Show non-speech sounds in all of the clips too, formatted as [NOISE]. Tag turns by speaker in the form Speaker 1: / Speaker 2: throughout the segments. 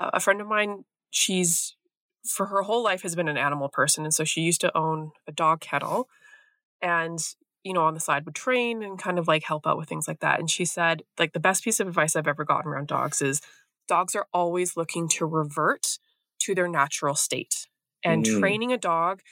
Speaker 1: a friend of mine, she's for her whole life has been an animal person. And so she used to own a dog kennel and, you know, on the side would train and kind of like help out with things like that. And she said, like, the best piece of advice I've ever gotten around dogs is dogs are always looking to revert to their natural state. And
Speaker 2: Mm.
Speaker 1: training a dog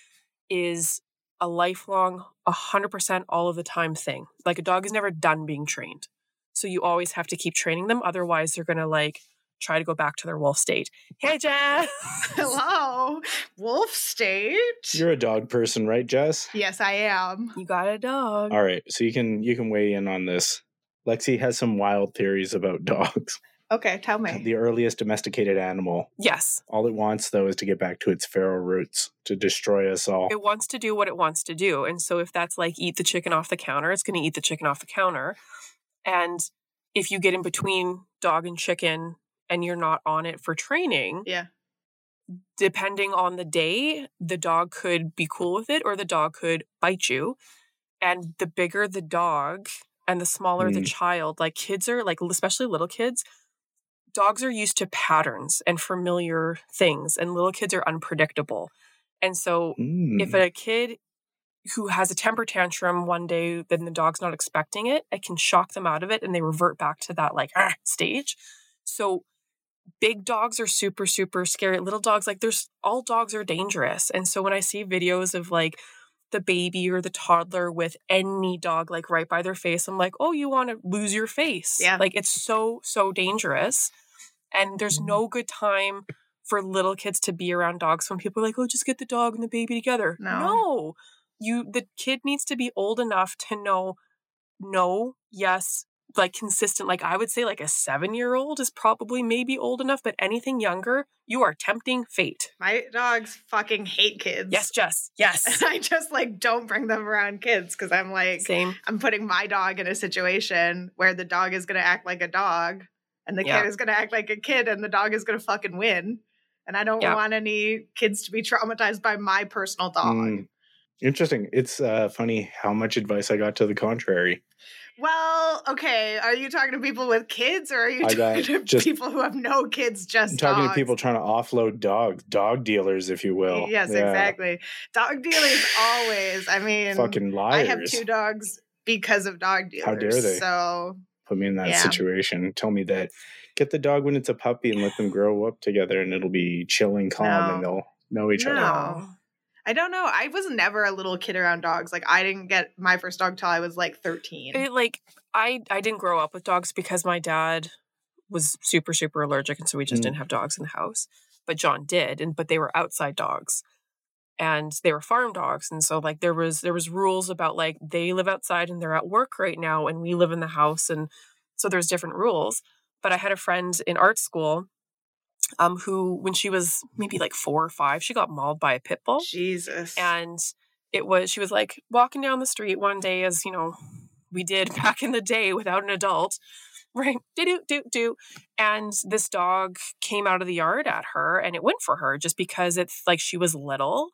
Speaker 1: is a lifelong, 100% all of the time thing. Like, a dog is never done being trained. So you always have to keep training them. Otherwise, they're going to like try to go back to their wolf state. Hey, Jess.
Speaker 3: [LAUGHS] Hello, Wolf State.
Speaker 2: You're a dog person, right, Jess?
Speaker 3: yes, I am.
Speaker 1: You got a dog.
Speaker 2: All right, so you can you can weigh in on this. Lexi has some wild theories about [LAUGHS] dogs.
Speaker 3: Okay, tell me.
Speaker 2: The earliest domesticated animal.
Speaker 1: Yes.
Speaker 2: All it wants though is to get back to its feral roots to destroy us all.
Speaker 1: It wants to do what it wants to do. And so if that's like eat the chicken off the counter, it's going to eat the chicken off the counter. And if you get in between dog and chicken and you're not on it for training,
Speaker 3: Yeah.
Speaker 1: depending on the day, the dog could be cool with it or the dog could bite you. And the bigger the dog and the smaller the
Speaker 2: Mm.
Speaker 1: child, like kids are, like especially little kids, dogs are used to patterns and familiar things, and little kids are unpredictable. And so
Speaker 2: Mm.
Speaker 1: if a kid who has a temper tantrum one day, then the dog's not expecting it, it can shock them out of it and they revert back to that like "Ah," stage. So big dogs are super, super scary. Little dogs, like there's all dogs are dangerous. And so when I see videos of like the baby or the toddler with any dog like right by their face, I'm like, oh, you want to lose your face.
Speaker 3: Yeah.
Speaker 1: Like it's so, so dangerous. And there's
Speaker 3: Mm-hmm.
Speaker 1: no good time for little kids to be around dogs when people are like, oh, just get the dog and the baby together.
Speaker 3: No.
Speaker 1: no. You the kid needs to be old enough to know no, yes, like consistent. Like I would say like a seven year old is probably maybe old enough, but anything younger, you are tempting fate.
Speaker 3: My dogs fucking hate kids.
Speaker 1: Yes, Jess.
Speaker 3: And
Speaker 1: Yes.
Speaker 3: [LAUGHS] I just like don't bring them around kids because I'm like,
Speaker 1: Same.
Speaker 3: I'm putting my dog in a situation where the dog is going to act like a dog and the
Speaker 1: Yeah.
Speaker 3: kid is going to act like a kid and the dog is going to fucking win. And I don't
Speaker 1: Yeah.
Speaker 3: want any kids to be traumatized by my personal dog.
Speaker 2: Mm. Interesting. It's uh, funny how much advice I got to the contrary.
Speaker 3: Well, okay. Are you talking to people with kids or are you
Speaker 2: I got
Speaker 3: [LAUGHS] talking to
Speaker 2: just-
Speaker 3: people who have no kids, just
Speaker 2: I'm talking
Speaker 3: dogs?
Speaker 2: to people trying to offload dogs, dog dealers, if you will.
Speaker 3: Yes,
Speaker 2: Yeah.
Speaker 3: exactly. Dog dealers always. I mean,
Speaker 2: Fucking
Speaker 3: I
Speaker 2: liars.
Speaker 3: have two dogs because of dog dealers.
Speaker 2: How dare they?
Speaker 3: So
Speaker 2: Put me in that
Speaker 3: Yeah.
Speaker 2: situation. Tell me that. Get the dog when it's a puppy
Speaker 3: [SIGHS]
Speaker 2: and let them grow up together, and it'll be chill and calm,
Speaker 3: No.
Speaker 2: and they'll know each
Speaker 3: No.
Speaker 2: other.
Speaker 3: I don't know. I was never a little kid around dogs. Like I didn't get my first dog till I was like 13.
Speaker 1: It, like I I didn't grow up with dogs because my dad was super super allergic and so we just
Speaker 2: Mm.
Speaker 1: didn't have dogs in the house. But John did and but they were outside dogs. And they were farm dogs and so like there was there was rules about like they live outside and they're at work right now and we live in the house and so there's different rules. But I had a friend in art school um who when she was maybe like 4 or 5 she got mauled by a pit bull
Speaker 3: Jesus.
Speaker 1: and it was she was like walking down the street one day as you know we did [LAUGHS] back in the day without an adult [LAUGHS] right do do do do and this dog came out of the yard at her and it went for her just because it's like she was little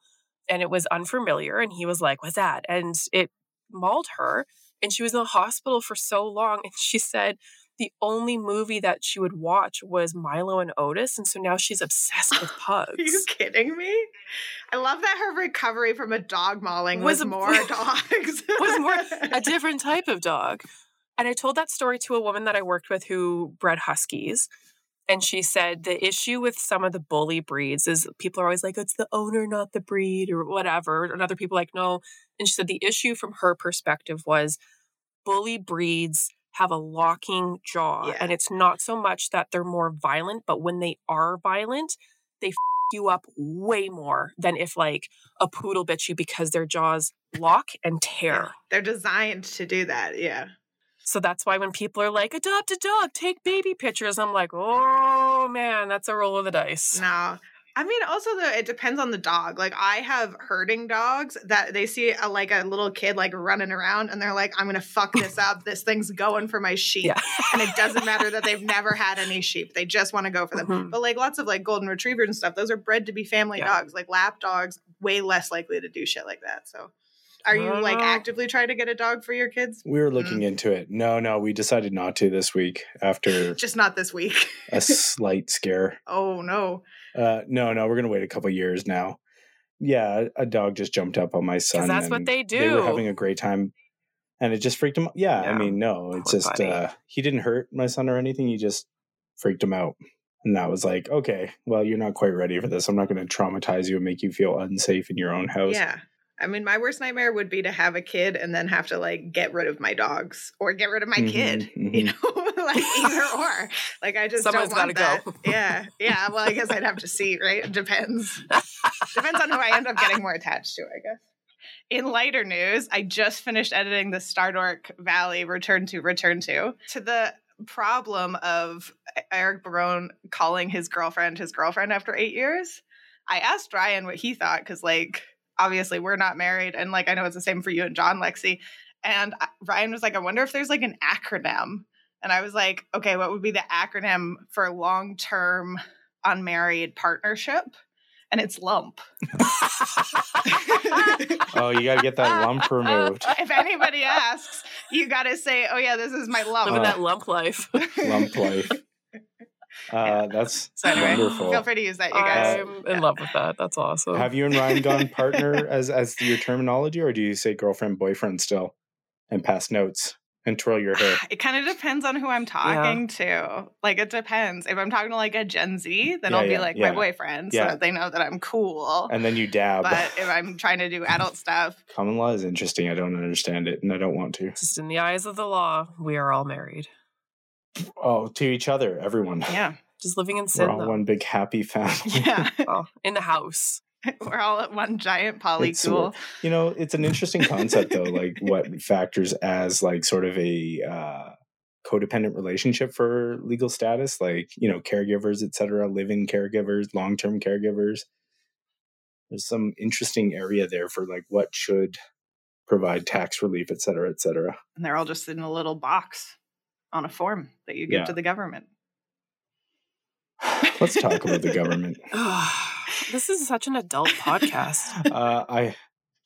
Speaker 1: and it was unfamiliar and he was like what's that and it mauled her and she was in the hospital for so long and she said the only movie that she would watch was Milo and Otis and so now she's obsessed with pugs
Speaker 3: [LAUGHS] Are you kidding me? I love that her recovery from a dog mauling was,
Speaker 1: Was a-
Speaker 3: more
Speaker 1: [LAUGHS]
Speaker 3: dogs.
Speaker 1: was more a different type of dog. And I told that story to a woman that I worked with who bred huskies. And she said the issue with some of the bully breeds is people are always like, it's the owner, not the breed, or whatever. And other people are like, no. And she said the issue from her perspective was bully breeds have a locking jaw.
Speaker 3: Yeah.
Speaker 1: And it's not so much that they're more violent, but when they are violent, they f- you up way more than if like a poodle bit you because their jaws lock and tear.
Speaker 3: Yeah, They're designed to do that. Yeah.
Speaker 1: So that's why when people are like, adopt a dog, take baby pictures, I'm like, oh man, that's a roll of the dice.
Speaker 3: No. I mean, also though, it depends on the dog. Like, I have herding dogs that they see a, like a little kid like running around, and they're like, "I'm gonna fuck
Speaker 1: [LAUGHS]
Speaker 3: this up. This thing's going for my sheep."
Speaker 1: Yeah.
Speaker 3: and it doesn't matter that
Speaker 1: [LAUGHS]
Speaker 3: they've never had any sheep; they just want to go for them.
Speaker 1: Mhm.
Speaker 3: But like lots of like golden retrievers and stuff, those are bred to be family
Speaker 1: Yeah.
Speaker 3: dogs. Like lap dogs, way less likely to do shit like that. So Are
Speaker 1: I
Speaker 3: you
Speaker 1: don't
Speaker 3: like
Speaker 1: know.
Speaker 3: actively trying to get a dog for your kids?
Speaker 2: We were looking into it. No, no, we decided not to this week after
Speaker 3: Just not this week. [LAUGHS]
Speaker 2: a slight scare.
Speaker 3: Oh no.
Speaker 2: Uh, no, no, we're gonna wait a couple years now. Yeah, a dog just jumped up on my son.
Speaker 1: because that's what
Speaker 2: and
Speaker 1: they do.
Speaker 2: They were having a great time, and it just freaked him. out. Yeah, I
Speaker 1: Yeah.
Speaker 2: mean, no, it's
Speaker 1: Poor
Speaker 2: just
Speaker 1: buddy.
Speaker 2: uh, he didn't hurt my son or anything. He just freaked him out, and that was like, okay, well, you're not quite ready for this. I'm not going to traumatize you and make you feel unsafe in your own house.
Speaker 3: Yeah. I mean, my worst nightmare would be to have a kid and then have to like get rid of my dogs or get rid of my
Speaker 2: Mhm,
Speaker 3: kid.
Speaker 2: mhm.
Speaker 3: You know, [LAUGHS] like either or. Like I just
Speaker 1: Someone's
Speaker 3: don't want
Speaker 1: gotta
Speaker 3: that.
Speaker 1: go.
Speaker 3: Yeah, yeah. Well, I guess I'd have to see. Right,
Speaker 1: [LAUGHS]
Speaker 3: It depends. depends on who I end up getting more attached to. I guess. In lighter news, I just finished editing the Stardork Valley Return to Return to to the problem of E-, Eric Barone calling his girlfriend his girlfriend after eight years. I asked Ryan what he thought because, like, obviously we're not married, and like I know it's the same for you and John, Lexi. And I- Ryan was like, "I wonder if there's like an acronym." And I was like, "Okay, what would be the acronym for long-term unmarried partnership?" And it's lump. if
Speaker 2: Oh, you got to get
Speaker 1: [LAUGHS]
Speaker 2: that lump removed.
Speaker 3: anybody asks, you got to say, "Oh yeah, this is my lump."
Speaker 1: Living
Speaker 2: Uh,
Speaker 1: that lump life. [LAUGHS]
Speaker 2: Lump life. Uh, that's
Speaker 3: So anyway,
Speaker 2: wonderful. Uh,
Speaker 3: feel free to use that, you guys.
Speaker 1: I'm in love with that. That's awesome.
Speaker 2: Have you and Ryan gone partner as as your terminology, or do you say girlfriend, boyfriend still, and pass notes and twirl your
Speaker 3: [LAUGHS]
Speaker 2: hair?
Speaker 3: [LAUGHS] It kind of depends on who I'm talking to. Like it depends. If I'm talking to like a Gen Z, then
Speaker 2: Yeah,
Speaker 3: I'll be
Speaker 2: yeah,
Speaker 3: like
Speaker 2: yeah.
Speaker 3: my boyfriend,
Speaker 2: Yeah.
Speaker 3: so that they know that I'm cool.
Speaker 2: And then you dab.
Speaker 3: but if I'm trying to do adult stuff,
Speaker 2: Common law is interesting. I don't understand it, and I don't want to.
Speaker 1: Just [LAUGHS] in the eyes of the law, we are all married.
Speaker 2: Oh, to each other, everyone.
Speaker 3: yeah,
Speaker 1: Just living in sin,
Speaker 2: We're all
Speaker 1: though.
Speaker 2: one big happy [LAUGHS] family.
Speaker 3: yeah,
Speaker 1: Oh, in the house.
Speaker 3: [LAUGHS] we're all at one giant poly
Speaker 2: It's
Speaker 3: cool.
Speaker 2: you know, it's an interesting concept though.
Speaker 3: [LAUGHS]
Speaker 2: Like what factors as like sort of a uh, codependent relationship for legal status, like you know, caregivers, et cetera, live-in caregivers, long-term caregivers. There's some interesting area there for like what should provide tax relief, et cetera, et cetera.
Speaker 3: And they're all just in a little box on a form that you give
Speaker 2: Yeah.
Speaker 3: to the government.
Speaker 2: Let's talk about the
Speaker 3: [LAUGHS]
Speaker 2: government.
Speaker 1: [SIGHS] this is such an adult podcast.
Speaker 2: Uh, I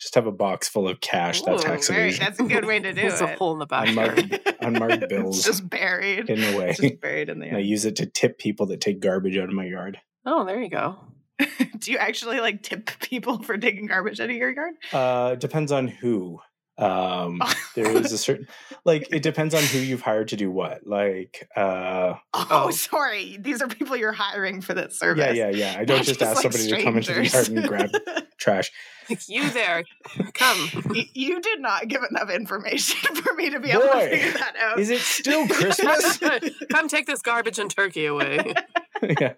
Speaker 2: just have a box full of cash. That's
Speaker 3: Ooh,
Speaker 2: tax
Speaker 3: very-
Speaker 2: evasion.
Speaker 3: That's a good way to
Speaker 2: [LAUGHS]
Speaker 3: do
Speaker 1: There's a
Speaker 3: it.
Speaker 1: hole in the back.
Speaker 2: Unmarked- unmarked
Speaker 1: [LAUGHS]
Speaker 3: It's
Speaker 2: bills
Speaker 3: just buried.
Speaker 2: in a way.
Speaker 3: It's just buried in the
Speaker 2: And I
Speaker 3: air.
Speaker 2: use it to tip people that take garbage out of my yard.
Speaker 1: Oh, there you go.
Speaker 3: [LAUGHS] Do you actually like tip people for taking garbage out of your yard?
Speaker 2: Uh, it depends on who.
Speaker 3: [LAUGHS]
Speaker 2: Um, there is a certain, like, it depends on who you've hired to do what. Like, uh,
Speaker 3: Oh, [LAUGHS]
Speaker 1: Oh.
Speaker 3: sorry. These are people you're hiring for this
Speaker 2: yeah,
Speaker 3: service. [LAUGHS]
Speaker 2: yeah, yeah. I don't
Speaker 3: Not
Speaker 2: just ask
Speaker 3: like,
Speaker 2: somebody to come into the yard
Speaker 3: strangers.
Speaker 2: and grab [LAUGHS] trash.
Speaker 1: Like, you there, come.
Speaker 3: [LAUGHS] Y- you did not give enough information [LAUGHS] for me to be able to
Speaker 2: Boy,
Speaker 3: figure that out.
Speaker 2: Is it still Christmas?
Speaker 1: [LAUGHS] come take this garbage and turkey away. [LAUGHS]
Speaker 2: yeah.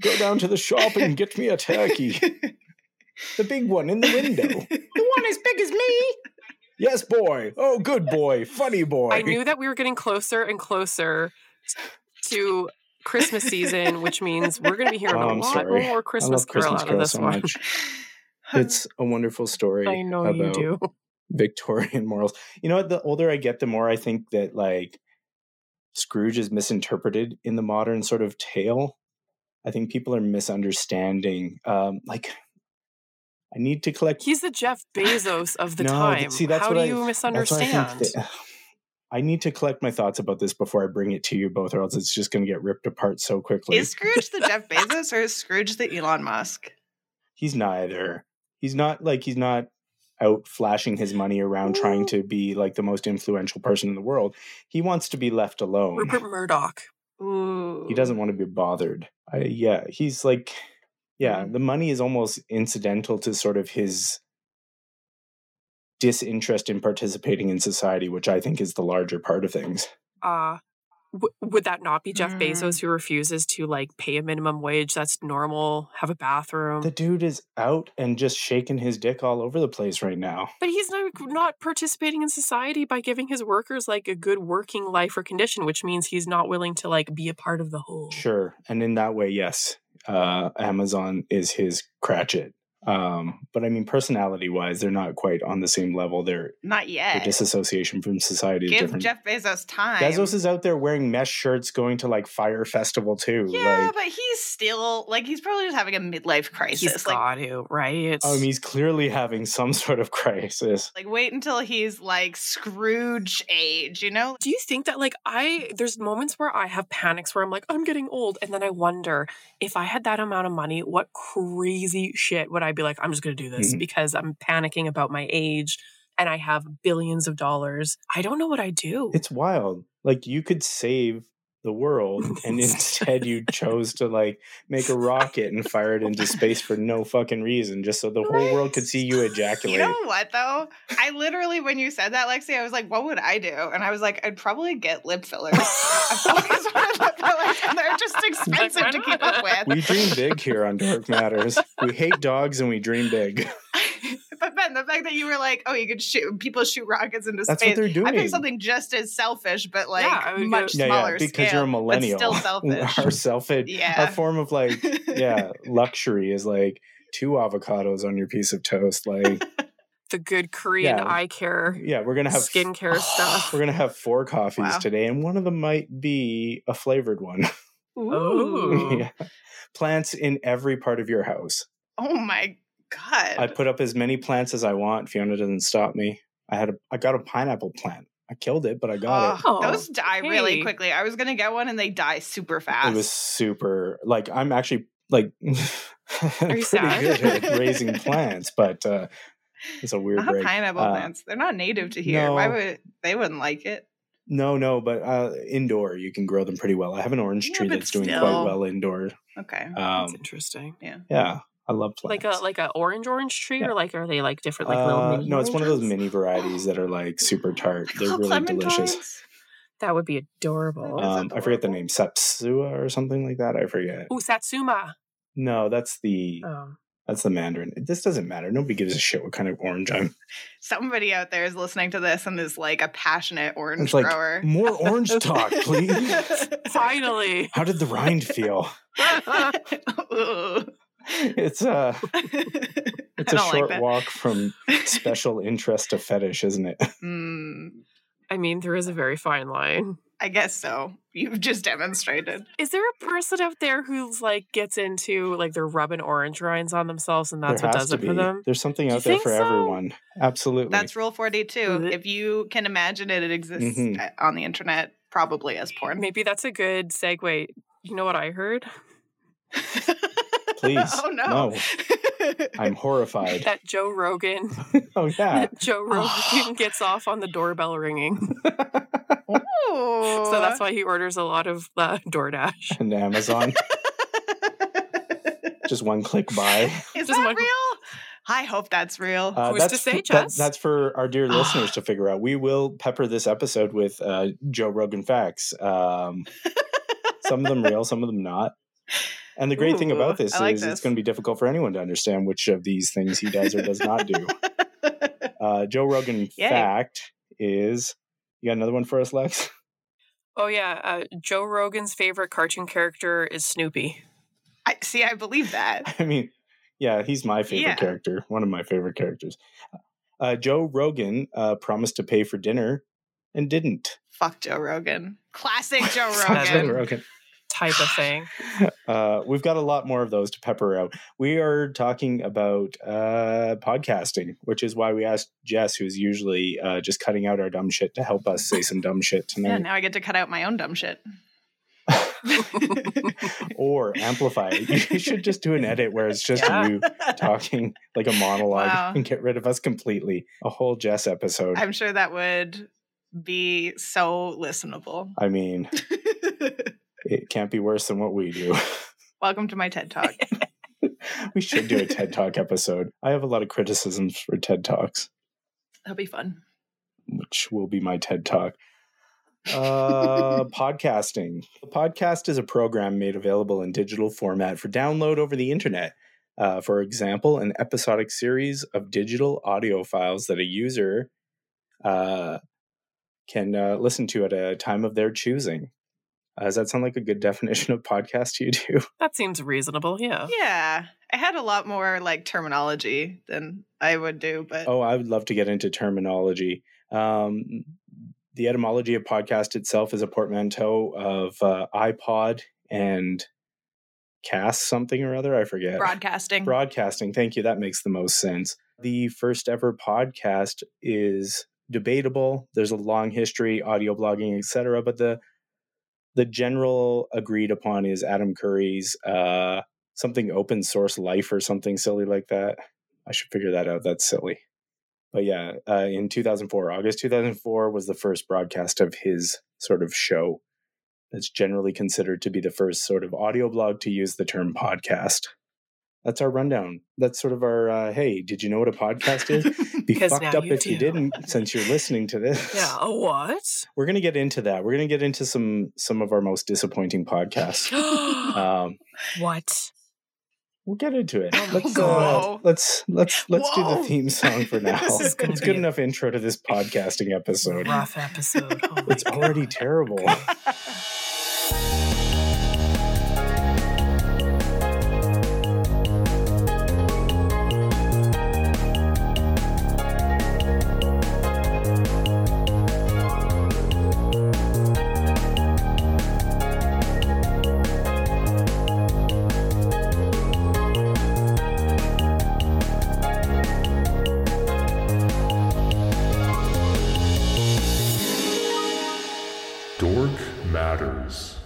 Speaker 2: Go down to the shop and get me
Speaker 3: [LAUGHS]
Speaker 2: a turkey. The big one in the window. one as big as me. Yes, boy. Oh, good boy. Funny boy.
Speaker 1: I knew that we were getting closer and closer to Christmas season, which means we're going to be hearing
Speaker 2: [LAUGHS] Oh,
Speaker 1: a
Speaker 2: I'm
Speaker 1: lot
Speaker 2: sorry.
Speaker 1: more Christmas Carol out of this one.
Speaker 2: It's a wonderful story.
Speaker 1: I know you
Speaker 2: about
Speaker 1: do.
Speaker 2: Victorian morals. You know what? The older I get, the more I think that like Scrooge is misinterpreted in the modern sort of tale. I think people are misunderstanding. Um, like, I need to collect.
Speaker 1: [LAUGHS] He's the Jeff Bezos of the
Speaker 2: No,
Speaker 1: time.
Speaker 2: th- see, that's
Speaker 1: How
Speaker 2: what
Speaker 1: do
Speaker 2: I-
Speaker 1: you
Speaker 2: That's why I think
Speaker 1: misunderstand?
Speaker 2: that- [SIGHS] I need to collect my thoughts about this before I bring it to you both, or else it's just going to get ripped apart so quickly.
Speaker 3: Is Scrooge the Jeff Bezos or is Scrooge the Elon Musk?
Speaker 2: he's neither. He's not like he's not out flashing his money around trying to be like the most influential person in the world. He wants to be left alone.
Speaker 1: Rupert Murdoch.
Speaker 3: Ooh.
Speaker 2: he doesn't want to be bothered. I, yeah, he's like, yeah,
Speaker 1: Mm-hmm.
Speaker 3: Mhm.
Speaker 2: the money is almost incidental to sort of his disinterest in participating in society, which I think is the larger part of things.
Speaker 1: Uh, w- would that not be Jeff
Speaker 3: Mm.
Speaker 1: Bezos who refuses to like pay a minimum wage that's normal, have a bathroom?
Speaker 2: The dude is out and just shaking his dick all over the place right now.
Speaker 1: But he's not not participating in society by giving his workers like a good working life or condition, which means he's not willing to like be a part of the whole.
Speaker 2: Sure. And in that way, yes, uh, Amazon is his Cratchit Um, but I mean, personality wise, they're not quite on the same level. Their,
Speaker 3: Not
Speaker 2: their
Speaker 3: yet.
Speaker 2: disassociation from society is
Speaker 3: Give
Speaker 2: different.
Speaker 3: Jeff Bezos time.
Speaker 2: Bezos is out there wearing mesh shirts, going to like Fire Festival too.
Speaker 3: yeah,
Speaker 2: like,
Speaker 3: but he's still like he's probably just having a midlife crisis.
Speaker 1: He's
Speaker 3: like,
Speaker 1: got to, right?
Speaker 2: um, he's clearly having some [LAUGHS] sort of crisis.
Speaker 3: like wait until he's like Scrooge age, you know?
Speaker 1: do you think that like I there's moments where I have panics where I'm like I'm getting old and then I wonder if I had that amount of money what crazy shit would I be like I'm just going to do this
Speaker 2: Mhm.
Speaker 1: because I'm panicking about my age and I have billions of dollars I don't know what I do
Speaker 2: It's wild. Like you could save
Speaker 3: [LAUGHS]
Speaker 2: the world, and instead you chose to like make a rocket and fire it into space for no fucking reason, just so the whole world could see you ejaculate.
Speaker 3: [LAUGHS] You know what though? I literally when you said that, Lexi, I was like, what would I do? And I was like, I'd probably get lip fillers.
Speaker 2: [LAUGHS]
Speaker 3: I've always wanted lip fillers, and they're just expensive
Speaker 1: why
Speaker 3: to
Speaker 1: not?
Speaker 3: keep up with.
Speaker 2: we dream big here on Dark Matters. We hate dogs and we
Speaker 3: [LAUGHS]
Speaker 2: dream big.
Speaker 3: [LAUGHS] but Ben, the fact that you were like, oh, you could shoot people shoot rockets into
Speaker 2: That's what
Speaker 3: space.
Speaker 2: they're doing.
Speaker 3: I think something just as selfish, but like
Speaker 1: Yeah, I would
Speaker 3: much
Speaker 1: go-
Speaker 2: [LAUGHS] yeah,
Speaker 3: smaller
Speaker 2: yeah, because
Speaker 3: scale.
Speaker 2: you're a millennial. [LAUGHS]
Speaker 3: still selfish.
Speaker 2: Our selfish, our
Speaker 3: yeah.
Speaker 2: form of like yeah,
Speaker 3: [LAUGHS]
Speaker 2: luxury is like two avocados on your piece of
Speaker 3: [LAUGHS]
Speaker 2: toast. Like,
Speaker 1: the good Korean
Speaker 2: Yeah.
Speaker 1: eye care
Speaker 2: yeah, we're gonna have
Speaker 1: skincare stuff
Speaker 2: [GASPS] We're gonna have four coffees
Speaker 3: Wow.
Speaker 2: today, and one of them might be a flavored one. [LAUGHS]
Speaker 1: Ooh.
Speaker 2: yeah. Plants in every part of your house.
Speaker 3: Oh my
Speaker 1: Eh,
Speaker 3: god.
Speaker 2: I put up as many plants as I want. Fiona doesn't stop me. I had a, I got a pineapple plant. I killed it, but I got
Speaker 1: Oh,
Speaker 3: Those die really
Speaker 1: hey.
Speaker 3: quickly. I was gonna get one and they die super
Speaker 2: it.
Speaker 3: fast.
Speaker 2: It was super. Like I'm actually like [LAUGHS] pretty
Speaker 1: sad? [LAUGHS]
Speaker 2: good at raising plants, but uh, it's a weird
Speaker 3: not
Speaker 2: break.
Speaker 3: pineapple
Speaker 2: Uh,
Speaker 3: plants. They're not native to here. Why
Speaker 2: no.
Speaker 3: would they wouldn't like it?
Speaker 2: No, no, but uh, indoor you can grow them pretty well. I have an orange
Speaker 3: Yeah,
Speaker 2: tree
Speaker 3: but
Speaker 2: that's doing quite
Speaker 3: still.
Speaker 2: well indoor.
Speaker 3: Okay.
Speaker 1: that's
Speaker 2: Um,
Speaker 1: interesting
Speaker 2: yeah, I love
Speaker 1: like
Speaker 2: plants.
Speaker 1: a like a orange orange tree
Speaker 2: Yeah.
Speaker 1: or like are they like different like little
Speaker 2: Uh,
Speaker 1: mini Oh,
Speaker 2: no, it's one of those
Speaker 1: oranges?
Speaker 2: mini varieties that are like
Speaker 1: [GASPS]
Speaker 2: super tart.
Speaker 3: Like
Speaker 2: They're
Speaker 3: little
Speaker 2: really delicious.
Speaker 3: clementines?
Speaker 1: that would be adorable
Speaker 3: That's
Speaker 2: Um, I forget the
Speaker 3: adorable.
Speaker 2: name, Sapsua or something like that. I forget.
Speaker 1: oh Satsuma
Speaker 2: No, that's the
Speaker 1: oh
Speaker 2: that's the Mandarin. This doesn't matter. Nobody gives a shit what kind of orange I'm.
Speaker 3: Somebody out there is listening to this and is like a passionate orange
Speaker 2: like,
Speaker 3: grower. [LAUGHS]
Speaker 2: More orange talk, please.
Speaker 1: finally
Speaker 2: How did
Speaker 1: [LAUGHS]
Speaker 2: the rind feel?
Speaker 3: Ooh.
Speaker 1: [LAUGHS]
Speaker 2: It's a it's a
Speaker 3: don't like
Speaker 2: short
Speaker 3: that.
Speaker 2: walk from special interest to fetish, isn't it?
Speaker 3: Mm,
Speaker 1: I mean, there is a very fine line.
Speaker 3: I guess so. You've just demonstrated.
Speaker 1: Is there a person out there who's like gets into like they're rubbing orange rinds on themselves and that's
Speaker 2: there
Speaker 1: what
Speaker 2: has
Speaker 1: does
Speaker 2: to
Speaker 1: it
Speaker 2: be.
Speaker 1: for them?
Speaker 2: There's something
Speaker 1: You
Speaker 2: out there
Speaker 1: think
Speaker 2: for
Speaker 1: so?
Speaker 2: everyone. Absolutely.
Speaker 3: That's rule 42.
Speaker 1: Th-
Speaker 3: If you can imagine it, it exists
Speaker 2: Mhm.
Speaker 3: uh, on the internet, probably as porn.
Speaker 1: Maybe that's a good segue. You know what I heard?
Speaker 2: please.
Speaker 1: [LAUGHS]
Speaker 3: Oh, no.
Speaker 2: I'm horrified.
Speaker 1: That Joe Rogan,
Speaker 2: oh yeah.
Speaker 1: that Joe Rogan gets off on the doorbell ringing,
Speaker 3: Ooh.
Speaker 1: so that's why he orders a lot of uh, DoorDash.
Speaker 2: [LAUGHS] and Amazon. Just one click buy.
Speaker 3: Is
Speaker 1: Just
Speaker 3: that
Speaker 1: one-
Speaker 3: real? I hope that's real.
Speaker 2: Uh,
Speaker 1: Who's
Speaker 2: that's
Speaker 1: to say,
Speaker 2: for- that-
Speaker 1: Jess?
Speaker 2: that's for
Speaker 3: [GASPS]
Speaker 2: our dear listeners to figure out. We will pepper this episode with uh, Joe Rogan facts.
Speaker 3: [LAUGHS]
Speaker 2: Um, some of them real, some of them not. And the great thing
Speaker 3: Ooh,
Speaker 2: about this
Speaker 3: I like
Speaker 2: is
Speaker 3: this.
Speaker 2: it's going to be difficult for anyone to understand which of these things he does or does
Speaker 3: [LAUGHS]
Speaker 2: not do. Uh, Joe Rogan
Speaker 3: Yay.
Speaker 2: fact is you got another one for us, Lex?
Speaker 1: Oh yeah, uh, Joe Rogan's favorite cartoon character is Snoopy.
Speaker 3: I, see, I believe that.
Speaker 2: [LAUGHS] I mean, yeah, he's my favorite
Speaker 3: Yeah.
Speaker 2: character, one of my favorite characters. Uh, Joe Rogan uh, promised to pay for dinner and didn't.
Speaker 3: Fuck Joe Rogan. Classic Joe
Speaker 1: That's
Speaker 2: Joe
Speaker 3: Rogan.
Speaker 2: Rogan.
Speaker 1: Type of thing.
Speaker 2: [LAUGHS] Uh, we've got a lot more of those to pepper out. We are talking about uh, podcasting, which is why we asked Jess, who's usually uh, just cutting out our dumb shit, to help us say some dumb shit
Speaker 3: Yeah,
Speaker 2: tonight
Speaker 3: now I get to cut out my own dumb shit.
Speaker 2: or amplify it. You should just do an edit where it's just
Speaker 1: Yeah.
Speaker 2: you talking like a monologue
Speaker 3: Wow.
Speaker 2: and get rid of us completely. A whole Jess episode. i
Speaker 3: I'm sure that would be so listenable.
Speaker 2: mean, it can't be worse than what we do. [LAUGHS]
Speaker 3: Welcome to my TED Talk.
Speaker 2: we should do a TED Talk episode. I have a lot of criticisms for TED Talks.
Speaker 3: That'll be fun.
Speaker 2: which will be my TED talk. Uh, podcasting. The podcast is a program made available in digital format for download over the internet. Uh, for example, an episodic series of digital audio files that a user uh, can uh, listen to at a time of their choosing. Uh, does that sound like a good definition of podcast to you too?
Speaker 1: That seems reasonable.
Speaker 2: Oh.
Speaker 1: Yeah.
Speaker 3: Yeah. I had a lot more like terminology than I would do, but
Speaker 2: Oh, I would love to get into terminology. Um, the etymology of podcast itself is a portmanteau of uh, iPod and cast something or other. I forget.
Speaker 3: broadcasting.
Speaker 2: Broadcasting. Thank you. That makes the most sense. The first ever podcast is debatable. There's a long history, audio blogging, etc. But the the general agreed upon is Adam Curry's uh, something open source life or something silly like that. I should figure that out. That's silly. But yeah, uh, in 2004, August 2004 was the first broadcast of his sort of show. That's generally considered to be the first sort of audio blog to use the term podcast. That's our rundown. That's sort of our uh, hey, did you know what a podcast
Speaker 1: [LAUGHS]
Speaker 2: is? Be
Speaker 1: Because
Speaker 2: fucked
Speaker 1: now
Speaker 2: up
Speaker 1: you
Speaker 2: if you
Speaker 1: do.
Speaker 2: didn't, since you're listening to this
Speaker 1: Yeah. A what?
Speaker 2: we're gonna get into that. We're gonna get into some some of our most
Speaker 1: [GASPS]
Speaker 2: disappointing podcasts. Um,
Speaker 1: what?
Speaker 2: we'll get into it.
Speaker 1: Oh my
Speaker 2: Let's uh,
Speaker 3: God.
Speaker 2: let's let's let's do
Speaker 3: Whoa.
Speaker 2: the theme song
Speaker 1: [LAUGHS]
Speaker 2: for now.
Speaker 3: This
Speaker 1: is gonna
Speaker 2: it's
Speaker 1: be
Speaker 2: good
Speaker 1: a-
Speaker 2: enough intro to this podcasting episode.
Speaker 1: Rough episode. Oh my
Speaker 2: It's already
Speaker 1: God. [LAUGHS]
Speaker 2: terrible.
Speaker 4: Dork Matters.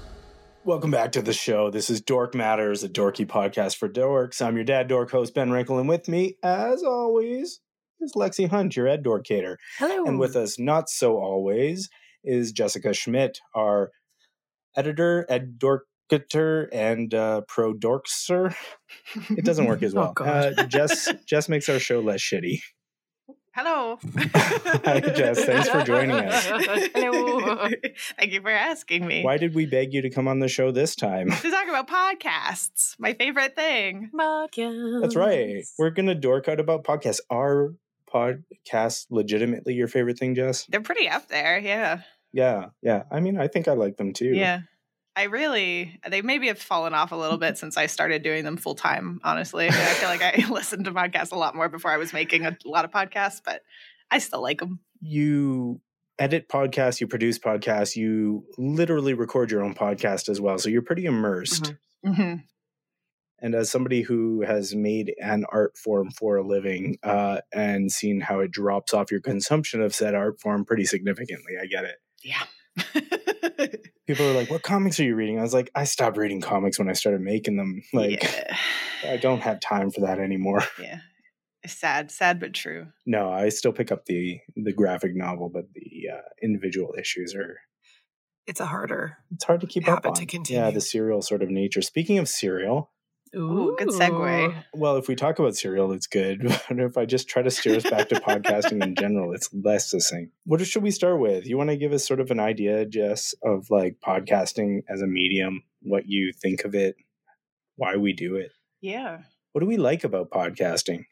Speaker 2: Welcome back to the show. This is Dork Matters, a dorky podcast for dorks. I'm your dad, dork host Ben Wrinkle, and with me, as always, is Lexi Hunt, your ed dorkator.
Speaker 1: Hello.
Speaker 2: And with us, not so always, is Jessica Schmidt, our editor, ed dorkator, and uh, pro dorkster. [LAUGHS] It doesn't work
Speaker 1: [LAUGHS]
Speaker 2: as
Speaker 1: Oh,
Speaker 2: well.
Speaker 1: God.
Speaker 2: uh, Jess, Jess makes our show
Speaker 1: [LAUGHS]
Speaker 2: less shitty.
Speaker 3: Hello.
Speaker 2: [LAUGHS] Hi, Jess. Thanks for joining us. [LAUGHS]
Speaker 1: Hello.
Speaker 3: Thank you for asking me.
Speaker 2: Why did we beg you to come on the show this time?
Speaker 3: To talk about podcasts, my favorite thing.
Speaker 1: Podcast.
Speaker 3: Oh,
Speaker 2: That's right. We're going to dork out about podcasts. Are podcasts legitimately your favorite thing, Jess?
Speaker 3: They're pretty up there. Yeah.
Speaker 2: Yeah. Yeah. I mean, I think I like them too.
Speaker 3: Yeah. I really, they maybe have fallen off a little bit since I started doing them full time, honestly. I feel like I [LAUGHS] listened to podcasts a lot more before I was making a lot of podcasts, but I still like them.
Speaker 2: you edit podcasts, you produce podcasts, you literally record your own podcast as well. So you're pretty immersed.
Speaker 1: Mhm.
Speaker 3: hmm
Speaker 2: And as somebody who has made an art form for a living uh, and seen how it drops off your consumption of said art form pretty significantly, I get it.
Speaker 3: Yeah. [LAUGHS]
Speaker 2: People are like, What comics are you reading? I was like, I stopped reading comics when I started making them. Like,
Speaker 3: yeah.
Speaker 2: I don't have time for that anymore.
Speaker 3: yeah. Sad, sad, but true.
Speaker 2: No, I still pick up the the graphic novel, but the uh, individual issues are
Speaker 1: It's a harder.
Speaker 2: it's hard to keep
Speaker 1: Habit
Speaker 2: up on.
Speaker 1: to
Speaker 2: Yeah,
Speaker 1: continue.
Speaker 2: the serial sort of nature. Speaking of serial,
Speaker 1: Ooh,
Speaker 3: good segue.
Speaker 2: well, if we talk about serial, it's good. [LAUGHS] But if I just try to steer us back to podcasting in general, it's less succinct. What should we start with? You want to give us sort of an idea, Jess, of like podcasting as a medium, what you think of it, why we do it.
Speaker 3: Yeah.
Speaker 2: What do we like about podcasting?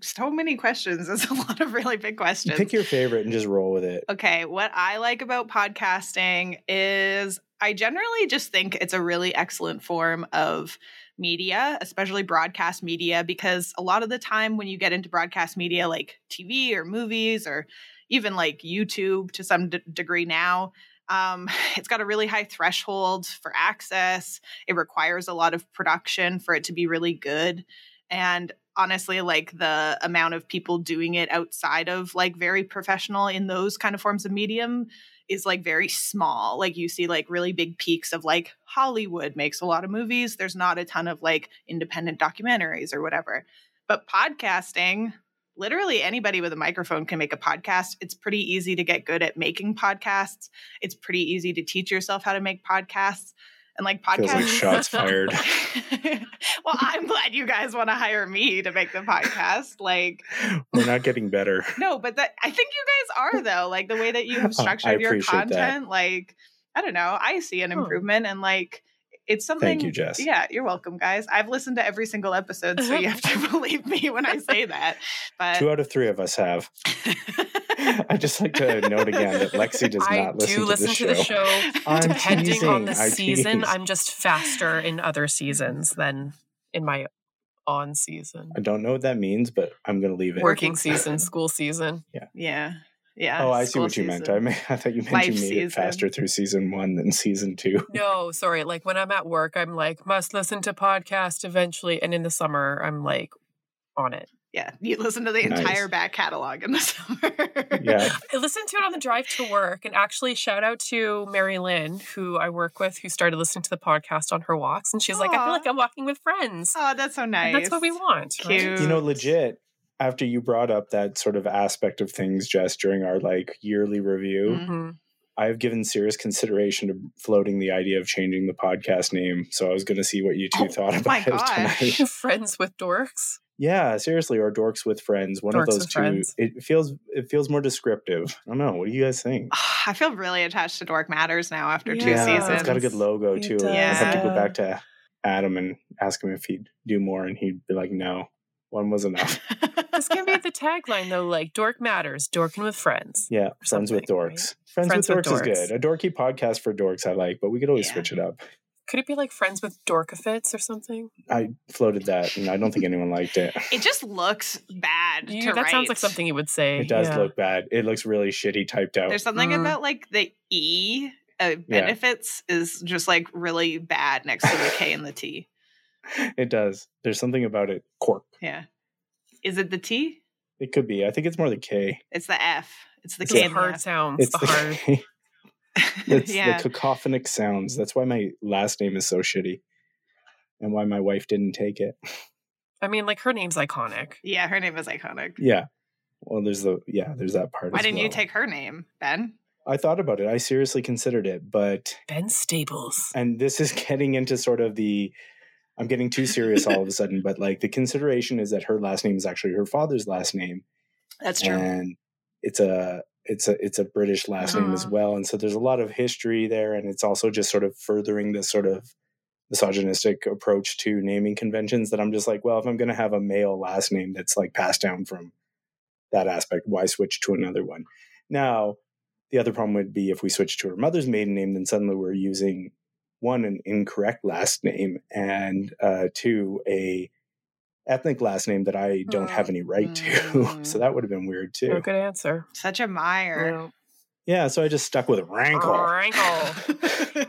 Speaker 3: So many questions. There's a lot of really big questions.
Speaker 2: Pick your favorite and just roll with it.
Speaker 3: Okay, what I like about podcasting is I generally just think it's a really excellent form of media, especially broadcast media, because a lot of the time when you get into broadcast media like TV or movies or even like YouTube to some d- degree now, um, [LAUGHS] it's got a really high threshold for access. It requires a lot of production for it to be really good. And honestly like the amount of people doing it outside of like very professional in those kind of forms of medium is like very small like you see like really big peaks of like hollywood makes a lot of movies there's not a ton of like independent documentaries or whatever but podcasting literally anybody with a microphone can make a podcast it's pretty easy to get good at making podcasts it's pretty easy to teach yourself how to make podcasts and like podcasts
Speaker 2: Feels
Speaker 3: [LAUGHS]
Speaker 2: like
Speaker 1: [LAUGHS]
Speaker 2: shots fired.
Speaker 3: well, I'm glad you guys want to hire me to make the podcast. Like,
Speaker 2: We're not getting better.
Speaker 3: no, but that, I think you guys are though. Like the way
Speaker 2: [LAUGHS]
Speaker 3: that
Speaker 2: Oh, I
Speaker 3: you've structured your
Speaker 2: appreciate that.
Speaker 3: content, like I don't know, I see an
Speaker 1: Huh.
Speaker 3: improvement and like It's something.
Speaker 2: Thank you, Jess.
Speaker 3: Yeah, you're welcome, guys. I've listened to every single episode, so you have
Speaker 2: [LAUGHS]
Speaker 3: to believe me when I say that. But
Speaker 2: Two out of three of
Speaker 1: [LAUGHS]
Speaker 2: us have. I just like to note again that Lexi does
Speaker 1: I
Speaker 2: not listen,
Speaker 1: do
Speaker 2: to,
Speaker 1: listen
Speaker 2: this
Speaker 1: to the show, [LAUGHS]
Speaker 2: I'm
Speaker 1: depending on
Speaker 2: teasing,
Speaker 1: the
Speaker 2: I
Speaker 1: season.
Speaker 2: tease.
Speaker 1: I'm just faster in other seasons than in my on season,
Speaker 2: I don't know what that means, but I'm going to leave it.
Speaker 1: working season, school season.
Speaker 3: yeah, yeah.
Speaker 2: Oh, I see
Speaker 3: school
Speaker 2: what you meant.
Speaker 3: season.
Speaker 2: I, may, I thought you meant
Speaker 3: Life
Speaker 2: you made
Speaker 3: season.
Speaker 2: it faster through season one than season two.
Speaker 1: No, sorry. Like when I'm at work, I'm like must listen to podcast eventually, and in the summer, I'm like on it.
Speaker 3: yeah, you listen to the
Speaker 2: Nice.
Speaker 3: entire back catalog in the [LAUGHS] summer.
Speaker 2: Yeah.
Speaker 1: I listened to it on the drive to work, and actually, shout out to Mary Lynn, who I work with, who started listening to the podcast on her walks, and she's like, I
Speaker 3: Aw.
Speaker 1: feel like I'm walking with friends.
Speaker 3: Oh, that's so nice.
Speaker 1: And that's what we want. right?
Speaker 3: Cute.
Speaker 2: you know, legit, after you brought up that sort of aspect of things, Jess, during our like yearly review,
Speaker 3: Mhm.
Speaker 1: Mhm.
Speaker 2: I've given serious consideration to floating the idea of changing the podcast name. So I was going to see what you two
Speaker 3: Oh,
Speaker 2: thought about
Speaker 3: my
Speaker 2: it
Speaker 3: gosh.
Speaker 1: [LAUGHS]
Speaker 2: tonight. [LAUGHS]
Speaker 1: Friends with dorks.
Speaker 2: Yeah, seriously, or dorks with friends. One
Speaker 1: Dorks
Speaker 2: of those
Speaker 1: with
Speaker 2: two.
Speaker 1: Friends.
Speaker 2: It feels it feels more descriptive. I don't know. What do you guys think?
Speaker 1: Ah,
Speaker 3: I feel really attached to Dork Matters now after two
Speaker 1: Yeah.
Speaker 3: seasons.
Speaker 2: It's got a good logo
Speaker 1: It
Speaker 2: too.
Speaker 1: does.
Speaker 2: I have to go
Speaker 3: Yeah.
Speaker 2: back to Adam and ask him if he'd do more, and he'd be like, "No, one
Speaker 1: [LAUGHS]
Speaker 2: was enough."
Speaker 1: This can be the tagline though, like dork matters, dorking with friends.
Speaker 2: Yeah, friends with
Speaker 1: something, right?
Speaker 2: dorks. Friends,
Speaker 1: Friends
Speaker 2: with,
Speaker 1: with
Speaker 2: dorks,
Speaker 1: dorks.
Speaker 2: is good. A dorky podcast for dorks, I like, but we could always
Speaker 3: Yeah.
Speaker 2: switch it up.
Speaker 1: Could it be like friends with dorkafits or something?
Speaker 2: I floated that, and I don't think anyone liked it.
Speaker 3: It just looks bad.
Speaker 1: You-
Speaker 3: to
Speaker 1: that sounds
Speaker 3: write.
Speaker 1: like something you would say.
Speaker 2: It does
Speaker 1: yeah.
Speaker 2: look bad. It looks really shitty typed out.
Speaker 3: There's something
Speaker 1: Mm.
Speaker 3: about like the E of
Speaker 2: Yeah.
Speaker 3: benefits is just like really bad next to the K and the T.
Speaker 2: It does. There's something about it. Cork.
Speaker 3: Yeah. Is it the T?
Speaker 2: It could be. I think it's more the K.
Speaker 3: It's the F. It's the
Speaker 1: It's
Speaker 3: K.
Speaker 1: the
Speaker 3: and the
Speaker 1: hard
Speaker 3: F.
Speaker 1: sounds,
Speaker 2: It's
Speaker 1: the hard.
Speaker 2: K. [LAUGHS] It's
Speaker 3: Oh, yeah.
Speaker 2: the cacophonic sounds. That's why my last name is so shitty, and why my wife didn't take it. [LAUGHS]
Speaker 1: I mean, like her name's iconic.
Speaker 3: yeah, her name is iconic.
Speaker 2: Yeah. Well, there's the yeah. There's that part.
Speaker 3: Why
Speaker 2: as
Speaker 3: didn't you
Speaker 2: well.
Speaker 3: take her name, Ben?
Speaker 2: I thought about it. I seriously considered it, but
Speaker 1: Ben Stables.
Speaker 2: and this is [LAUGHS] getting into sort of the. I'm getting too serious all of a sudden, but like the consideration is that her last name is actually her father's last name,
Speaker 3: That's
Speaker 2: and it's a it's a it's a British last name as
Speaker 1: Ah.
Speaker 2: well, and so there's a lot of history there, and it's also just sort of furthering this sort of misogynistic approach to naming conventions that I'm just like, well, if I'm going to have a male last name that's like passed down from that aspect, why switch to another one? Now, the other problem would be if we switch to her mother's maiden name, then suddenly we're using one an incorrect last name and uh, two a ethnic last name that I don't
Speaker 1: Mm.
Speaker 2: have any right to. [LAUGHS]
Speaker 3: Mm.
Speaker 2: so that would have been weird too.
Speaker 1: Oh, good answer.
Speaker 3: Such a mire.
Speaker 1: Yeah.
Speaker 2: Yeah, so I just stuck with Rankle.
Speaker 1: Rankle.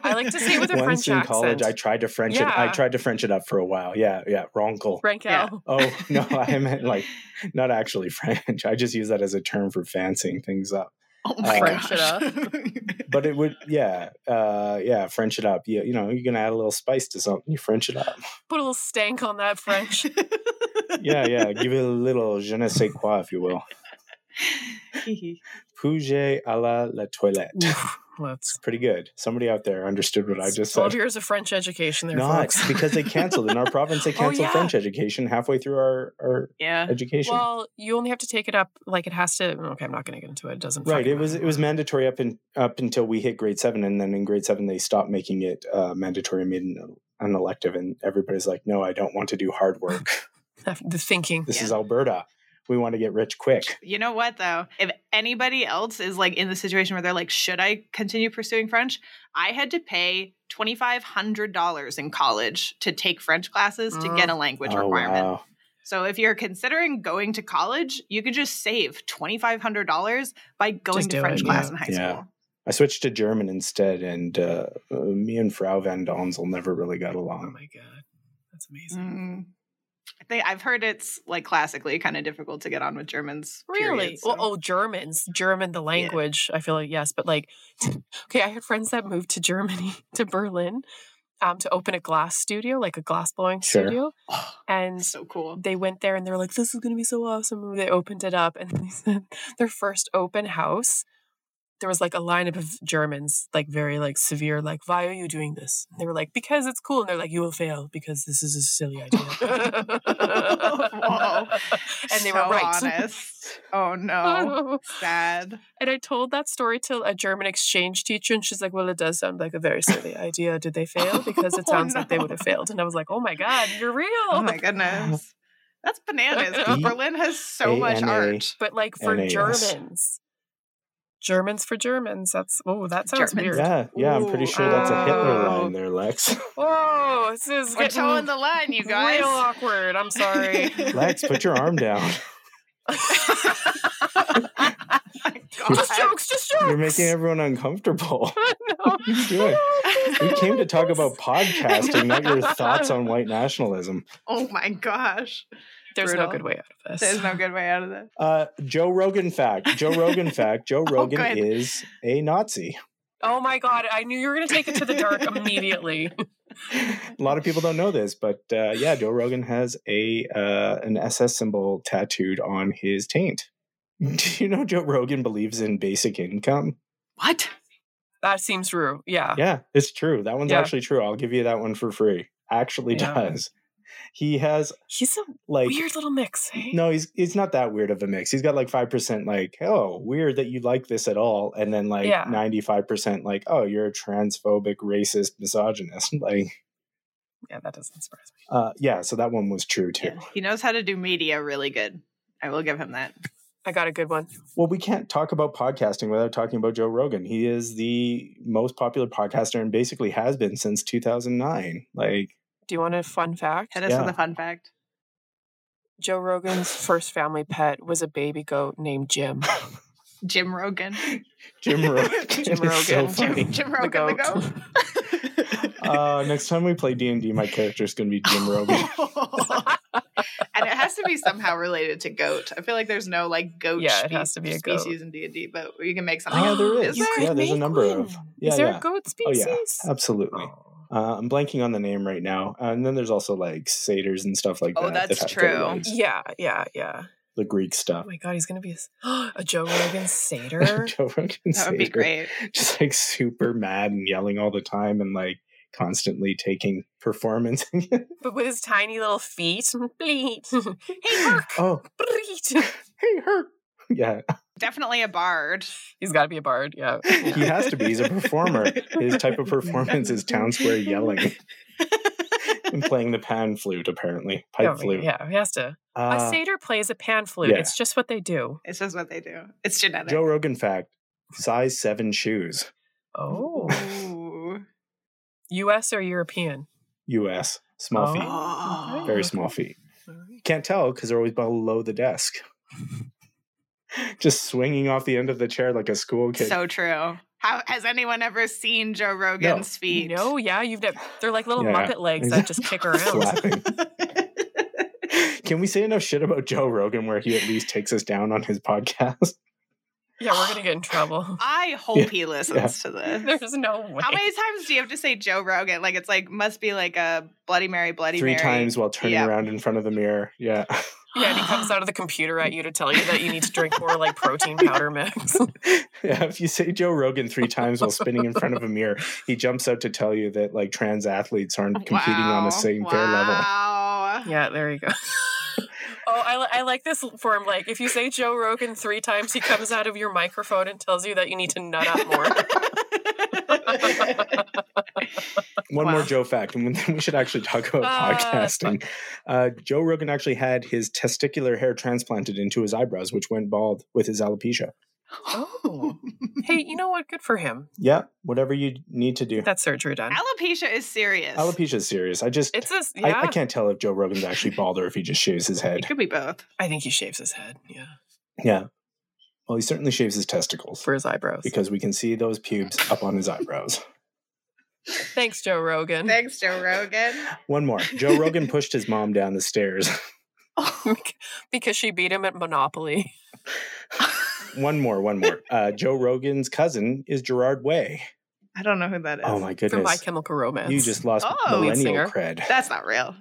Speaker 1: I like to say
Speaker 2: [LAUGHS]
Speaker 1: it with a
Speaker 2: Once
Speaker 1: French
Speaker 2: in college, I
Speaker 1: accent.
Speaker 2: tried to French it. I
Speaker 1: Yeah.
Speaker 2: tried to French it up for a while. Yeah, yeah, Rankle.
Speaker 1: Rankle.
Speaker 3: Yeah.
Speaker 2: Oh
Speaker 1: [LAUGHS]
Speaker 2: no, I meant like not actually [LAUGHS] French. I just use that as a term for fancying things up.
Speaker 3: Oh my
Speaker 1: French it
Speaker 3: gosh.
Speaker 2: But it would, yeah, uh, yeah, French it up. You, you know, you're gonna add a little spice to something. You French it up.
Speaker 1: [LAUGHS] Put a little stank on that
Speaker 2: [LAUGHS]
Speaker 1: French.
Speaker 2: Yeah, yeah. Give it a little je ne sais quoi, if you will. Pouget à la la toilette.
Speaker 1: Oof, Let's.
Speaker 2: Pretty good. Somebody out there understood what I just said.
Speaker 1: Twelve years of French education there,
Speaker 2: Not
Speaker 1: folks. [LAUGHS]
Speaker 2: because they canceled in our province. They
Speaker 1: Oh,
Speaker 2: canceled
Speaker 1: yeah.
Speaker 2: French education halfway through our our
Speaker 3: [LAUGHS] yeah.
Speaker 2: education.
Speaker 1: Well, you only have to take it up. Like it has to. Okay, I'm not going to get into it. It doesn't.
Speaker 2: Right.
Speaker 1: fucking
Speaker 2: It was
Speaker 1: matter.
Speaker 2: it was mandatory up in up until we hit grade seven, and then in grade seven they stopped making it uh, mandatory and made an, an elective. And everybody's like, "No, I don't want to do hard work.
Speaker 1: [LAUGHS] the thinking.
Speaker 2: This is Alberta. We want to get rich quick."
Speaker 3: You know what though? If anybody else is like in the situation where they're like, should I continue pursuing French? I had to pay twenty five hundred dollars in college to take French classes to get a language
Speaker 2: Oh,
Speaker 3: requirement.
Speaker 2: wow.
Speaker 3: So if you're considering going to college, you could just save twenty five hundred dollars by going
Speaker 1: Just
Speaker 3: to
Speaker 1: do
Speaker 3: French
Speaker 1: it,
Speaker 3: class
Speaker 2: yeah.
Speaker 3: in high
Speaker 2: Yeah.
Speaker 3: school.
Speaker 2: I switched to German instead, and uh, uh, me and Frau Van Donsel never really got
Speaker 1: Oh
Speaker 2: along.
Speaker 1: my god, that's amazing.
Speaker 3: Mm. I think I've heard it's like classically kind of difficult to get on with Germans. period,
Speaker 1: Really? [LAUGHS]
Speaker 3: so-
Speaker 1: Well, oh, Germans, German, the language. I feel like yes, but like, [LAUGHS] okay, I had friends that moved to Germany [LAUGHS] to Berlin, um, to open a glass studio, like a glass blowing
Speaker 2: Sure.
Speaker 1: studio, and
Speaker 3: so cool.
Speaker 1: they went there and they were like, [LAUGHS] "This is gonna be so awesome." And they opened it up, and they said their first open house there was like a lineup of Germans, like very like severe, like, why are you doing this? And they were like, because it's cool. And they're like, you will fail because this is a
Speaker 3: [LAUGHS]
Speaker 1: silly idea. [LAUGHS]
Speaker 3: Whoa.
Speaker 1: And they were
Speaker 3: So
Speaker 1: right. [LAUGHS]
Speaker 3: honest. Oh no. Sad.
Speaker 1: and I told that story to a German exchange teacher, and she's like, well, it does sound like a very silly idea. Did they fail? Because it
Speaker 3: [LAUGHS] Oh,
Speaker 1: sounds like they
Speaker 3: no.
Speaker 1: would have failed. And I was like, oh my God, you're real. [LAUGHS]
Speaker 3: Oh my goodness. That's bananas. 'cause
Speaker 2: B-
Speaker 3: Berlin has so much
Speaker 2: ANA.
Speaker 3: art.
Speaker 1: But like for
Speaker 2: NAS.
Speaker 1: Germans, Germans for Germans, that's, oh, that sounds
Speaker 3: Germans.
Speaker 1: weird.
Speaker 2: Yeah, yeah, I'm pretty
Speaker 1: Ooh,
Speaker 2: sure that's a Hitler
Speaker 3: wow.
Speaker 2: line
Speaker 1: [LAUGHS]
Speaker 2: there, Lex.
Speaker 1: Whoa, this is
Speaker 3: We're
Speaker 1: getting
Speaker 3: towing the line, you guys.
Speaker 1: real awkward. I'm
Speaker 3: [LAUGHS]
Speaker 1: sorry.
Speaker 2: Lex, put your arm down.
Speaker 3: My
Speaker 1: just
Speaker 3: God.
Speaker 1: jokes, just jokes.
Speaker 2: You're making
Speaker 1: [LAUGHS]
Speaker 2: everyone uncomfortable.
Speaker 1: No.
Speaker 2: What are you
Speaker 1: [LAUGHS]
Speaker 2: doing? We came to talk about podcasting, not your thoughts
Speaker 1: [LAUGHS]
Speaker 2: on white nationalism.
Speaker 3: [LAUGHS] Oh my gosh.
Speaker 1: There's no
Speaker 3: Brutal.
Speaker 1: good way out of [LAUGHS]
Speaker 3: There's
Speaker 1: this.
Speaker 3: no good way out of this.
Speaker 2: Uh, Joe Rogan fact.
Speaker 1: [LAUGHS]
Speaker 2: Joe Rogan fact. Joe Rogan
Speaker 3: good.
Speaker 2: is a Nazi.
Speaker 1: [LAUGHS] Oh my god, I knew you were gonna take it to the dark immediately.
Speaker 2: A lot of people don't know this, but uh, yeah, Joe Rogan has a uh, an SS symbol tattooed on his taint. [LAUGHS] Do you know Joe Rogan believes in basic income?
Speaker 3: [LAUGHS] What?
Speaker 1: That seems true. Yeah.
Speaker 2: Yeah, it's true. That one's
Speaker 1: Ah. Yeah.
Speaker 2: actually true. I'll give you that one for free. Actually
Speaker 1: Yeah.
Speaker 2: does. He has
Speaker 1: He's a
Speaker 2: like
Speaker 1: weird little mix. eh?
Speaker 2: no, he's it's not that weird of a mix. He's got like five percent like, oh, weird that you like this at all, and then like
Speaker 1: Yeah.
Speaker 2: ninety-five percent like, oh, you're a transphobic, racist, misogynist. [LAUGHS] like
Speaker 1: Yeah, that doesn't surprise me.
Speaker 2: uh yeah, so that one was true too.
Speaker 3: Yeah, He knows how to do media really good. I will give him that.
Speaker 1: I got a good one.
Speaker 2: Well, we can't talk about podcasting without talking about Joe Rogan. He is the most popular podcaster and basically has been since 2009.
Speaker 1: [LAUGHS]
Speaker 2: Like,
Speaker 1: Do you want a fun fact?
Speaker 3: Hit us
Speaker 2: Yeah.
Speaker 3: with a fun fact.
Speaker 1: Joe Rogan's first family pet was a baby goat named
Speaker 2: [LAUGHS]
Speaker 1: Jim.
Speaker 3: Jim Rogan. [LAUGHS]
Speaker 2: Jim Rogan.
Speaker 1: Jim
Speaker 2: is so
Speaker 1: Rogan.
Speaker 2: funny.
Speaker 3: Jim, Jim Rogan the
Speaker 1: goat.
Speaker 3: goat.
Speaker 2: Uh, next time we play D and D, my character is going to be
Speaker 1: [LAUGHS]
Speaker 2: Jim Rogan.
Speaker 3: and it has to be somehow related to goat. I feel like there's no like goat
Speaker 1: Yeah, it
Speaker 3: spe-
Speaker 1: has to be a goat.
Speaker 3: species in D and D, but you can make something.
Speaker 2: Oh,
Speaker 3: up. [GASPS]
Speaker 2: there is.
Speaker 1: You
Speaker 2: Yeah,
Speaker 1: could
Speaker 2: there's a
Speaker 1: make
Speaker 2: number of-
Speaker 1: one.
Speaker 2: Yeah,
Speaker 1: is there
Speaker 2: yeah.
Speaker 1: a goat
Speaker 2: Oh, yeah.
Speaker 1: species?
Speaker 2: Absolutely. Uh, I'm blanking on the name right now, Uh, and then there's also like satyrs and stuff like
Speaker 3: Oh,
Speaker 2: that. that
Speaker 3: that's
Speaker 2: have to,
Speaker 3: true.
Speaker 2: like,
Speaker 1: Yeah, yeah, yeah.
Speaker 2: the Greek
Speaker 1: Oh
Speaker 2: stuff. [LAUGHS]
Speaker 1: my god, he's gonna be a, s- [GASPS] a Joe Rogan satyr.
Speaker 2: Joe Rogan.
Speaker 3: That would be
Speaker 2: satyr.
Speaker 3: great.
Speaker 2: just like super mad and yelling all the time and like constantly taking performance. [LAUGHS]
Speaker 1: but with his tiny little feet. Bleat. [LAUGHS]
Speaker 2: [LAUGHS]
Speaker 1: hey, Herc!
Speaker 2: oh,
Speaker 1: Bleat!
Speaker 2: [LAUGHS] hey, her. Yeah,
Speaker 3: Definitely a bard.
Speaker 1: He's got to be a bard,
Speaker 2: [LAUGHS]
Speaker 1: yeah.
Speaker 2: he has to be. He's a performer. His type of performance is town square yelling and playing the pan flute, apparently. Pipe
Speaker 1: Oh, Yeah,
Speaker 2: flute.
Speaker 1: Yeah, he has to. a
Speaker 2: Uh,
Speaker 1: satyr plays a pan flute.
Speaker 2: yeah.
Speaker 1: It's just what they do.
Speaker 3: It's just what they do. It's genetic.
Speaker 2: Joe Rogan fact size seven shoes,
Speaker 1: Oh.
Speaker 3: Ooh.
Speaker 1: US or European?
Speaker 2: US, small
Speaker 1: Oh.
Speaker 2: feet,
Speaker 3: Oh.
Speaker 2: very
Speaker 1: okay.
Speaker 2: small feet. Can't tell because they're always below the desk. Just swinging off the end of the chair like a school kid.
Speaker 3: So true. How has anyone ever seen Joe Rogan's feet?
Speaker 1: No, yeah, you've never. They're like little
Speaker 2: Yeah.
Speaker 1: Muppet legs that just
Speaker 2: [LAUGHS]
Speaker 1: kick around.
Speaker 2: Slapping. Can we say enough shit about Joe Rogan where he at least takes us down on his podcast?
Speaker 1: yeah, we're going to get in trouble.
Speaker 3: [LAUGHS] I hope
Speaker 2: Yeah,
Speaker 3: he listens to this.
Speaker 1: There's no way.
Speaker 3: How many times do you have to say Joe Rogan? Like it's like must be like a Bloody Mary, Bloody
Speaker 2: Three
Speaker 3: Mary.
Speaker 2: times while turning
Speaker 3: Yeah.
Speaker 2: around in front of the mirror. Yeah. [LAUGHS]
Speaker 1: Yeah, and he comes out of the computer at you to tell you that you need to drink more like
Speaker 2: [LAUGHS]
Speaker 1: protein powder mix.
Speaker 2: yeah. If you say Joe Rogan three times while spinning in front of a mirror, he jumps out to tell you that like trans athletes aren't competing on
Speaker 3: Oh, Wow,
Speaker 2: the same
Speaker 3: wow.
Speaker 2: fair level.
Speaker 1: Yeah, there
Speaker 2: [LAUGHS]
Speaker 1: you go. oh, I, li- I like this form. Like, if you say Joe Rogan three times, he comes out of your microphone and tells you that you need to nut up
Speaker 3: [LAUGHS]
Speaker 1: more.
Speaker 2: One
Speaker 3: Wow.
Speaker 2: more Joe fact, and then we should actually talk about
Speaker 1: Uh,
Speaker 2: podcasting. Uh, Joe Rogan actually had his testicular hair transplanted into his eyebrows, which went bald with his alopecia.
Speaker 1: Oh. hey, you know what? Good for him.
Speaker 2: Yeah, whatever you need to do.
Speaker 1: That surgery done.
Speaker 3: Alopecia is serious.
Speaker 2: Alopecia is serious. I just
Speaker 1: It's a yeah.
Speaker 2: I, I can't tell if Joe Rogan's actually bald or if he just shaves his
Speaker 1: [LAUGHS]
Speaker 3: It
Speaker 2: head.
Speaker 3: could be both.
Speaker 1: I think he shaves his head. Yeah,
Speaker 2: Yeah. Well, he certainly shaves his testicles
Speaker 1: for his eyebrows.
Speaker 2: because we can see those pubes up on his eyebrows.
Speaker 1: Thanks, Joe Rogan.
Speaker 3: Thanks, Joe Rogan.
Speaker 2: One more. Joe Rogan pushed his mom down the stairs.
Speaker 1: [LAUGHS] because she beat him at
Speaker 3: [LAUGHS]
Speaker 1: Monopoly.
Speaker 2: One more, one more. Uh, Joe Rogan's cousin is Gerard Way.
Speaker 3: I don't know who that is.
Speaker 2: Oh my
Speaker 1: For My
Speaker 2: goodness.
Speaker 1: Chemical Romance.
Speaker 2: You just lost
Speaker 3: Oh.
Speaker 1: Lead
Speaker 2: millennial
Speaker 1: singer.
Speaker 2: cred.
Speaker 3: That's not real.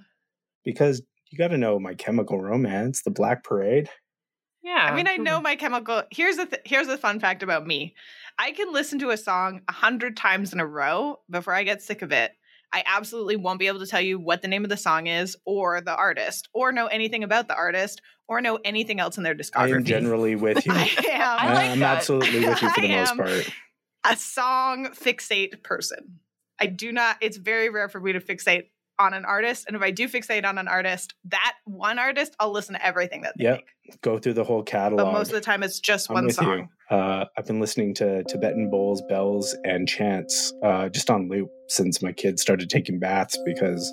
Speaker 2: Because you got to know My Chemical Romance, The Black Parade.
Speaker 1: Yeah.
Speaker 3: I mean, I know my chemical. Here's the th- here's the fun fact about me. I can listen to a song a hundred times in a row before I get sick of it. I absolutely won't be able to tell you what the name of the song is, or the artist, or know anything about the artist, or know anything else in their
Speaker 2: I am
Speaker 3: discography. [LAUGHS]
Speaker 2: generally
Speaker 1: [LAUGHS]
Speaker 2: with you.
Speaker 3: I am
Speaker 1: I like
Speaker 2: am
Speaker 1: that.
Speaker 2: absolutely with
Speaker 3: [LAUGHS]
Speaker 2: you for the
Speaker 3: I
Speaker 2: most
Speaker 3: am.
Speaker 2: part.
Speaker 3: a song fixate person. I do not, it's very rare for me to fixate on an artist. And if I do fixate on an artist, that one artist, I'll listen to everything that they
Speaker 2: Yep,
Speaker 3: make.
Speaker 2: Go through the whole
Speaker 3: But
Speaker 2: catalog.
Speaker 3: most of the time, it's just
Speaker 2: I'm
Speaker 3: one
Speaker 2: with
Speaker 3: song.
Speaker 2: you. Uh, I've been listening to Tibetan bowls, bells, and chants uh, just on loop since my kids started taking baths because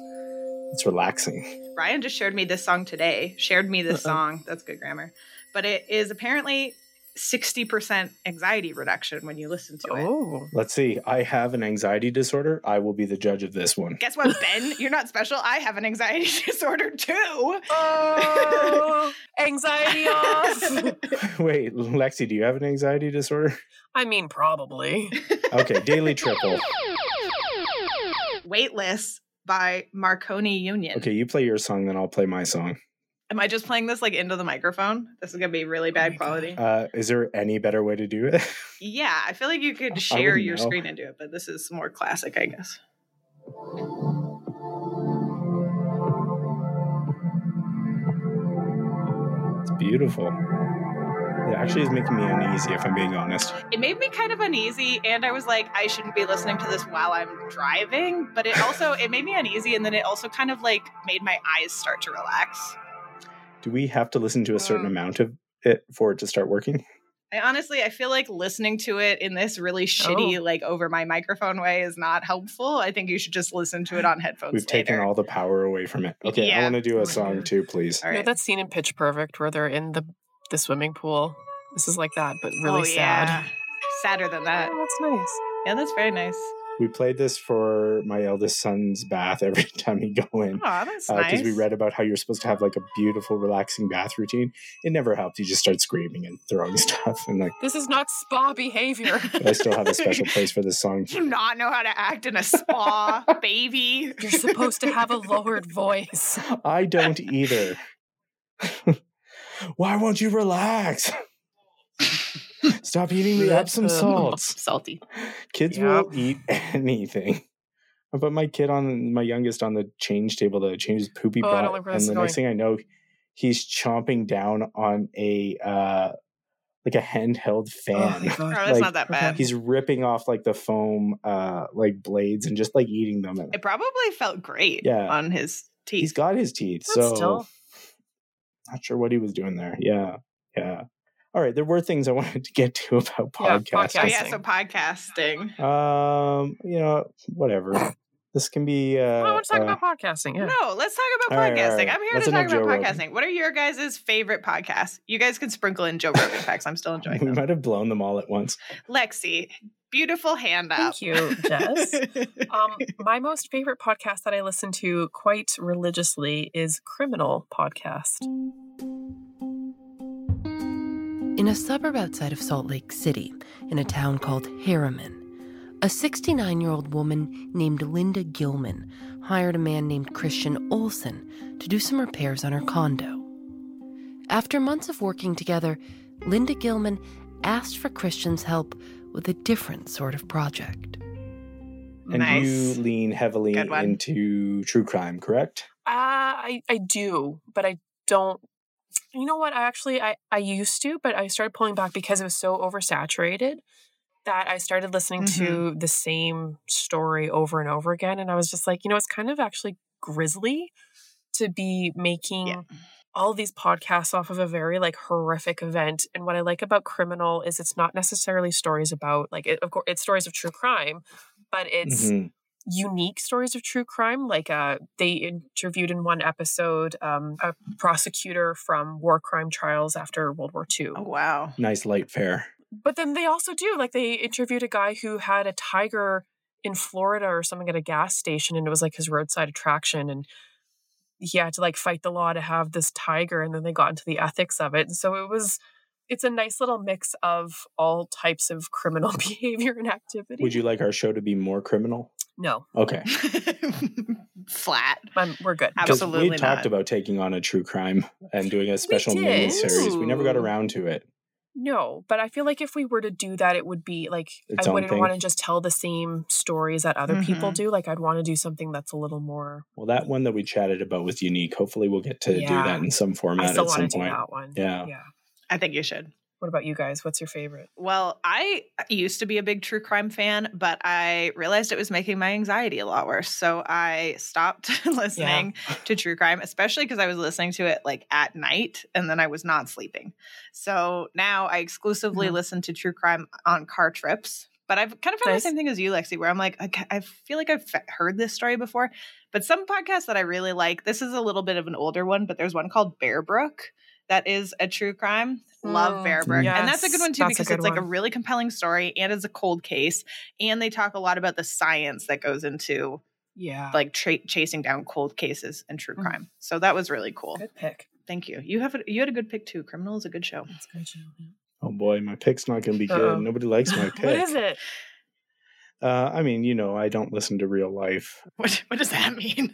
Speaker 2: it's relaxing.
Speaker 3: Ryan just shared me this song today, shared me
Speaker 2: [LAUGHS]
Speaker 3: this song. That's good grammar. But it is apparently 60% anxiety reduction when you listen to it.
Speaker 1: Oh.
Speaker 2: Let's see. I have an anxiety disorder. I will be the judge of this one.
Speaker 3: Guess what, Ben?
Speaker 2: [LAUGHS]
Speaker 3: You're not special. I have an anxiety [LAUGHS] disorder too.
Speaker 1: Oh,
Speaker 3: [LAUGHS]
Speaker 1: anxiety off.
Speaker 2: [LAUGHS] Wait, Lexi, do you have an
Speaker 3: [LAUGHS]
Speaker 2: anxiety disorder?
Speaker 1: I mean, probably.
Speaker 2: Okay, daily triple.
Speaker 3: Weightless by Marconi Union.
Speaker 2: Okay, you play your song, then I'll play my song.
Speaker 3: Am I just playing this like into the microphone? This is gonna be really bad
Speaker 1: my God.
Speaker 3: quality.
Speaker 2: Uh, is there any better way to do it? [LAUGHS]
Speaker 3: yeah, I feel like you could share
Speaker 2: wouldn't
Speaker 3: your
Speaker 2: know.
Speaker 3: screen and do it, but this is more classic, I guess.
Speaker 2: It's beautiful. It actually is making me uneasy, if I'm being honest.
Speaker 3: It made me kind of uneasy, and I was like, I shouldn't be listening to this while I'm driving. But it also it made me uneasy, and then it also kind of like made my eyes start to relax.
Speaker 2: Do we have to listen to a certain
Speaker 3: Mm.
Speaker 2: amount of it for it to start working?
Speaker 3: I honestly, I feel like listening to it in this really shitty, like over my microphone way is not helpful. I think you should just listen to it on headphones.
Speaker 2: We've taken
Speaker 3: later.
Speaker 2: all the power away from it. Okay, I
Speaker 3: Yeah.
Speaker 2: want to do
Speaker 1: Oh my
Speaker 2: a song
Speaker 1: God.
Speaker 2: too, please.
Speaker 3: All
Speaker 1: You know
Speaker 3: right.
Speaker 1: that scene in Pitch Perfect where they're in the the swimming pool. This is like that, but really
Speaker 3: Oh,
Speaker 1: sad.
Speaker 3: yeah. Sadder than that.
Speaker 1: Oh, that's nice.
Speaker 3: Yeah, that's very nice.
Speaker 2: We played this for my eldest son's bath every [LAUGHS] time he go in.
Speaker 3: Oh, that's
Speaker 2: Because
Speaker 3: nice.
Speaker 2: we read about how you're supposed to have like a beautiful, relaxing bath routine. It never helped. You just start screaming and throwing [LAUGHS] stuff. And like,
Speaker 1: This is not spa behavior.
Speaker 2: [LAUGHS] I still have
Speaker 1: [LAUGHS]
Speaker 2: a special place for this song.
Speaker 3: do not know how to act in a spa, baby.
Speaker 1: You're supposed to have a lowered voice.
Speaker 2: I don't either. [LAUGHS] Why won't
Speaker 1: [LAUGHS]
Speaker 2: you relax? Stop eating the
Speaker 1: That's uh, [LAUGHS]
Speaker 2: Epsom
Speaker 1: a-
Speaker 2: salts.
Speaker 3: salty.
Speaker 2: Kids will eat [LAUGHS] anything. I put my kid on my youngest on the change table to change his poopy
Speaker 1: Oh, I don't
Speaker 2: butt,
Speaker 1: like where
Speaker 2: and
Speaker 1: this
Speaker 2: the
Speaker 1: is
Speaker 2: next thing I know, he's chomping down on a uh, like a handheld fan. [LAUGHS]
Speaker 3: Oh,
Speaker 1: God.
Speaker 3: that's
Speaker 2: Like,
Speaker 3: not that bad.
Speaker 2: he's ripping off like the foam uh, like blades and just like eating them.
Speaker 3: [LAUGHS]
Speaker 2: And
Speaker 3: It probably felt great
Speaker 2: Yeah.
Speaker 3: on his teeth.
Speaker 2: he's got his teeth,
Speaker 1: But
Speaker 2: so
Speaker 1: still.
Speaker 2: not sure what he was doing there. Yeah, yeah. All right, there were things I [LAUGHS] wanted to get to about
Speaker 1: Yeah,
Speaker 2: podcasts.
Speaker 3: oh, yeah,
Speaker 1: podcasting.
Speaker 3: so podcasting.
Speaker 2: Uh, Um, you know, whatever.
Speaker 3: [COUGHS]
Speaker 2: This can be. Uh,
Speaker 1: I want to Oh, talk
Speaker 2: uh,
Speaker 1: about podcasting. Yeah.
Speaker 3: No, let's talk
Speaker 2: All
Speaker 3: about
Speaker 2: right, all
Speaker 3: podcasting.
Speaker 2: right.
Speaker 3: I'm here
Speaker 2: That's
Speaker 3: to talk about
Speaker 2: enough Joe Rogan.
Speaker 3: podcasting. What are your guys' favorite podcasts? You guys can sprinkle in Joe
Speaker 2: [LAUGHS]
Speaker 3: Rogan facts. I'm still enjoying
Speaker 2: we
Speaker 3: them.
Speaker 2: might have blown them all at once.
Speaker 3: Lexi, beautiful hand up.
Speaker 1: [LAUGHS] Thank you,
Speaker 3: [LAUGHS]
Speaker 1: Jess. um, my most favorite podcast that I listen to quite religiously is Criminal Podcast.
Speaker 4: In a suburb outside of Salt Lake City, in a town called Harriman, a 69 year old woman named Linda Gilman hired a man named Christian Olson to do some repairs on her condo. After months of working together, Linda Gilman asked for Christian's help with a different sort of project.
Speaker 2: And
Speaker 3: nice.
Speaker 2: you lean heavily
Speaker 3: Good one.
Speaker 2: into true crime, correct?
Speaker 1: Uh, I I do, but I don't. You know what? I actually I I used to, but I started pulling back because it was so oversaturated that I started listening to the same story over and over again, and I was just like, you know, it's kind of actually grisly to be making
Speaker 3: Yeah.
Speaker 1: all these podcasts off of a very like horrific event. And what I like about criminal is it's not necessarily stories about like it, of course it's stories of true crime, but it's
Speaker 5: Mm-hmm.
Speaker 2: Mhm.
Speaker 1: unique stories of true crime. Like uh, they interviewed in one episode um, a prosecutor from war crime trials after World War II.
Speaker 3: Oh, wow.
Speaker 2: Nice light fare.
Speaker 1: But then they also do like they interviewed a guy who had a tiger in Florida or something at a gas station, and it was like his roadside attraction, and he had to like fight the law to have this tiger, and then they got into the ethics of it, and so it was. It's a nice little mix of all types of criminal [LAUGHS] behavior and activity.
Speaker 2: Would you like our show to be more criminal?
Speaker 1: No,
Speaker 2: Okay.
Speaker 3: Flat.
Speaker 1: I'm, we're good.
Speaker 2: 'Cause
Speaker 3: Absolutely
Speaker 2: We
Speaker 3: not.
Speaker 2: talked about taking on a true crime and doing a special mini
Speaker 1: did.
Speaker 2: series. We never got
Speaker 1: Ooh.
Speaker 2: around to it.
Speaker 1: No, but I feel like if we were to do that, it would be like
Speaker 2: Its
Speaker 1: I
Speaker 2: own
Speaker 1: wouldn't
Speaker 2: thing.
Speaker 1: want to just tell the same stories that other people
Speaker 3: Mhm.
Speaker 1: do. Like I'd want to do something that's a little more.
Speaker 2: Well, that one that we chatted about was unique. Hopefully, we'll get to do
Speaker 1: Yeah.
Speaker 2: that in some
Speaker 1: I
Speaker 2: format
Speaker 1: still
Speaker 2: at
Speaker 1: want to
Speaker 2: some
Speaker 1: do
Speaker 2: point.
Speaker 1: that one.
Speaker 2: Yeah.
Speaker 1: Yeah.
Speaker 3: I think you should.
Speaker 1: What about you guys? What's your favorite?
Speaker 3: Well, I used to be a big true crime fan, but I realized it was making my anxiety a lot worse. So I stopped [LAUGHS] listening to true crime, especially because I was listening to it like at night and then I was not sleeping. So now I exclusively
Speaker 1: Mhm.
Speaker 3: listen to true crime on car trips. But I've kind of found
Speaker 1: Nice.
Speaker 3: the same thing as you, Lexi, where I'm like, okay, I feel like I've fe- heard this story before. But some podcasts that I really like, this is a little bit of an older one, but there's one called Bear Brook that is a true crime. Love
Speaker 1: Mm,
Speaker 3: Bear Brook. And that's a
Speaker 1: yes,
Speaker 3: good one too
Speaker 1: that's a
Speaker 3: because
Speaker 1: good
Speaker 3: it's like a
Speaker 1: one.
Speaker 3: really compelling story and it's a cold case. And they talk a lot about the science that goes into
Speaker 1: Yeah.
Speaker 3: like tra- chasing down cold cases and true
Speaker 1: Mm.
Speaker 3: crime. So that was really cool.
Speaker 1: good pick.
Speaker 3: Thank you. You have a, you had a good pick too. Criminal is a good show.
Speaker 1: That's good. Jill.
Speaker 2: Oh boy, my pick's not going to be
Speaker 1: [LAUGHS]
Speaker 2: good.
Speaker 1: Uh-oh.
Speaker 2: Nobody likes my pick.
Speaker 1: what is it?
Speaker 2: Uh, I mean, you know, I don't listen to real life.
Speaker 3: What what does that mean?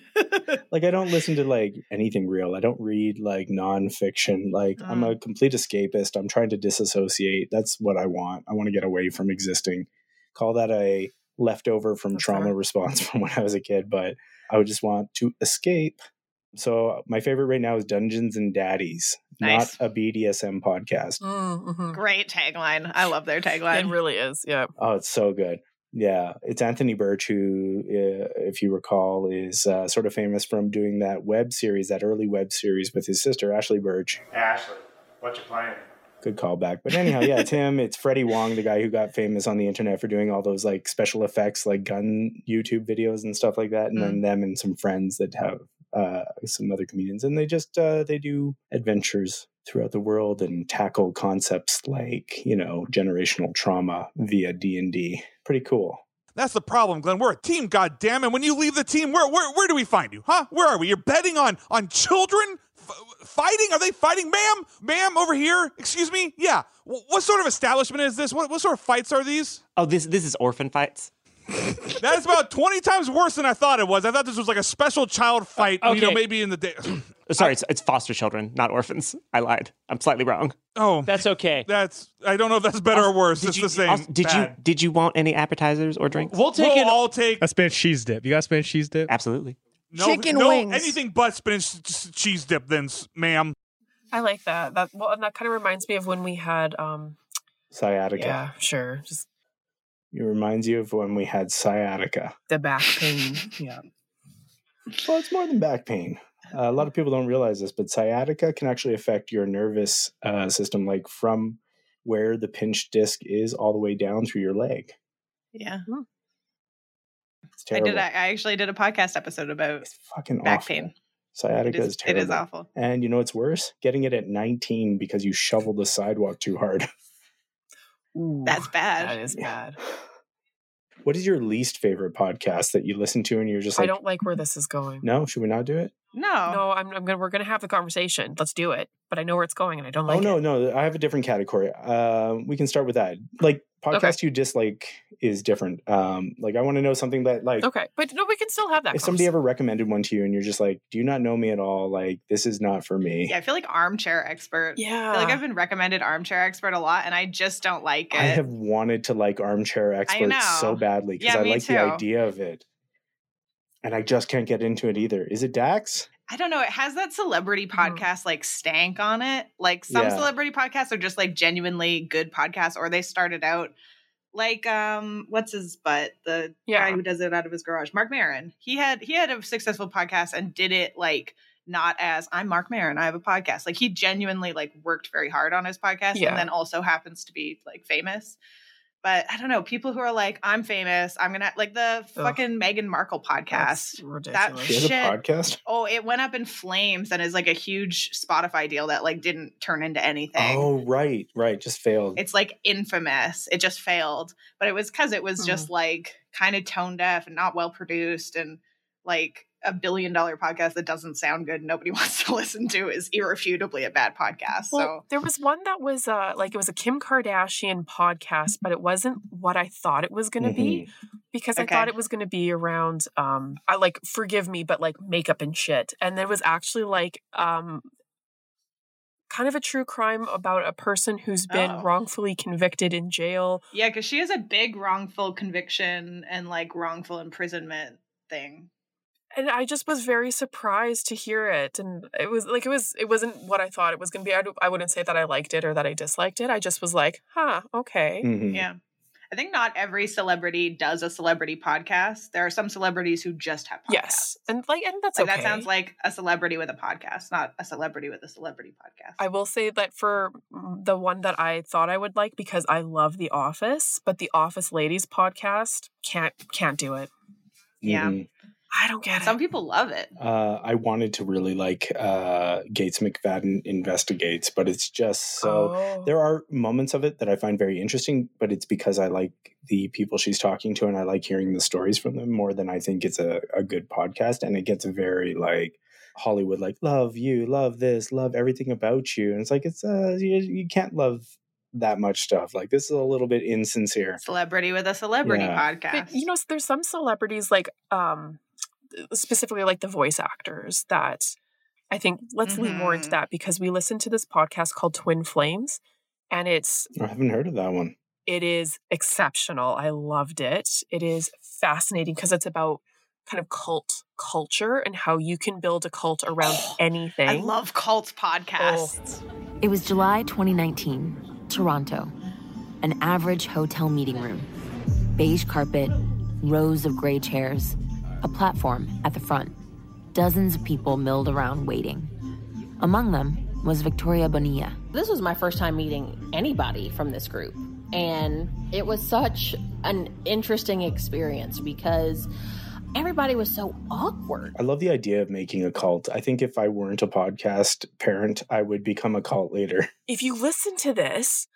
Speaker 2: Like, I don't listen to like anything real. I don't read like nonfiction. Like, I'm
Speaker 1: Mm.
Speaker 2: a complete escapist. I'm trying to disassociate. That's what I want. I want to get away from existing. Call that a leftover from
Speaker 1: That's
Speaker 2: trauma [LAUGHS]
Speaker 1: fair.
Speaker 2: response from when I was a kid, but I would just want to escape. So, my favorite right now is Dungeons and Daddies,
Speaker 3: Nice.
Speaker 2: not a BDSM podcast.
Speaker 1: Mm, mhm.
Speaker 3: Great tagline. I love their
Speaker 1: It
Speaker 3: tagline.
Speaker 1: really is. Yeah.
Speaker 2: Oh, it's so good. Yeah, it's Anthony Birch, who, uh, if you recall, is uh, sort of famous from doing that web series, that early web series with his sister Ashley Birch.
Speaker 6: Ashley, what you playing?
Speaker 2: Good callback. But anyhow,
Speaker 6: [LAUGHS]
Speaker 2: yeah, it's him. It's Freddie Wong, the guy who got famous on the internet for doing all those like special effects, like gun YouTube videos and stuff like that. And
Speaker 7: Mm.
Speaker 2: then them and some friends that have uh, some other comedians, and they just uh, they do adventures throughout the world and tackle concepts like you know generational trauma via D and D. Pretty cool.
Speaker 7: That's the problem, Glenn. We're a team, goddamn. And when you leave the team, where where where do we find you? Huh? Where are we? You're betting on on children F- fighting? Are they fighting, ma'am? Ma'am, over here. Excuse me. Yeah. Wh- what sort of establishment is this? What what sort of fights are these?
Speaker 8: Oh, this this is orphan fights.
Speaker 7: [LAUGHS] That is about twenty times worse than I thought it was. I thought this was like a special child fight. You know,
Speaker 8: okay.
Speaker 7: maybe in the day. [CLEARS THROAT]
Speaker 8: Oh, Sorry, it's, it's foster children, not orphans. I lied. I'm slightly wrong.
Speaker 7: oh,
Speaker 8: That's okay.
Speaker 7: that's. I don't know if that's better or worse. It's the same.
Speaker 8: did
Speaker 7: Bad.
Speaker 8: you did you want any appetizers or drinks?
Speaker 9: We'll take
Speaker 7: We'll
Speaker 9: it.
Speaker 7: all take
Speaker 9: a Spanish cheese dip. You got Spanish cheese dip?
Speaker 8: Absolutely.
Speaker 7: no,
Speaker 4: Chicken
Speaker 7: no,
Speaker 4: wings.
Speaker 7: Anything but spinach s- cheese dip, then, s- ma'am.
Speaker 1: I like that. That well, and that kind of reminds me of when we had. um
Speaker 2: Sciatica.
Speaker 1: Yeah, sure. Just
Speaker 2: It reminds you of when we had sciatica.
Speaker 1: the back pain. yeah.
Speaker 2: Well, it's more than back pain. Uh, a lot of people don't realize this, but sciatica can actually affect your nervous uh, system, like from where the pinched disc is all the way down through your leg.
Speaker 3: yeah.
Speaker 1: Mm.
Speaker 2: It's
Speaker 3: I
Speaker 2: terrible.
Speaker 3: did I, I actually did a podcast episode about
Speaker 2: It's fucking
Speaker 3: back
Speaker 2: awful.
Speaker 3: pain. It
Speaker 2: Sciatica
Speaker 3: is,
Speaker 2: is
Speaker 3: it
Speaker 2: terrible.
Speaker 3: is awful.
Speaker 2: And you know what's worse? Getting it at 19 because you shoveled the sidewalk too hard. [LAUGHS]
Speaker 1: Ooh,
Speaker 3: That's bad.
Speaker 1: That is bad.
Speaker 2: What is your least favorite podcast that you listen to and you're just
Speaker 1: I
Speaker 2: like,
Speaker 1: don't like where this is going.
Speaker 2: no, should we not do it?
Speaker 3: No.
Speaker 1: No, I'm, I'm gonna. We're gonna have the conversation. Let's do it. But I know where it's going, and I don't like
Speaker 2: oh no,
Speaker 1: it.
Speaker 2: no, I have a different category. Um, we can start with that. Like podcast you dislike is different. Um, like I want to know something that like
Speaker 1: Okay, but no, we can still have that.
Speaker 2: if somebody
Speaker 1: conversation.
Speaker 2: ever recommended one to you and you're just like, do you not know me at all? Like this is not for me.
Speaker 3: Yeah, I feel like armchair expert. I
Speaker 1: yeah,
Speaker 3: feel like I've been recommended armchair expert a lot, and I just don't like it.
Speaker 2: I have wanted to like armchair expert so
Speaker 3: know.
Speaker 2: badly because
Speaker 3: Yeah,
Speaker 2: I
Speaker 3: me
Speaker 2: like
Speaker 3: too.
Speaker 2: the idea of it, and I just can't get into it either. Is it Dax?
Speaker 3: I don't know. It has that celebrity
Speaker 1: Mhm.
Speaker 3: podcast like stank on it. Like some
Speaker 2: Yeah.
Speaker 3: celebrity podcasts are just like genuinely good podcasts, or they started out like um what's his butt the
Speaker 1: Yeah.
Speaker 3: guy who does it out of his garage mark marin he had he had a successful podcast and did it like not as i'm mark marin i have a podcast like he genuinely like worked very hard on his podcast
Speaker 1: Yeah.
Speaker 3: and then also happens to be like famous but i don't know people who are like i'm famous i'm gonna like the fucking meghan markle podcast
Speaker 1: That's ridiculous.
Speaker 2: She has a
Speaker 3: Shit.
Speaker 2: podcast.
Speaker 3: Oh, it went up in flames and is like a huge Spotify deal that like didn't turn into anything.
Speaker 2: Oh right, right, just failed.
Speaker 3: It's like infamous. It just failed. But it was because it was
Speaker 1: Hmm.
Speaker 3: just like kind of tone deaf and not well produced and like a billion dollar podcast that doesn't sound good and nobody [LAUGHS] wants to listen to is irrefutably a bad podcast.
Speaker 1: Well, there was one that was uh, like it was a Kim Kardashian podcast, but it wasn't what I thought it was going to be. because I
Speaker 3: Mm-hmm. Okay.
Speaker 1: thought it was going to be around um I like forgive me but like makeup and shit and there was actually like um kind of a true crime about a person who's been
Speaker 3: Oh.
Speaker 1: wrongfully convicted in jail.
Speaker 3: Yeah, because she has a big wrongful conviction and like wrongful imprisonment thing.
Speaker 1: And I just was very surprised to hear it and it was like it was it wasn't what I thought it was going to be. I, d- I wouldn't say that I liked it or that I disliked it. I just was like, "Huh, okay."
Speaker 2: Mhm.
Speaker 3: Yeah. I think not every celebrity does a celebrity podcast. There are some celebrities who just have podcasts.
Speaker 1: Yes. And like and that's
Speaker 3: Like,
Speaker 1: okay.
Speaker 3: That sounds like a celebrity with a podcast, not a celebrity with a celebrity podcast.
Speaker 1: I will say that for mm, the one that I thought I would like because I love The Office, but The Office Ladies podcast can't can't do it.
Speaker 3: Yeah.
Speaker 2: Mhm.
Speaker 1: I don't get
Speaker 3: Some
Speaker 1: it.
Speaker 3: people love it.
Speaker 2: Uh, I wanted to really like uh, Gates McFadden investigates, but it's just so
Speaker 1: Oh.
Speaker 2: there are moments of it that I find very interesting, but it's because I like the people she's talking to and I like hearing the stories from them more than I think it's a, a good podcast. And it gets very like Hollywood, like love you, love this, love everything about you. And it's like, it's, uh, you, you can't love that much stuff. Like this is a little bit insincere.
Speaker 3: Celebrity with a celebrity
Speaker 2: Yeah.
Speaker 3: podcast.
Speaker 1: But, you know, there's some celebrities like um specifically like the voice actors that I think let's lean more into
Speaker 3: Mhm.
Speaker 1: that because we listened to this podcast called Twin Flames and it's
Speaker 2: I haven't heard of that one.
Speaker 3: Mm-hmm.
Speaker 1: it is exceptional. I loved it. It is fascinating because it's about kind of cult culture and how you can build a cult around anything.
Speaker 3: Oh,
Speaker 1: Oh,
Speaker 3: I love cult podcasts.
Speaker 10: It was July 2019, Toronto. An average hotel meeting room. Beige carpet, rows of gray chairs, a platform at the front. Dozens of people milled around waiting. Among them was Victoria Bonilla.
Speaker 11: This was my first time meeting anybody from this group. And it was such an interesting experience because everybody was so awkward.
Speaker 2: I love the idea of making a cult. I think if I weren't a podcast parent, I would become a cult leader.
Speaker 1: if you listen to this,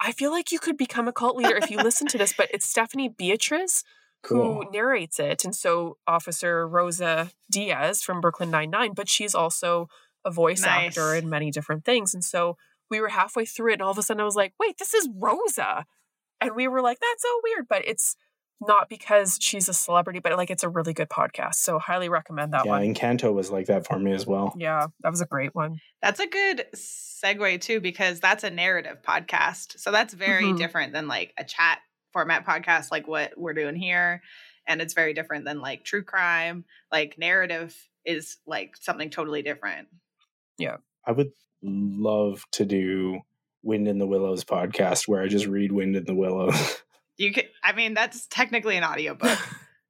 Speaker 1: I feel like you could become a cult leader if you listen to this, but it's Stephanie Beatriz
Speaker 2: Cool.
Speaker 1: who narrates it. And so Officer Rosa Diaz from Brooklyn Nine-Nine, but she's also a voice
Speaker 3: Nice.
Speaker 1: actor in many different things. And so we were halfway through it, and all of a sudden I was like, wait, this is Rosa. And we were like, that's so weird, but it's not because she's a celebrity, but like it's a really good podcast. So highly recommend that
Speaker 2: yeah,
Speaker 1: one.
Speaker 2: Encanto was like that for me as well.
Speaker 1: Yeah, that was a great one.
Speaker 3: That's a good segue too, because that's a narrative podcast. So that's very
Speaker 1: Mhm.
Speaker 3: different than like a chat format podcast, like what we're doing here. And it's very different than like true crime. Like narrative is like something totally different.
Speaker 2: I would love to do Wind in the Willows podcast where I just read Wind in the Willows. [LAUGHS]
Speaker 3: You could, I mean, that's technically an audiobook.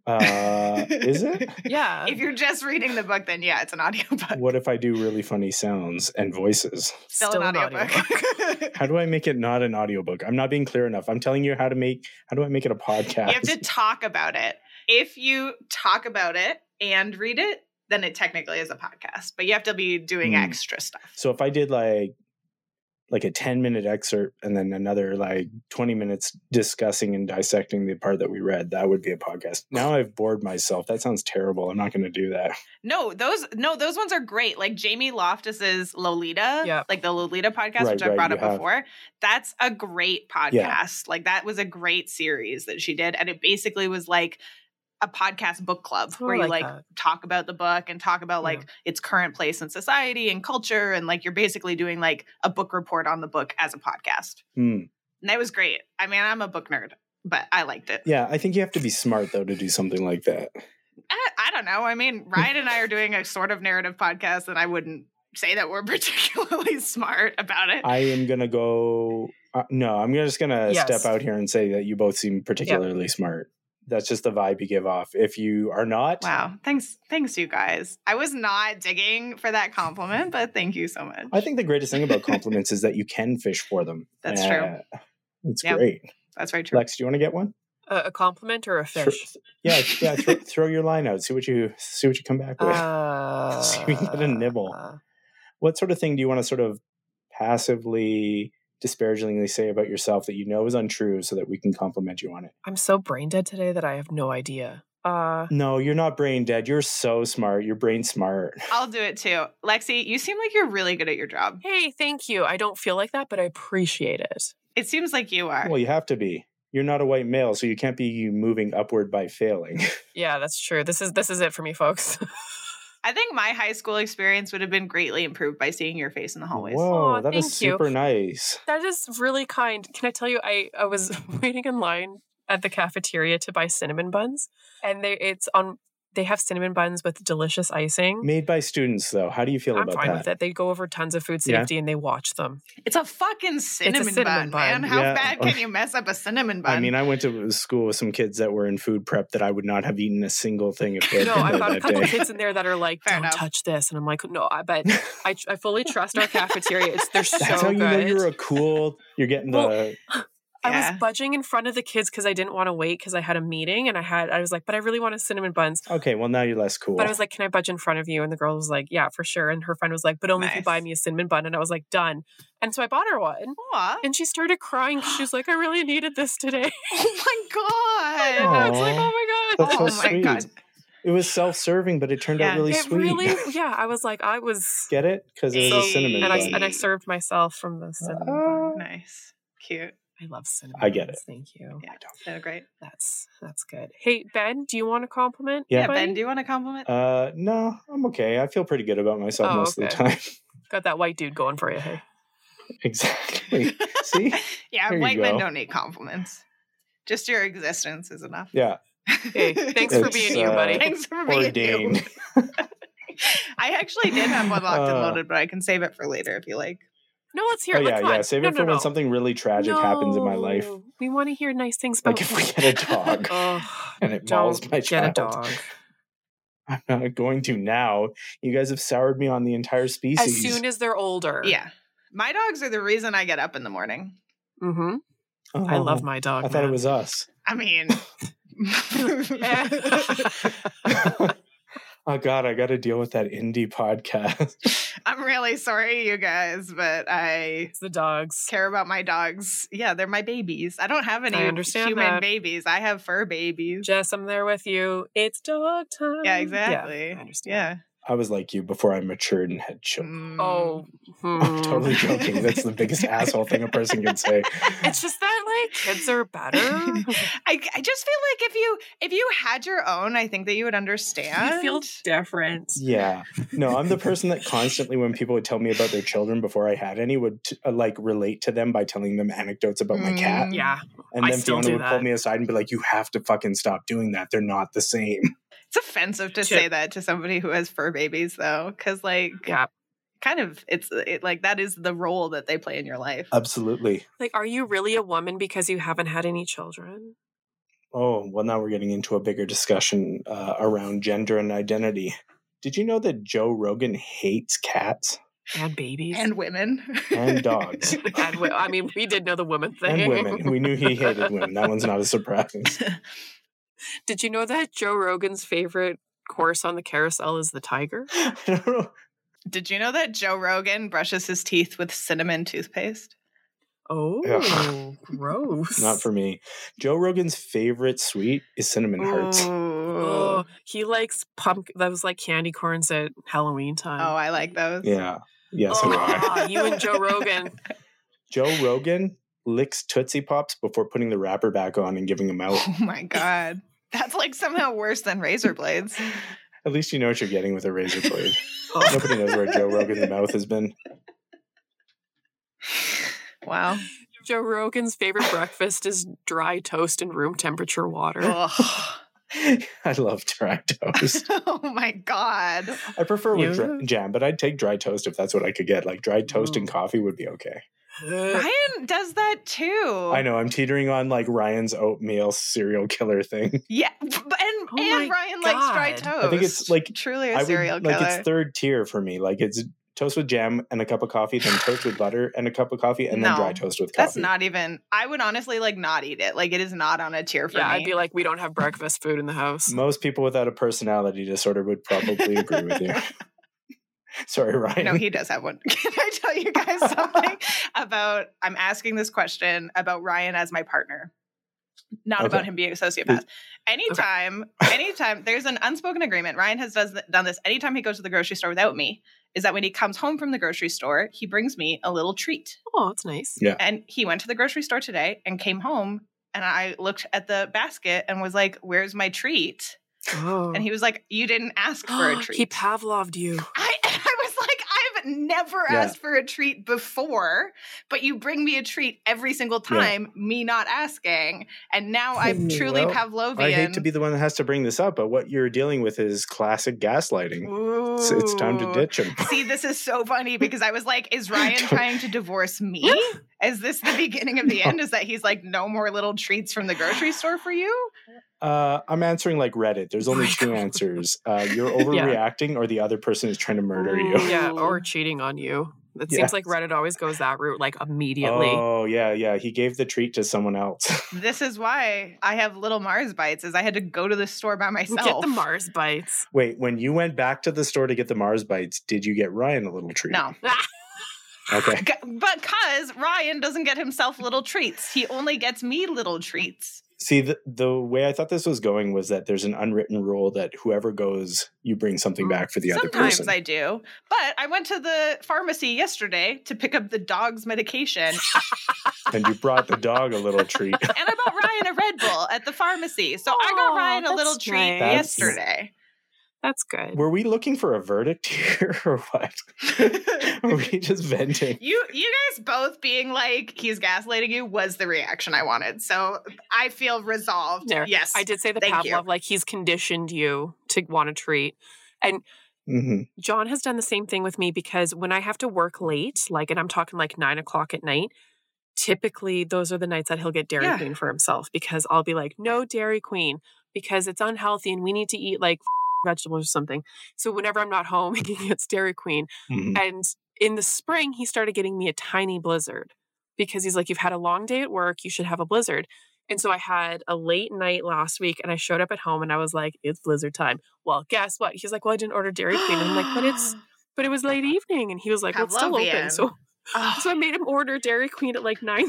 Speaker 2: Uh,
Speaker 3: [LAUGHS]
Speaker 2: is it?
Speaker 1: [LAUGHS] Yeah.
Speaker 3: if you're just reading the book, then yeah, it's an audiobook.
Speaker 2: What if I do really funny sounds and voices?
Speaker 3: Still, an audiobook.
Speaker 2: How do I make it not an audiobook? I'm not being clear enough. I'm telling you how to make how do I make it a
Speaker 3: [LAUGHS]
Speaker 2: podcast?
Speaker 3: You have to talk about it. If you talk about it and read it, then it technically is a podcast, but you have to be doing
Speaker 2: Hmm.
Speaker 3: extra stuff.
Speaker 2: so if I did like like a 10 minute excerpt and then another like 20 minutes discussing and dissecting the part that we read, that would be a podcast. Now I've bored myself. That sounds terrible. I'm not going to do that.
Speaker 3: No, those no, those ones are great. Like Jamie Loftus's Lolita,
Speaker 1: Yep.
Speaker 3: like the Lolita podcast,
Speaker 2: Right,
Speaker 3: which
Speaker 2: right,
Speaker 3: I brought
Speaker 2: you
Speaker 3: up
Speaker 2: have.
Speaker 3: before. That's a great podcast.
Speaker 2: Yeah.
Speaker 3: Like that was a great series that she did, and it basically was like a podcast book club
Speaker 1: Oh, I
Speaker 3: where you
Speaker 1: like
Speaker 3: like
Speaker 1: that.
Speaker 3: talk about the book and talk about like its current place in society and culture, and like you're basically doing like a book report on the book as a podcast.
Speaker 2: Hmm.
Speaker 3: And that was great. I mean, I'm a book nerd, but I liked it.
Speaker 2: Yeah, I think you have to be smart though to do something like that.
Speaker 3: I, I don't know. I mean, Ryan and I are doing a sort of narrative podcast, and I wouldn't say that we're [LAUGHS] particularly smart about it.
Speaker 2: I am gonna go. Uh, no, I'm gonna- just gonna
Speaker 1: Yes.
Speaker 2: step out here and say that you both seem particularly smart. That's just the vibe you give off. If you are not,
Speaker 3: wow. Thanks. Thanks, you guys. I was not digging for that compliment, but thank you so much.
Speaker 2: I think the greatest thing about compliments is that you can fish for them.
Speaker 3: That's
Speaker 2: true. It's
Speaker 3: Yeah.
Speaker 2: great.
Speaker 3: that's very true.
Speaker 2: Lex, do you want to get one?
Speaker 1: a, a compliment or a
Speaker 2: Sure.
Speaker 1: fish?
Speaker 2: Yeah,
Speaker 1: [LAUGHS]
Speaker 2: yeah. Throw, throw your line out. See what you see what you come back with. [LAUGHS]
Speaker 1: Uh,
Speaker 2: So you can get a nibble.
Speaker 1: Ah.
Speaker 2: what sort of thing do you want to sort of passively, disparagingly say about yourself that you know is untrue, so that we can compliment you on it?
Speaker 1: I'm so brain dead today that I have no idea. Uh,
Speaker 2: No, you're not brain dead. You're so smart. You're brain smart.
Speaker 3: I'll do it too. Lexi, you seem like you're really good at your job.
Speaker 1: hey, thank you. I don't feel like that, but I appreciate it.
Speaker 3: It seems like you are.
Speaker 2: Well, you have to be. you're not a white male, so you can't be moving upward by
Speaker 1: [LAUGHS]
Speaker 2: failing.
Speaker 1: Yeah, that's true. This is this is it for me, folks. [LAUGHS]
Speaker 3: I think my high school experience would have been greatly improved by seeing your face in the hallways.
Speaker 2: Whoa,
Speaker 1: Aw,
Speaker 2: that is
Speaker 1: thank you.
Speaker 2: super nice.
Speaker 1: That is really kind. Can I tell you, I, I was [LAUGHS] waiting in line at the cafeteria to buy cinnamon buns, and they it's on. They have cinnamon buns with delicious icing.
Speaker 2: Made by students, though. How do you feel
Speaker 1: Mm. I'm
Speaker 2: about
Speaker 1: fine
Speaker 2: that?
Speaker 1: with it. They go over tons of food
Speaker 2: Yeah.
Speaker 1: safety and they watch them.
Speaker 3: [LAUGHS] It's a fucking cinnamon,
Speaker 1: cinnamon
Speaker 3: bun,
Speaker 1: bun.
Speaker 3: man. How
Speaker 2: Yeah.
Speaker 3: bad
Speaker 2: [LAUGHS]
Speaker 3: can you mess up a cinnamon bun?
Speaker 2: I mean, I went to school with some kids that were in food prep that I would not have eaten a single thing if they had
Speaker 1: No,
Speaker 2: been
Speaker 1: I've
Speaker 2: there
Speaker 1: got a
Speaker 2: that
Speaker 1: couple
Speaker 2: day. [LAUGHS]
Speaker 1: kids in there that are like,
Speaker 3: Fair
Speaker 1: "Don't
Speaker 3: enough.
Speaker 1: touch this," and I'm like, "No," I but I, I fully trust our cafeteria. It's they're so
Speaker 2: That's how
Speaker 1: good.
Speaker 3: [LAUGHS]
Speaker 2: you know you're a cool. You're getting the.
Speaker 1: Well, I
Speaker 3: Yeah.
Speaker 1: was budging in front of the kids because I didn't want to wait because I had a meeting and I had I was like, but I really wanted cinnamon buns.
Speaker 2: okay, well now you're less cool.
Speaker 1: But I was like, can I budge in front of you? And the girl was like, yeah, for sure. And her friend was like, but only if you
Speaker 3: Nice.
Speaker 1: buy me a cinnamon bun. And I was like, done. And so I bought her one.
Speaker 3: Aw.
Speaker 1: And she started crying. She
Speaker 3: [GASPS]
Speaker 1: was like, I really needed this today.
Speaker 3: [LAUGHS] oh my
Speaker 1: And [LAUGHS]
Speaker 3: god.
Speaker 1: I was like,
Speaker 2: Aw.
Speaker 1: oh my God.
Speaker 2: That's so
Speaker 3: oh my
Speaker 2: sweet.
Speaker 3: God.
Speaker 2: It was self-serving, but it turned out
Speaker 3: Yeah.
Speaker 2: really
Speaker 1: it
Speaker 2: sweet.
Speaker 1: really, yeah, I was like, I was.
Speaker 2: [LAUGHS] Get it? Because it was a
Speaker 3: So-
Speaker 2: cinnamon
Speaker 1: And I,
Speaker 2: bun. Ah.
Speaker 1: and I served myself from the cinnamon bun.
Speaker 3: Nice. Cute.
Speaker 1: I love cinnamon.
Speaker 2: I get
Speaker 1: buns. Thank you.
Speaker 3: Yeah, so great.
Speaker 1: That's that's good. Hey Ben, do you want a compliment?
Speaker 2: Yeah.
Speaker 3: Yeah,
Speaker 1: buddy?
Speaker 3: Ben, do you want a compliment?
Speaker 2: Uh, no, I'm okay. I feel pretty good about myself
Speaker 1: Oh,
Speaker 2: most of the
Speaker 1: okay.
Speaker 2: time. [LAUGHS]
Speaker 1: got that white dude going for you. Hey,
Speaker 2: exactly. See?
Speaker 3: yeah,
Speaker 2: There you
Speaker 3: white men
Speaker 2: go.
Speaker 3: don't need compliments. Just your existence is enough.
Speaker 2: Yeah.
Speaker 3: [LAUGHS]
Speaker 1: hey, thanks for
Speaker 2: It's,
Speaker 1: being you,
Speaker 2: uh,
Speaker 1: buddy.
Speaker 3: Thanks for being you.
Speaker 2: Ordained.
Speaker 3: I actually did have one locked and
Speaker 2: Uh, [LAUGHS]
Speaker 3: loaded, but I can save it for later if you like.
Speaker 1: No, let's hear.
Speaker 2: oh
Speaker 1: it.
Speaker 2: yeah,
Speaker 1: Let's not.
Speaker 2: yeah. Save
Speaker 1: No,
Speaker 2: it
Speaker 1: no,
Speaker 2: for when
Speaker 1: no.
Speaker 2: something really tragic happens in my life.
Speaker 1: No, We want to hear nice things about Oh.
Speaker 2: Like if we get a
Speaker 1: [LAUGHS]
Speaker 2: dog
Speaker 1: Ugh,
Speaker 2: and it mauls
Speaker 1: don't
Speaker 2: my
Speaker 1: get a
Speaker 2: child.
Speaker 1: dog.
Speaker 2: I'm not going to now. You guys have soured me on the entire species.
Speaker 1: As soon as they're older.
Speaker 3: Yeah. My dogs are the reason I get up in the morning.
Speaker 1: Mm-hmm. I love
Speaker 2: Oh,
Speaker 1: my dog.
Speaker 2: I thought it
Speaker 1: man.
Speaker 2: was us.
Speaker 1: [LAUGHS]
Speaker 3: I mean, [LAUGHS]
Speaker 2: oh God, I got to deal with that indie podcast. [LAUGHS]
Speaker 3: I'm really sorry, you guys, but I
Speaker 1: It's the dogs.
Speaker 3: care about my dogs. Yeah, they're my babies. I don't have any
Speaker 1: I understand
Speaker 3: human
Speaker 1: that.
Speaker 3: babies. I have fur babies.
Speaker 1: Jess, I'm there with you. It's dog time.
Speaker 3: yeah, exactly.
Speaker 1: I understand.
Speaker 3: Yeah.
Speaker 2: I was like you before I matured and had children.
Speaker 3: Mm.
Speaker 1: Oh,
Speaker 2: [LAUGHS] I'm
Speaker 1: hmm.
Speaker 2: totally
Speaker 1: [LAUGHS]
Speaker 2: joking. That's the biggest asshole thing a person can say.
Speaker 1: It's just that like kids are better.
Speaker 3: I, [LAUGHS] I just feel like if you if you had your own, I think that you would understand.
Speaker 1: you feel different.
Speaker 2: Yeah. No, I'm the person that constantly, when people would tell me about their children before I had any, would t- uh, like relate to them by telling them anecdotes about my cat.
Speaker 3: Mm.
Speaker 1: Yeah,
Speaker 2: And
Speaker 1: I
Speaker 2: then
Speaker 1: still
Speaker 2: Fiona
Speaker 1: do
Speaker 2: would pull
Speaker 1: that.
Speaker 2: me aside and be like, you have to fucking stop doing that. They're not the same.
Speaker 3: It's offensive to
Speaker 1: Shit.
Speaker 3: say that to somebody who has fur babies, though, because like,
Speaker 1: yeah.
Speaker 3: kind of, it's it, like that is the role that they play in your life.
Speaker 2: Absolutely.
Speaker 1: Like, are you really a woman because you haven't had any children?
Speaker 2: Oh, well, now we're getting into a bigger discussion uh, around gender and identity. Did you know that Joe Rogan hates cats
Speaker 1: And babies.
Speaker 3: and women [LAUGHS]
Speaker 1: [LAUGHS]
Speaker 2: and dogs?
Speaker 1: and wo- I mean, we did know the woman thing.
Speaker 2: and women. We knew he hated women. That one's not a surprise.
Speaker 1: [LAUGHS] Did you know that Joe Rogan's favorite horse on the carousel is the
Speaker 3: [LAUGHS]
Speaker 1: tiger?
Speaker 2: I don't know.
Speaker 3: Did you know that Joe Rogan brushes his teeth with cinnamon toothpaste?
Speaker 1: Oh,
Speaker 2: Ugh.
Speaker 1: gross.
Speaker 2: Not for me. Joe Rogan's favorite sweet is cinnamon hearts.
Speaker 1: Oh,
Speaker 3: Oh,
Speaker 1: he likes pumpkin. That was like candy corns at Halloween time.
Speaker 3: oh, I like those.
Speaker 2: Yeah. Yeah, so do I.
Speaker 1: Oh, [LAUGHS] you and Joe Rogan.
Speaker 2: Joe Rogan licks Tootsie Pops before putting the wrapper back on and giving
Speaker 1: [LAUGHS]
Speaker 2: them out.
Speaker 3: Oh my god, that's like somehow worse than razor blades.
Speaker 1: [LAUGHS]
Speaker 3: [LAUGHS]
Speaker 2: At least you know what you're getting with a razor blade.
Speaker 1: Oh.
Speaker 2: Nobody knows where Joe Rogan's mouth has been.
Speaker 3: [LAUGHS]
Speaker 2: [LAUGHS]
Speaker 3: Wow.
Speaker 1: Joe Rogan's favorite breakfast is dry toast and room temperature water.
Speaker 3: Ugh.
Speaker 2: I love dry toast.
Speaker 3: oh my god.
Speaker 2: I prefer with dr-
Speaker 1: Yeah.
Speaker 2: jam, but I'd take dry toast if that's what I could get. Like dry toast
Speaker 3: Mm.
Speaker 2: and coffee would be okay.
Speaker 1: Ugh.
Speaker 3: Ryan does that too.
Speaker 2: I know I'm teetering on like Ryan's oatmeal serial killer thing.
Speaker 3: Yeah, b- and
Speaker 1: Oh my
Speaker 3: and Ryan likes dry
Speaker 1: God.
Speaker 3: toast.
Speaker 2: I think it's like
Speaker 3: truly
Speaker 2: I
Speaker 3: a
Speaker 2: would-
Speaker 3: serial
Speaker 2: like
Speaker 3: killer.
Speaker 2: it's third tier for me. Like it's toast with jam and a cup of coffee, then toast with butter and a cup of coffee, and then
Speaker 3: No,
Speaker 2: dry toast with coffee.
Speaker 3: That's not even. I would honestly like not eat it. Like it is not on a tier for
Speaker 1: Yeah,
Speaker 3: me.
Speaker 1: I'd be like, we don't have breakfast food in the house.
Speaker 2: Most people without a personality disorder would probably agree with you.
Speaker 3: [LAUGHS]
Speaker 2: Sorry, Ryan.
Speaker 3: No, he does have one. [LAUGHS] Can I tell you
Speaker 1: [LAUGHS]
Speaker 3: guys something about? I'm asking this question about Ryan as my partner, not about
Speaker 2: Okay.
Speaker 3: him being a sociopath. Anytime, anytime there's an unspoken agreement, Ryan has does, done this. Anytime he goes to the grocery store without me, is that when he comes home from the grocery store, he brings me a little treat.
Speaker 1: Oh, that's nice.
Speaker 2: Yeah.
Speaker 3: And he went to the grocery store today and came home and I looked at the basket and was like, "Where's my treat?"
Speaker 1: Oh.
Speaker 3: And he was like, "You didn't ask for a
Speaker 1: [GASPS]
Speaker 3: treat."
Speaker 1: he Pavloved you.
Speaker 3: I, [LAUGHS] I was like, I've never
Speaker 1: Yeah.
Speaker 3: asked for a treat before, but you bring me a treat every single
Speaker 2: Yeah.
Speaker 3: time, me not asking. And now
Speaker 2: [LAUGHS]
Speaker 3: I'm Oh, truly
Speaker 2: Well,
Speaker 3: Pavlovian.
Speaker 2: I hate to be the one that has to bring this up, but what you're dealing with is classic gaslighting. It's, it's time to
Speaker 3: Ooh.
Speaker 2: ditch him.
Speaker 3: See, this is so
Speaker 2: [LAUGHS]
Speaker 3: funny because I was like, is Ryan trying to divorce me? Is this the beginning
Speaker 2: [LAUGHS]
Speaker 3: of the end? Is that he's like, no more little treats from the grocery store for you?
Speaker 2: Uh, I'm answering like Reddit.
Speaker 3: Oh
Speaker 2: There's only two answers. Uh,
Speaker 3: [LAUGHS]
Speaker 2: you're overreacting, or the other person is trying to murder you.
Speaker 1: Mm,
Speaker 2: [LAUGHS]
Speaker 1: Yeah,
Speaker 3: Oh.
Speaker 1: or cheating on you. It
Speaker 2: Yeah.
Speaker 1: seems like Reddit always goes that route, like immediately.
Speaker 2: Oh yeah, yeah. He gave the treat to someone else. [LAUGHS]
Speaker 3: This is why I have little Mars bites, is I had to go to the store by myself.
Speaker 1: Get the
Speaker 3: [LAUGHS]
Speaker 1: Mars bites.
Speaker 2: Wait, when you went back to the store to get the Mars bites, did you get Ryan a little treat?
Speaker 3: No. [LAUGHS]
Speaker 2: Okay.
Speaker 3: G- because Ryan doesn't get himself little treats. He only gets me little treats.
Speaker 2: See, the, the way I thought this was going was that there's an unwritten rule that whoever goes, you bring something back for the other
Speaker 3: Mm. Sometimes
Speaker 2: person.
Speaker 3: I do. But I went to the pharmacy yesterday to pick up the dog's medication
Speaker 2: and you brought the dog a little treat.
Speaker 3: and I bought Ryan a Red Bull at the pharmacy. So I got Ryan a little
Speaker 1: that's
Speaker 3: treat
Speaker 2: nice. That's-
Speaker 3: yesterday.
Speaker 1: [LAUGHS] That's good.
Speaker 2: Were we looking for a verdict here [LAUGHS] or what? Were we just
Speaker 1: [LAUGHS]
Speaker 2: venting?
Speaker 3: You you guys both being like he's gaslighting you was the reaction I wanted. So I feel resolved.
Speaker 1: There.
Speaker 3: Yes.
Speaker 1: I did say the
Speaker 3: Thank you.
Speaker 1: Pavlov, like he's conditioned you to want a treat. And
Speaker 2: Mm-hmm.
Speaker 1: John has done the same thing with me because when I have to work late, like, and I'm talking like nine o'clock at night, typically those are the nights that he'll get Dairy
Speaker 3: Yeah.
Speaker 1: Queen for himself because I'll be like, no Dairy Queen because it's unhealthy and we need to eat like [LAUGHS] vegetables or something. So whenever I'm not home, [LAUGHS] he gets Dairy Queen. And in the spring, he started getting me a tiny blizzard because he's like, You've had a long day at work, you should have a blizzard. And so I had a late night last week and I showed up at home and I was like, It's blizzard time. Well, guess what? He's like, Well, I didn't order Dairy Queen. And I'm like, But it's but it was late evening. And he was like, Well, it's still open.
Speaker 3: Pavlovian.
Speaker 1: So
Speaker 3: Oh,
Speaker 1: so I made him order Dairy Queen at like 9:30.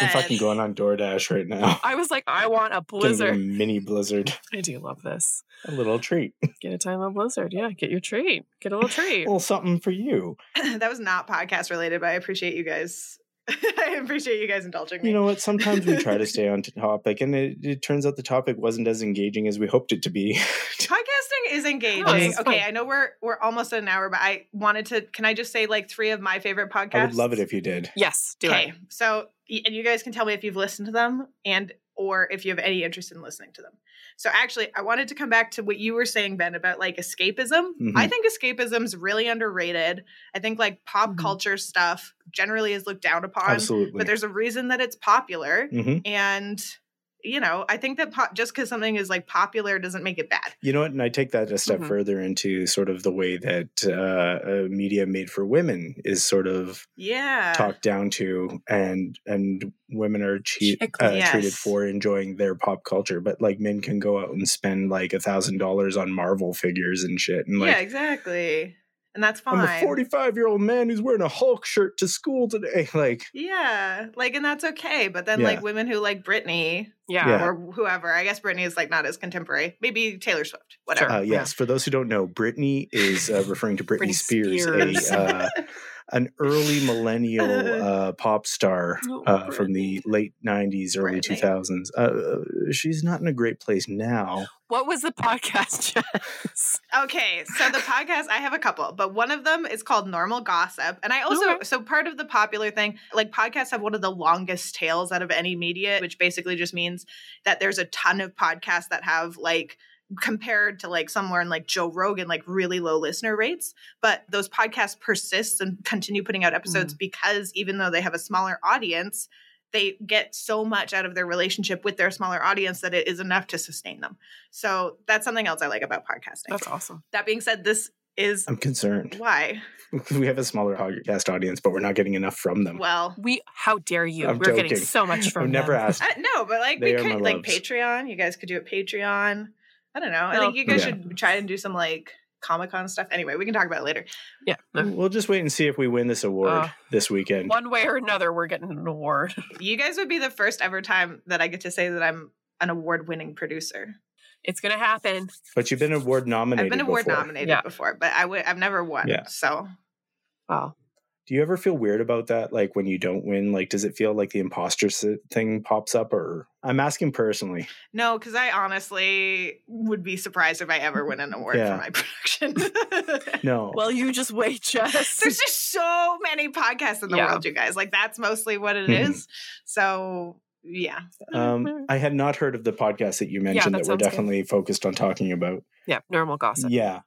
Speaker 2: I'm fucking
Speaker 3: good.
Speaker 2: going on DoorDash right now. [LAUGHS]
Speaker 1: I was like, I want a
Speaker 2: Gonna get a
Speaker 1: blizzard.
Speaker 2: mini blizzard,
Speaker 1: I do love this.
Speaker 2: a little treat, [LAUGHS]
Speaker 1: Get a time on blizzard. Yeah, get your treat. Get a little
Speaker 2: a
Speaker 1: treat.
Speaker 2: little something for you.
Speaker 3: [LAUGHS] that was not podcast related, but I appreciate you guys. [LAUGHS] I appreciate you guys indulging me.
Speaker 2: You know what? Sometimes we try to stay on t- topic, and it, it turns out the topic wasn't as engaging as we hoped it to be. [LAUGHS]
Speaker 3: Podcasting is engaging.
Speaker 1: No, this is
Speaker 3: okay,
Speaker 1: fun.
Speaker 3: I know we're we're almost at an hour, but I wanted to. Can I just say like three of my favorite podcasts?
Speaker 2: I would love it if you did.
Speaker 1: Yes, do
Speaker 3: Okay,
Speaker 1: it.
Speaker 3: so y- and you guys can tell me if you've listened to them and or if you have any interest in listening to them. So actually, I wanted to come back to what you were saying, Ben, about like escapism.
Speaker 2: Mhm.
Speaker 3: I think escapism's really underrated. I think like pop
Speaker 1: Mhm.
Speaker 3: culture stuff generally is looked down upon,
Speaker 2: Absolutely.
Speaker 3: but there's a reason that it's popular.
Speaker 2: Mhm.
Speaker 3: And you know, I think that po- just because something is like popular doesn't make it bad.
Speaker 2: You know what? And I take that a step
Speaker 1: Mhm.
Speaker 2: further into sort of the way that uh, uh, media made for women is sort of
Speaker 3: Yeah.
Speaker 2: talked down to, and and women are che-
Speaker 1: Check-
Speaker 2: uh,
Speaker 3: Yes.
Speaker 2: treated for enjoying their pop culture, but like men can go out and spend like a thousand dollars on Marvel figures and shit, and like.
Speaker 3: yeah, exactly. And that's fine.
Speaker 2: I'm a 45 year old man who's wearing a Hulk shirt to school today. [LAUGHS] Like,
Speaker 3: yeah, like, and that's okay. But then,
Speaker 2: Yeah.
Speaker 3: like, women who like Britney
Speaker 1: Yeah.
Speaker 2: Yeah.
Speaker 3: or whoever, I guess Britney is like not as contemporary. Maybe Taylor Swift, whatever.
Speaker 2: uh,
Speaker 1: Sure.
Speaker 2: yes, for those who don't know, Britney is uh, referring to Britney,
Speaker 1: Britney
Speaker 2: Spears,
Speaker 1: Spears.
Speaker 3: [LAUGHS]
Speaker 2: a uh, an early millennial uh, pop star
Speaker 1: Oh,
Speaker 2: uh, from the late 90s, early
Speaker 3: Britney.
Speaker 2: 2000s. Uh, Uh, she's not in a great place now.
Speaker 1: What was the podcast, [LAUGHS] Jess?
Speaker 3: Okay, so the podcast I have a couple, but one of them is called Normal Gossip, and I also
Speaker 1: Okay.
Speaker 3: so part of the popular thing, like podcasts have one of the longest tails out of any media, which basically just means that there's a ton of podcasts that have like compared to like somewhere in like Joe Rogan like really low listener rates, but those podcasts persist and continue putting out episodes because even though they have a smaller audience, they get so much out of their relationship with their smaller audience that it is enough to sustain them. So that's something else I like about podcasting.
Speaker 1: That's awesome.
Speaker 3: That being said, this is
Speaker 2: I'm concerned.
Speaker 3: why.
Speaker 2: [LAUGHS] We have a smaller podcast audience, but we're not getting enough from them.
Speaker 3: Well,
Speaker 1: We how dare you?
Speaker 2: Um, I'm
Speaker 1: We're getting
Speaker 2: joking.
Speaker 1: so much from
Speaker 2: I've never
Speaker 1: them.
Speaker 2: asked.
Speaker 3: I, no, but like
Speaker 2: They
Speaker 3: we
Speaker 2: are my
Speaker 3: could like
Speaker 2: loves.
Speaker 3: Patreon. You guys could do it Patreon. I don't know. I think
Speaker 1: No.
Speaker 3: you guys
Speaker 2: Yeah.
Speaker 3: should try and do some like Comic Con stuff. Anyway, we can talk about it later.
Speaker 1: Yeah.
Speaker 3: mm.
Speaker 1: no.
Speaker 2: We'll just wait and see if we win this award
Speaker 1: Uh,
Speaker 2: this weekend.
Speaker 1: One way or another, we're getting an award. [LAUGHS]
Speaker 3: You guys would be the first ever time that I get to say that I'm an award-winning producer.
Speaker 1: It's gonna happen.
Speaker 2: But you've been award nominated.
Speaker 3: I've been award
Speaker 2: before.
Speaker 3: nominated
Speaker 1: Yeah.
Speaker 3: before, but I would I've never won.
Speaker 2: Yeah.
Speaker 3: So
Speaker 1: Wow.
Speaker 2: Do you ever feel weird about that? Like when you don't win, like does it feel like the imposter si- thing pops up? Or I'm asking personally.
Speaker 3: No, because I honestly would be surprised if I ever win an award
Speaker 2: Yeah.
Speaker 3: for my [LAUGHS] production.
Speaker 2: [LAUGHS]
Speaker 3: [LAUGHS]
Speaker 2: No.
Speaker 1: Well, you just wait, Jess.
Speaker 3: There's just so many podcasts in the
Speaker 1: Yeah.
Speaker 3: world, you guys. Like that's mostly what it
Speaker 2: Mhm.
Speaker 3: is. So yeah.
Speaker 2: Um, I had not heard of the podcast that you mentioned
Speaker 1: that
Speaker 2: that, we're
Speaker 1: sounds good.
Speaker 2: definitely focused on talking about.
Speaker 1: yeah, normal gossip.
Speaker 2: Yeah,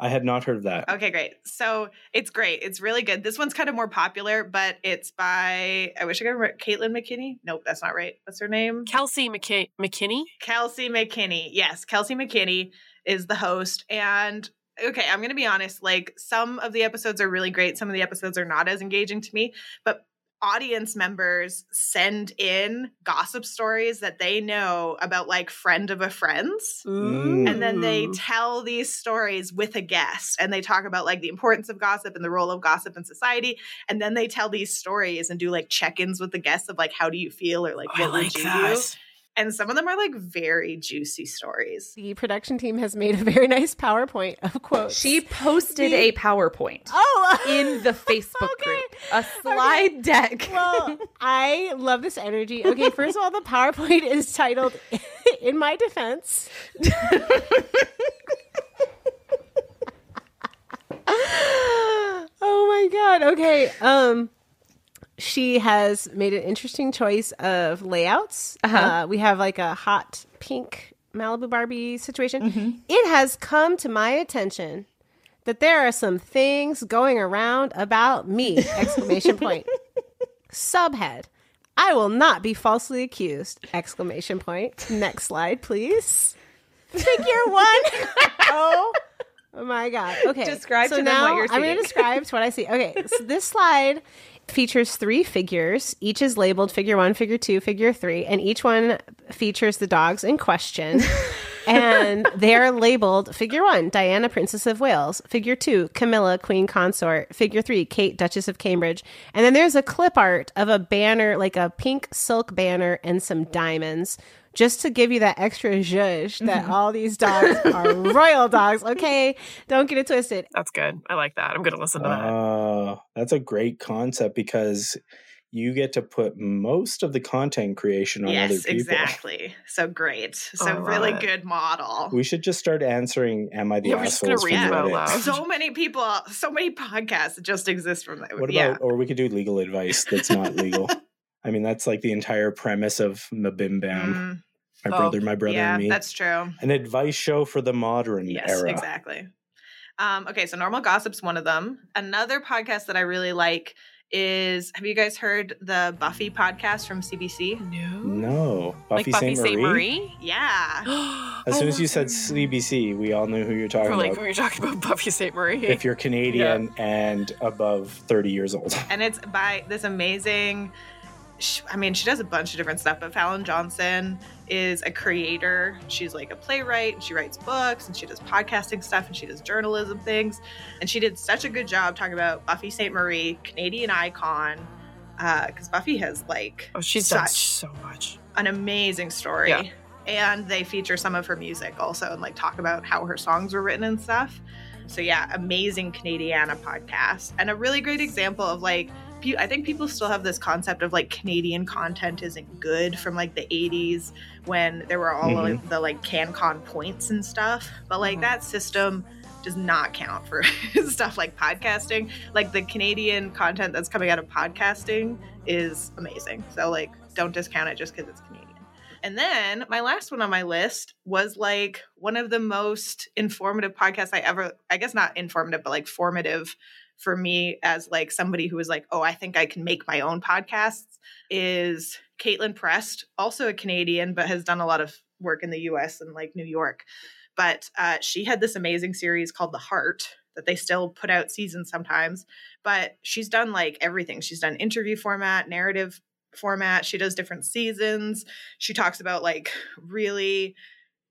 Speaker 2: I had not heard of that.
Speaker 3: Okay, great. So it's great. It's really good. This one's kind of more popular, but it's by I wish I could remember Caitlin McKinney. Nope, that's not right. What's her name?
Speaker 1: Kelsey McKi- McKinney.
Speaker 3: Kelsey McKinney. Yes, Kelsey McKinney is the host. And okay, I'm going to be honest. Like, some of the episodes are really great, some of the episodes are not as engaging to me, but audience members send in gossip stories that they know about like friend of a friend's
Speaker 2: Mm.
Speaker 3: and then they
Speaker 1: Ooh.
Speaker 3: tell these stories with a guest and they talk about like the importance of gossip and the role of gossip in society and then they tell these stories and do like check-ins with the guests of like how do you feel or like
Speaker 1: I
Speaker 3: what
Speaker 1: like
Speaker 3: would you do
Speaker 1: that.
Speaker 3: and some of them are like very juicy stories
Speaker 12: The production team has made a very [LAUGHS] nice PowerPoint of quotes.
Speaker 13: She posted
Speaker 12: The-
Speaker 13: a PowerPoint
Speaker 12: oh [LAUGHS]
Speaker 13: in the Facebook group, a slide
Speaker 12: Okay.
Speaker 13: deck. [LAUGHS]
Speaker 12: Well, I love this energy. Okay, first of all, the PowerPoint is titled [LAUGHS] "In My Defense." [GASPS] oh my god. Okay. Um she has made an interesting choice of layouts.
Speaker 13: Uh-huh.
Speaker 12: Uh, we have like a hot pink Malibu Barbie situation. It has come to my attention that there are some things going around about me! Exclamation point. Subhead. I will not be falsely accused! Exclamation point. Next slide, please. Figure one. oh my god. Okay.
Speaker 13: Describe
Speaker 12: so
Speaker 13: to them what
Speaker 12: now
Speaker 13: you're
Speaker 12: I'm
Speaker 13: seeing.
Speaker 12: going to describe to what I see. Okay. [LAUGHS] So this slide features three figures. Each is labeled figure one, figure two, figure three, and each one features the dogs in question. and they're labeled figure one, Diana, Princess of Wales, figure two, Camilla, Queen Consort, figure three, Kate, Duchess of Cambridge. And then there's a clip art of a banner, like a pink silk banner and some diamonds, just to give you that extra zhuzh that all these dogs are royal dogs. Okay, don't get it twisted.
Speaker 1: That's good. I like that. I'm going to listen to that.
Speaker 2: Uh, that's a great concept because you get to put most of the content creation on other
Speaker 3: yes
Speaker 2: people. [LAUGHS]
Speaker 3: exactly so great so
Speaker 1: Oh, I love
Speaker 3: really
Speaker 1: it.
Speaker 3: good model
Speaker 2: We should just start answering "Am I the
Speaker 1: Yeah, we're just gonna
Speaker 2: asshole?" from
Speaker 1: read them out
Speaker 2: Reddit. [LAUGHS]
Speaker 1: loud. [LAUGHS]
Speaker 3: so many people so many podcasts that just exist from that
Speaker 2: What about,
Speaker 3: yeah
Speaker 2: or we could do legal advice that's not
Speaker 1: [LAUGHS]
Speaker 2: legal. I mean, that's like the entire premise of Mabim Bam,
Speaker 3: Mm,
Speaker 2: my
Speaker 1: Oh,
Speaker 2: brother, my brother,
Speaker 3: yeah
Speaker 2: and me.
Speaker 3: that's true
Speaker 2: An advice show for the modern
Speaker 3: Yes,
Speaker 2: era.
Speaker 3: exactly. Um, okay, so Normal Gossip's one of them. Another podcast that I really like is have you guys heard the Buffy podcast from CBC?
Speaker 1: No.
Speaker 2: No,
Speaker 1: Like
Speaker 2: Buffy
Speaker 1: Buffy
Speaker 2: Saint Marie.
Speaker 1: St. Marie? Oh.
Speaker 3: Yeah.
Speaker 1: [GASPS]
Speaker 2: As soon as you said CBC, we all knew who you're talking
Speaker 1: We're Oh, like,
Speaker 2: about.
Speaker 1: we were talking about Buffy St. Marie.
Speaker 2: if you're Canadian and above 30 years old.
Speaker 3: And it's by this amazing sh- I mean, she does a bunch of different stuff, but Fallon Johnson is a creator. She's like a playwright and she writes books and she does podcasting stuff and she does journalism things. And she did such a good job talking about Buffy St. Marie, Canadian icon, because Buffy has like
Speaker 1: oh, she's done so much.
Speaker 3: an amazing story.
Speaker 1: Yeah.
Speaker 3: And they feature some of her music also and like talk about how her songs were written and stuff. So yeah, amazing Canadiana podcast and a really great example of like pe- I think people still have this concept of like Canadian content isn't good from like the 80s when there were all
Speaker 2: Mhm.
Speaker 3: like, the like CanCon points and stuff, but like
Speaker 1: Mhm.
Speaker 3: that system does not count for [LAUGHS] stuff like podcasting. Like the Canadian content that's coming out of podcasting is amazing. So like don't discount it just because it's Canadian. And then my last one on my list was like one of the most informative podcasts I ever I guess not informative but like formative for me as like somebody who was like, "Oh, I think I can make my own podcasts." Is Caitlin Prest, also a Canadian but has done a lot of work in the US and like New York. But uh, she had this amazing series called The Heart that they still put out seasons sometimes. But she's done like everything. She's done interview format, narrative format. She does different seasons. She talks about like really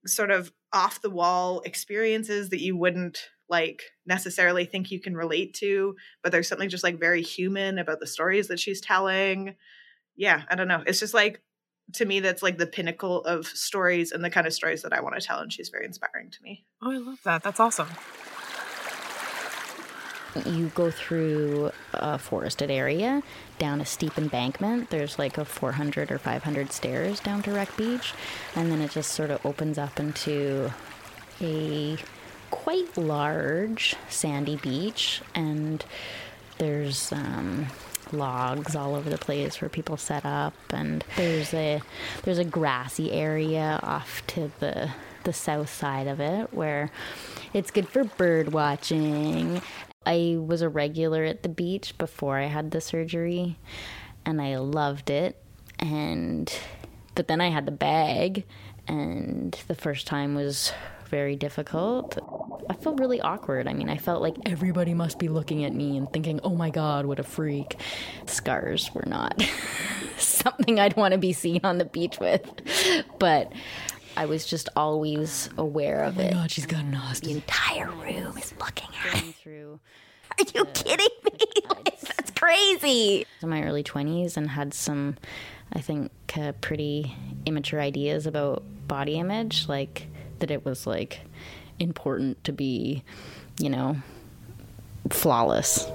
Speaker 3: sort of off the wall experiences that you wouldn't like necessarily think you can relate to, but there's something just like very human about the stories that she's telling. Yeah, I don't know. It's just like to me that's like the pinnacle of stories and the kind of stories that I want to tell and she's very inspiring to me.
Speaker 1: Oh, I love that. That's awesome.
Speaker 5: you go through a forested area down a steep embankment there's like a 400 or 500 stairs down to wreck beach and then it just sort of opens up into a quite large sandy beach and there's um, logs all over the place where people set up and there's a there's a grassy area off to the the south side of it where it's good for bird watching i was a regular at the beach before i had the surgery and i loved it and but then i had the bag and the first time was very difficult. I felt really awkward. I mean, I felt like everybody must be looking at me and thinking, oh my God, what a freak. Scars were not [LAUGHS] something I'd want to be seen on the beach with. But I was just always aware of it. Oh my God, she's got an The entire room is looking at me. Are you kidding me? [LAUGHS] Like, That's crazy. In my early 20s and had some, I think, uh, pretty immature ideas about body image. Like, that it was like important to be, you know, flawless.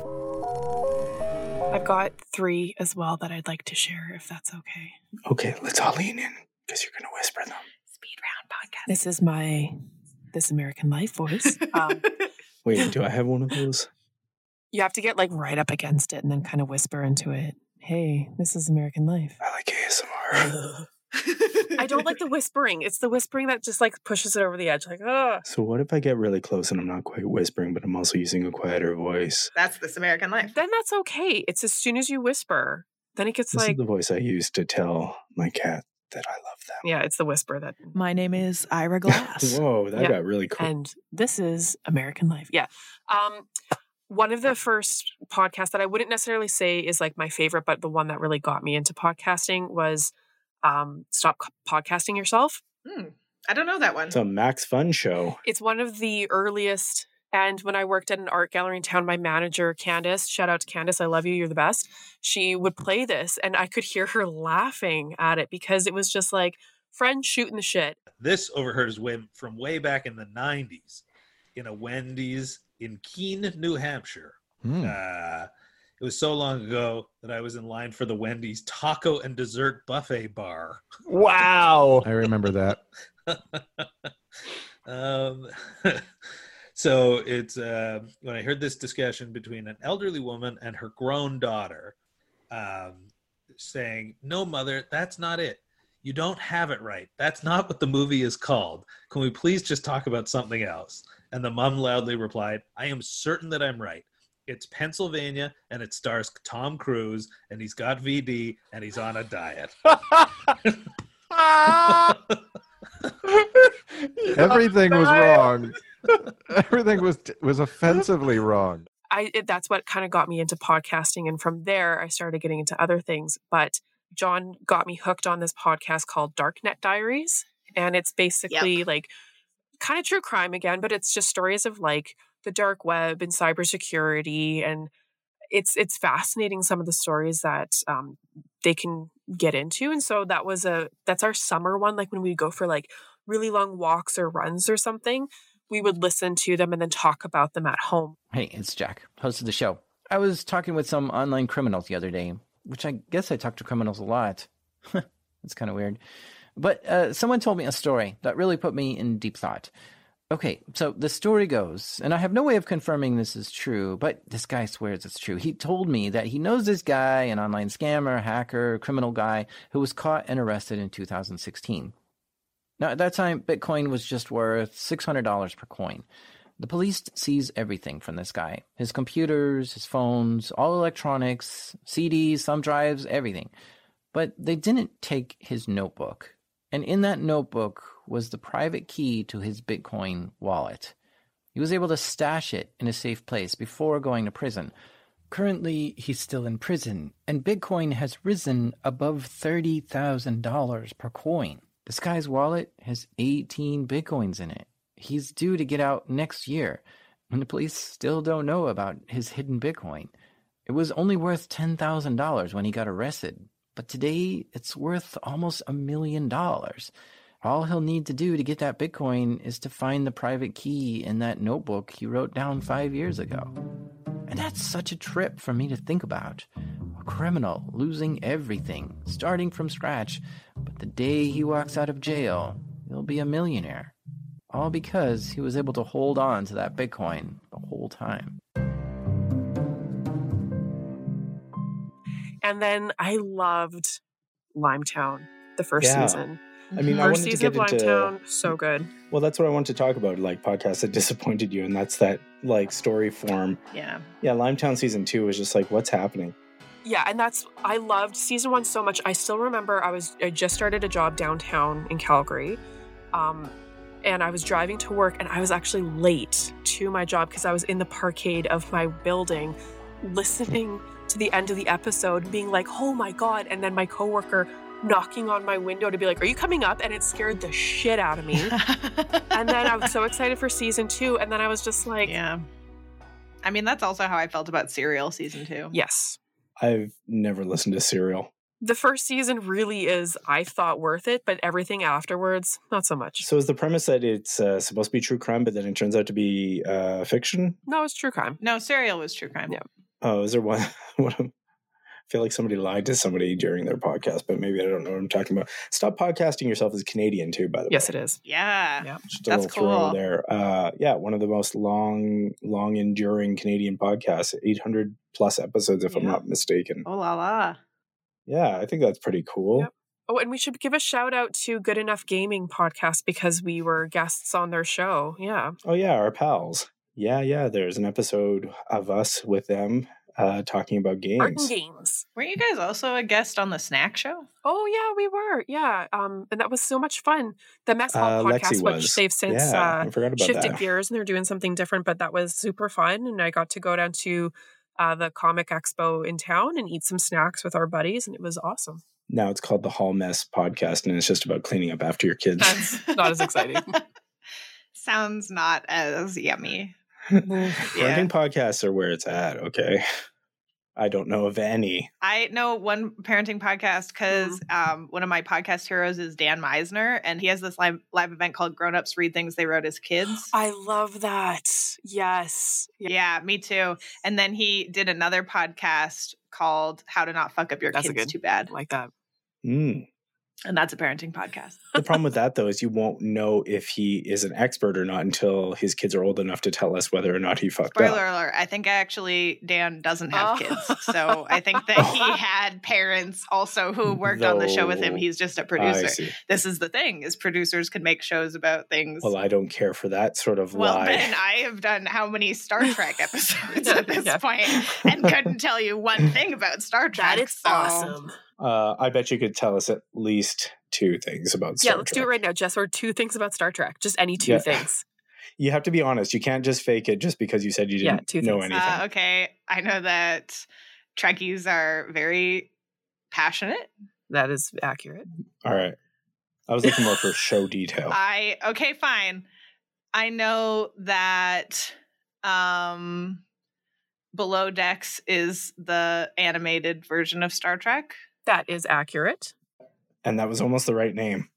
Speaker 1: I've got three as well that I'd like to share if that's okay.
Speaker 2: Okay, let's all lean in because you're going to whisper them.
Speaker 1: Speed round podcast. This is my This American Life [LAUGHS] voice. Um,
Speaker 2: Wait, do I have one of those?
Speaker 1: you have to get like right up against it and then kind of whisper into it. Hey, this is American Life.
Speaker 2: I like ASMR.
Speaker 1: I don't like the whispering. It's the whispering that just like pushes it over the edge. Like, ugh.
Speaker 2: so, what if I get really close and I'm not quite whispering, but I'm also using a quieter voice?
Speaker 3: That's this American life.
Speaker 1: Then that's okay. It's as soon as you whisper, then it gets
Speaker 2: This
Speaker 1: like,
Speaker 2: is the voice I use to tell my cat that I love
Speaker 1: yeah, it's the whisper that.
Speaker 14: My name is Ira Glass.
Speaker 2: Whoa, that
Speaker 1: Yeah.
Speaker 2: got really cool.
Speaker 1: And this is American Life. Yeah. Um, one of the first podcasts that I wouldn't necessarily say is like my favorite, but the one that really got me into podcasting was um, Stop C- Podcasting Yourself.
Speaker 3: Hmm. I don't know that one.
Speaker 2: It's a Max Fun show.
Speaker 1: It's one of the earliest. And when I worked at an art gallery in town, my manager, Candace, shout out to Candace, I love you, you're the best. She would play this, and I could hear her laughing at it because it was just like friends shooting the shit.
Speaker 15: This overheard is way, from way back in the 90s in a Wendy's in Keene, New Hampshire.
Speaker 16: Hmm.
Speaker 15: Uh, it was so long ago that I was in line for the Wendy's taco and dessert buffet bar. [LAUGHS]
Speaker 16: Wow. I remember that.
Speaker 15: Um, [LAUGHS] so it's uh, when I heard this discussion between an elderly woman and her grown daughter um, saying, No, mother, that's not it. You don't have it right. That's not what the movie is called. Can we please just talk about something else? And the mom loudly replied, I am certain that I'm right. It's Pennsylvania and it stars Tom Cruise and he's got VD and he's on a diet.
Speaker 16: Everything was
Speaker 1: Denial.
Speaker 16: wrong. [LAUGHS] Everything was was offensively wrong.
Speaker 1: I it, that's what kind of got me into podcasting, and from there I started getting into other things. But John got me hooked on this podcast called Darknet Diaries, and it's basically like kind of true crime again, but it's just stories of like the dark web and cybersecurity, and it's it's fascinating some of the stories that um, they can get into. And so that was a that's our summer one, like when we go for like really long walks or runs or something. We would listen to them and then talk about them at home.
Speaker 17: Hey, it's Jack, host of the show. I was talking with some online criminals the other day, which I guess I talk to criminals a lot. [LAUGHS] It's kind of weird. But uh, someone told me a story that really put me in deep thought. Okay, so the story goes, and I have no way of confirming this is true, but this guy swears it's true. He told me that he knows this guy, an online scammer, hacker, criminal guy, who was caught and arrested in 2016. Now, at that time, Bitcoin was just worth $600 per coin. The police seize everything from this guy his computers, his phones, all electronics, CDs, thumb drives, everything. But they didn't take his notebook. And in that notebook was the private key to his Bitcoin wallet. He was able to stash it in a safe place before going to prison. Currently, he's still in prison, and Bitcoin has risen above $30,000 per coin. This guy's wallet has 18 Bitcoins in it. He's due to get out next year, and the police still don't know about his hidden Bitcoin. It was only worth $10,000 when he got arrested, but today it's worth almost a million dollars. All he'll need to do to get that Bitcoin is to find the private key in that notebook he wrote down five years ago. And that's such a trip for me to think about. A criminal losing everything, starting from scratch, but the day he walks out of jail, he'll be a millionaire. All because he was able to hold on to that Bitcoin the whole time.
Speaker 1: And then I loved Limetown the first
Speaker 2: Yeah.
Speaker 1: season.
Speaker 2: I mean, I
Speaker 1: first
Speaker 2: wanted to
Speaker 1: season of
Speaker 2: get into-
Speaker 1: Limetown, so good.
Speaker 2: Well, that's what I want to talk about, like podcasts that [LAUGHS] disappointed you, and that's that like story form.
Speaker 3: Yeah.
Speaker 2: Yeah, Limetown season two was just like, what's happening?
Speaker 1: Yeah, and that's I loved season one so much. I still remember I was I just started a job downtown in Calgary, um, and I was driving to work, and I was actually late to my job because I was in the parkade of my building, listening to the end of the episode, and being like, "Oh my god!" And then my coworker knocking on my window to be like, "Are you coming up?" And it scared the shit out of me. and then I was
Speaker 3: [LAUGHS]
Speaker 1: so excited for season two, and then I was just like,
Speaker 3: "Yeah, I mean, that's also how I felt about Serial season two.
Speaker 1: yes."
Speaker 2: I've never listened to Serial.
Speaker 1: the first season really is i thought worth it but everything afterwards not so much
Speaker 2: So is the premise that it's uh, supposed to be true crime, but then it turns out to be uh, fiction?
Speaker 1: no it's true crime
Speaker 3: no Serial was true crime.
Speaker 1: Yeah.
Speaker 2: Oh, is there one? [LAUGHS] one of- I feel like somebody lied to somebody during their podcast, but maybe I don't know what I'm talking about. Stop podcasting yourself as Canadian too, by the
Speaker 1: Yes,
Speaker 2: way.
Speaker 1: it is.
Speaker 3: Yeah.
Speaker 2: Just a
Speaker 3: That's
Speaker 2: little throw
Speaker 3: cool.
Speaker 2: there. Uh, yeah, one of the most long, long enduring Canadian podcasts, 800 plus episodes, if I'm
Speaker 1: Yeah.
Speaker 2: not mistaken.
Speaker 3: Oh la la.
Speaker 2: Yeah, I think that's pretty cool.
Speaker 1: oh and we should give a shout out to good enough gaming podcast because we were guests on their show yeah
Speaker 2: Oh yeah, our pals. Yeah, yeah. There's an episode of us with them uh, talking about games.
Speaker 1: games
Speaker 3: Weren't you guys also a guest on the snack show?
Speaker 1: oh yeah we were yeah um and that was so much fun the mess hall
Speaker 2: Uh,
Speaker 1: podcast
Speaker 2: Lexi
Speaker 1: which
Speaker 2: was.
Speaker 1: they've since
Speaker 2: Yeah, I
Speaker 1: uh
Speaker 2: forgot about
Speaker 1: shifted
Speaker 2: that.
Speaker 1: gears and they're doing something different but that was super fun and i got to go down to uh, the comic expo in town and eat some snacks with our buddies and it was awesome
Speaker 2: Now it's called the Hall Mess Podcast, and it's just about cleaning up after your kids. [LAUGHS]
Speaker 1: that's not as exciting
Speaker 3: Sounds not as yummy. yeah.
Speaker 2: Parenting podcasts are where it's at. Okay, I don't know of any.
Speaker 3: I know one parenting podcast because
Speaker 1: Mm-hmm.
Speaker 3: um, one of my podcast heroes is Dan Meisner, and he has this live, live event called Grown Ups Read Things They Wrote as Kids.
Speaker 1: [GASPS] I love that. Yes.
Speaker 3: Yeah, me too. And then he did another podcast called How to Not Fuck Up Your
Speaker 1: That's a
Speaker 3: Kids
Speaker 1: good-
Speaker 3: Too Bad.
Speaker 1: Like that.
Speaker 2: Mm.
Speaker 3: And that's a parenting podcast.
Speaker 2: The problem with that, though, is you won't know if he is an expert or not until his kids are old enough to tell us whether or not he fucked
Speaker 3: Spoiler
Speaker 2: up.
Speaker 3: alert, I think actually Dan doesn't have
Speaker 1: Oh.
Speaker 3: kids. So I think that
Speaker 1: [LAUGHS]
Speaker 3: he had parents also who worked on the show with him.
Speaker 2: Though,
Speaker 3: He's just a
Speaker 2: I
Speaker 3: producer.
Speaker 2: see.
Speaker 3: This is the thing is producers can make shows about things.
Speaker 2: Well, I don't care for that sort of
Speaker 3: Well,
Speaker 2: lie.
Speaker 3: Ben, I have done how many Star
Speaker 1: [LAUGHS]
Speaker 3: Trek episodes at this
Speaker 1: Yeah.
Speaker 3: point and couldn't tell you one thing about Star Trek.
Speaker 1: That is
Speaker 3: so-
Speaker 1: awesome.
Speaker 2: Uh, I bet you could tell us at least two things about Star
Speaker 1: yeah, let's
Speaker 2: Trek.
Speaker 1: do it right now, Jess. Or two things about Star Trek. Just any two
Speaker 2: Yeah.
Speaker 1: things.
Speaker 2: [LAUGHS] You have to be honest. You can't just fake it just because you said you
Speaker 1: Yeah,
Speaker 2: didn't
Speaker 1: two
Speaker 2: know
Speaker 1: things.
Speaker 2: anything.
Speaker 3: Uh, okay, I know that Trekkies are very passionate.
Speaker 1: That is accurate. [LAUGHS]
Speaker 2: All right. I was looking more for show detail.
Speaker 3: I okay, fine. I know that um Below Decks is the animated version of Star Trek.
Speaker 1: That is accurate.
Speaker 2: And that was almost the right name.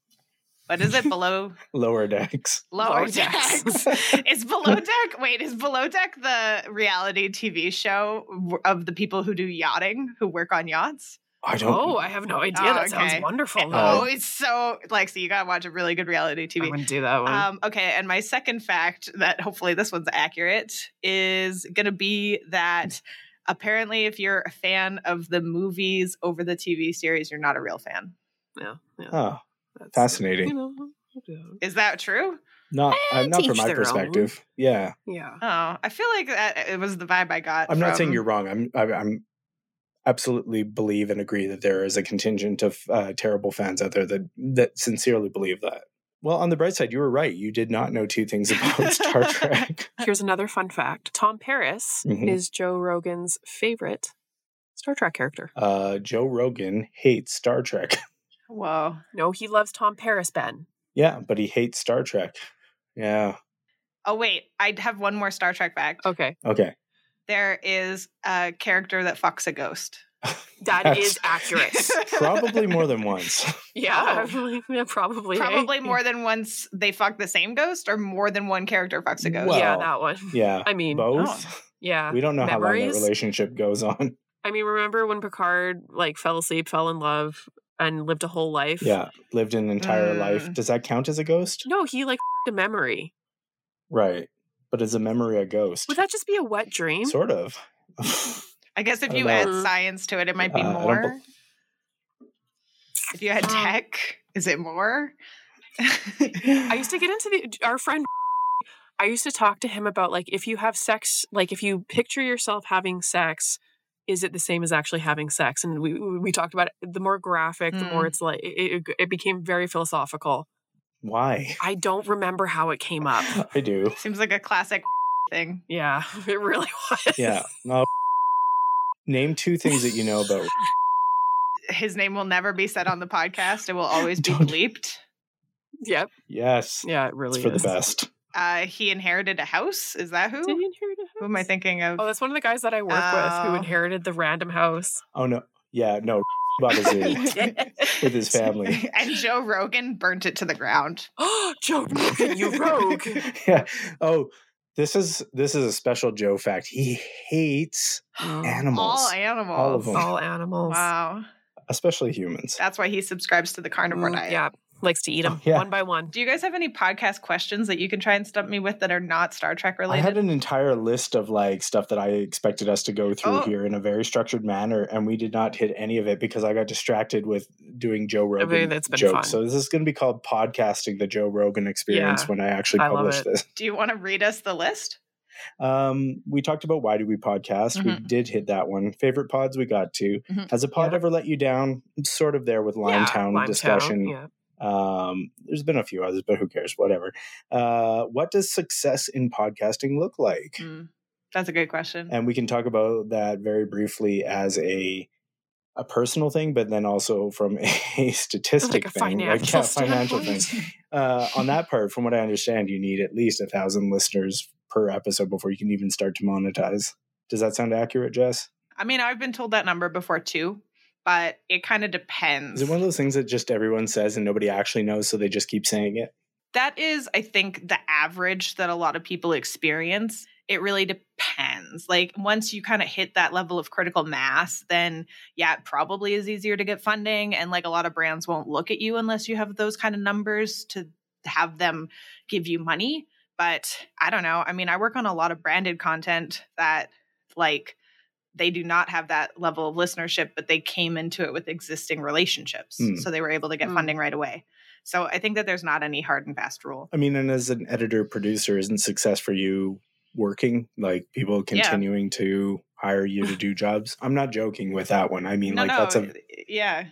Speaker 3: What is it? Below
Speaker 2: [LAUGHS] Lower decks.
Speaker 3: Lower,
Speaker 1: Lower
Speaker 3: Decks. [LAUGHS]
Speaker 1: Decks.
Speaker 3: is Below Deck wait, is Below Deck the reality TV show of the people who do yachting, who work on yachts?
Speaker 2: I don't
Speaker 1: Oh, I have no idea.
Speaker 3: Oh,
Speaker 1: that sounds
Speaker 3: okay.
Speaker 1: wonderful. Though.
Speaker 3: Oh, it's so Lexi, you gotta watch a really good reality
Speaker 1: I'm
Speaker 3: TV.
Speaker 1: gonna do that one.
Speaker 3: Um, okay, and my second fact that hopefully this one's accurate is going to be that apparently, if you're a fan of the movies over the TV series, you're not a real fan.
Speaker 1: yeah, yeah.
Speaker 2: Oh,
Speaker 1: That's-
Speaker 2: fascinating.
Speaker 1: you know, yeah.
Speaker 3: Is that true?
Speaker 2: not uh,
Speaker 1: Eh,
Speaker 2: not
Speaker 1: to
Speaker 2: from
Speaker 1: each
Speaker 2: my
Speaker 1: their own.
Speaker 2: perspective. Yeah.
Speaker 1: yeah.
Speaker 3: Oh, I feel like that it was the vibe I got.
Speaker 2: I'm not saying
Speaker 3: from-
Speaker 2: you're wrong. I'm I, I'm absolutely believe and agree that there is a contingent of uh, terrible fans out there that that sincerely believe that. Well, on the bright side, you were right. You did not know two things
Speaker 1: [LAUGHS]
Speaker 2: about Star Trek.
Speaker 1: Here's another fun fact. Tom Paris
Speaker 2: Mhm.
Speaker 1: is Joe Rogan's favorite Star Trek character.
Speaker 2: Uh, Joe Rogan hates Star Trek. [LAUGHS]
Speaker 3: Whoa.
Speaker 1: No, he loves Tom Paris, Ben.
Speaker 2: Yeah, but he hates Star Trek. Yeah.
Speaker 3: Oh wait, I have one more Star Trek fact.
Speaker 1: Okay.
Speaker 2: Okay.
Speaker 3: There is a character that fucks a
Speaker 2: [LAUGHS]
Speaker 3: ghost.
Speaker 1: that is accurate.
Speaker 2: probably more than once.
Speaker 1: [LAUGHS] Yeah, yeah, probably. eh? [LAUGHS]
Speaker 3: Oh. Probably more than once they fuck the same ghost, or more than one character fucks a ghost.
Speaker 2: Well,
Speaker 1: yeah, that one.
Speaker 2: Yeah.
Speaker 1: I mean,
Speaker 2: both.
Speaker 1: [LAUGHS] Yeah.
Speaker 2: We don't know how long
Speaker 1: Memories?
Speaker 2: that relationship goes on.
Speaker 1: I mean, remember when Picard like fell asleep, fell in love, and lived a whole life? Mm.
Speaker 2: Yeah. Lived an entire life. Does that count as a ghost?
Speaker 1: No, he like [LAUGHS] a memory.
Speaker 2: Right. But is a memory a ghost?
Speaker 1: Would that just be a wet dream?
Speaker 2: Sort of.
Speaker 3: I guess if
Speaker 2: I
Speaker 3: you
Speaker 2: don't
Speaker 3: add
Speaker 2: know.
Speaker 3: science to it, it might be
Speaker 2: Uh, I don't
Speaker 3: more. if you
Speaker 1: Um,
Speaker 3: had tech, is it more?
Speaker 1: I used to get into the our friend. [LAUGHS] I used to talk to him about like if you have sex, like if you picture yourself having sex, is it the same as actually having sex? And we we we talked about it. The more graphic, the
Speaker 3: Hmm.
Speaker 1: more
Speaker 2: Mm.
Speaker 1: it's like it, it, it became very philosophical.
Speaker 2: Why?
Speaker 1: I don't remember how it came
Speaker 2: [LAUGHS]
Speaker 1: up.
Speaker 2: I do.
Speaker 3: Seems like a classic [LAUGHS] thing.
Speaker 1: Yeah, [LAUGHS] [LAUGHS] it really was.
Speaker 2: Yeah. No. Name two things that you know
Speaker 1: [LAUGHS]
Speaker 2: about.
Speaker 3: His name will never be said on the podcast. It will always be bleeped.
Speaker 1: Yep.
Speaker 2: Yes.
Speaker 1: Yeah, it really
Speaker 2: it's for
Speaker 1: is.
Speaker 2: the best.
Speaker 3: Uh, he inherited a house. Is that who? Did
Speaker 1: he inherit a house?
Speaker 3: Who am I thinking of?
Speaker 1: Oh, that's one of the guys that I work with who
Speaker 3: Oh.
Speaker 1: inherited the random house.
Speaker 2: Oh no. Yeah. No. About a zoo
Speaker 1: [LAUGHS]
Speaker 3: [LAUGHS]
Speaker 2: with his family.
Speaker 3: and Joe Rogan burnt it to the ground.
Speaker 1: [GASPS] Joe Rogan, you
Speaker 3: [LAUGHS]
Speaker 1: rogue.
Speaker 2: Yeah. Oh, this is this is a special Joe fact. He hates animals.
Speaker 3: All animals.
Speaker 2: All of them. All
Speaker 1: animals.
Speaker 3: Wow.
Speaker 2: especially humans.
Speaker 3: That's why he subscribes to the carnivore
Speaker 1: Mm,
Speaker 3: diet.
Speaker 1: yeah. Likes to eat them
Speaker 2: Oh, Yeah.
Speaker 1: one by one.
Speaker 3: Do you guys have any podcast questions that you can try and stump me with that are not Star Trek
Speaker 2: I
Speaker 3: related?
Speaker 2: had an entire list of like stuff that I expected us to go through
Speaker 3: Oh.
Speaker 2: here in a very structured manner, and we did not hit any of it because I got distracted with doing Joe Rogan
Speaker 1: that's been
Speaker 2: jokes.
Speaker 1: fun.
Speaker 2: So this is going to be called podcasting the Joe Rogan experience
Speaker 3: Yeah.
Speaker 2: when I actually
Speaker 1: I love
Speaker 2: publish
Speaker 1: it.
Speaker 2: this.
Speaker 3: Do you want to read us the list?
Speaker 2: Um, we talked about why do we podcast. We
Speaker 1: Mm-hmm.
Speaker 3: Mhm.
Speaker 2: did hit that one. Favorite pods we got to.
Speaker 3: Mhm.
Speaker 2: Has a pod ever let you down? I'm sort of there with
Speaker 1: Yeah,
Speaker 2: Limetown
Speaker 1: Limetown,
Speaker 2: discussion.
Speaker 1: yeah.
Speaker 2: Um, there's been a few others, but who cares? Whatever. Uh, what does success in podcasting look like?
Speaker 1: Mm-hmm.
Speaker 3: That's a good question.
Speaker 2: And we can talk about that very briefly as a a personal thing, but then also from [LAUGHS] a statistic
Speaker 1: Like a
Speaker 2: thing,
Speaker 1: financial
Speaker 2: yeah, financial thing.
Speaker 1: standpoint.
Speaker 2: Uh, on that part, from what I understand, you need at least a thousand listeners per episode before you can even start to monetize. Does that sound accurate, Jess?
Speaker 3: I mean, I've been told that number before too, but it kind of
Speaker 2: Is
Speaker 3: depends.
Speaker 2: it one of those things that just everyone says and nobody actually knows, so they just keep saying it?
Speaker 3: that is, I think, the average that a lot of people experience. It really depends. Like, once you kind of hit that level of critical mass, then yeah, it probably is easier to get funding. And like, a lot of brands won't look at you unless you have those kind of numbers to have them give you money. But I don't know. I mean, I work on a lot of branded content that, like, they do not have that level of listenership, but they came into it with existing relationships.
Speaker 2: Hmm.
Speaker 3: So they were able to get funding right away. So I think that there's not any hard and fast rule.
Speaker 2: I mean, and as an editor producer, isn't success for you working? Like people
Speaker 3: Yeah.
Speaker 2: continuing to hire you to do jobs? I'm not joking with that one. I mean,
Speaker 3: No,
Speaker 2: like
Speaker 3: no,
Speaker 2: that's a
Speaker 3: yeah.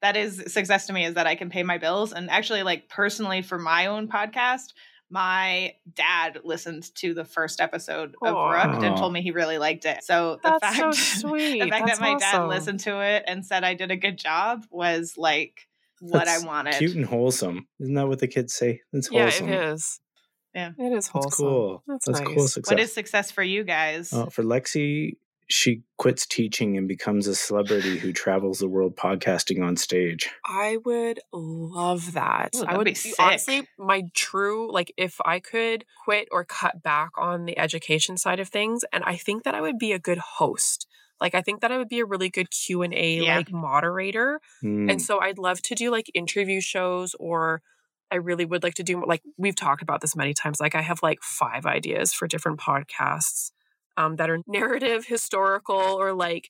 Speaker 3: That is success to me is that I can pay my bills. And actually, like personally for my own podcast, my dad listened to the first episode of
Speaker 1: Aw.
Speaker 3: Rooked and told me he really liked it. So the
Speaker 1: That's so
Speaker 3: fact, [LAUGHS]
Speaker 1: sweet.
Speaker 3: the fact
Speaker 1: That's
Speaker 3: that my dad
Speaker 1: awesome.
Speaker 3: listened to it and said I did a good job was like what
Speaker 2: that's
Speaker 3: I wanted.
Speaker 2: Cute and wholesome. Isn't that what the kids say? It's
Speaker 1: Yeah,
Speaker 2: wholesome.
Speaker 1: it is.
Speaker 3: Yeah.
Speaker 1: It is wholesome.
Speaker 2: That's cool.
Speaker 1: That's
Speaker 2: That's,
Speaker 1: nice.
Speaker 2: cool success.
Speaker 3: What is success for you guys?
Speaker 2: Oh, for Lexi, she quits teaching and becomes a celebrity who travels the world podcasting on stage.
Speaker 1: I would love that.
Speaker 3: Ooh,
Speaker 1: I
Speaker 3: that'd
Speaker 1: would
Speaker 3: be
Speaker 1: be-
Speaker 3: sick.
Speaker 1: honestly, my true like if I could quit or cut back on the education side of things, and I think that I would be a good host. Like I think that I would be a really good Q and A
Speaker 3: Yeah.
Speaker 1: like moderator,
Speaker 2: Mm.
Speaker 1: and so I'd love to do like interview shows or. I really would like to do like we've talked about this many times. Like I have like five ideas for different podcasts um, that are narrative, historical, or like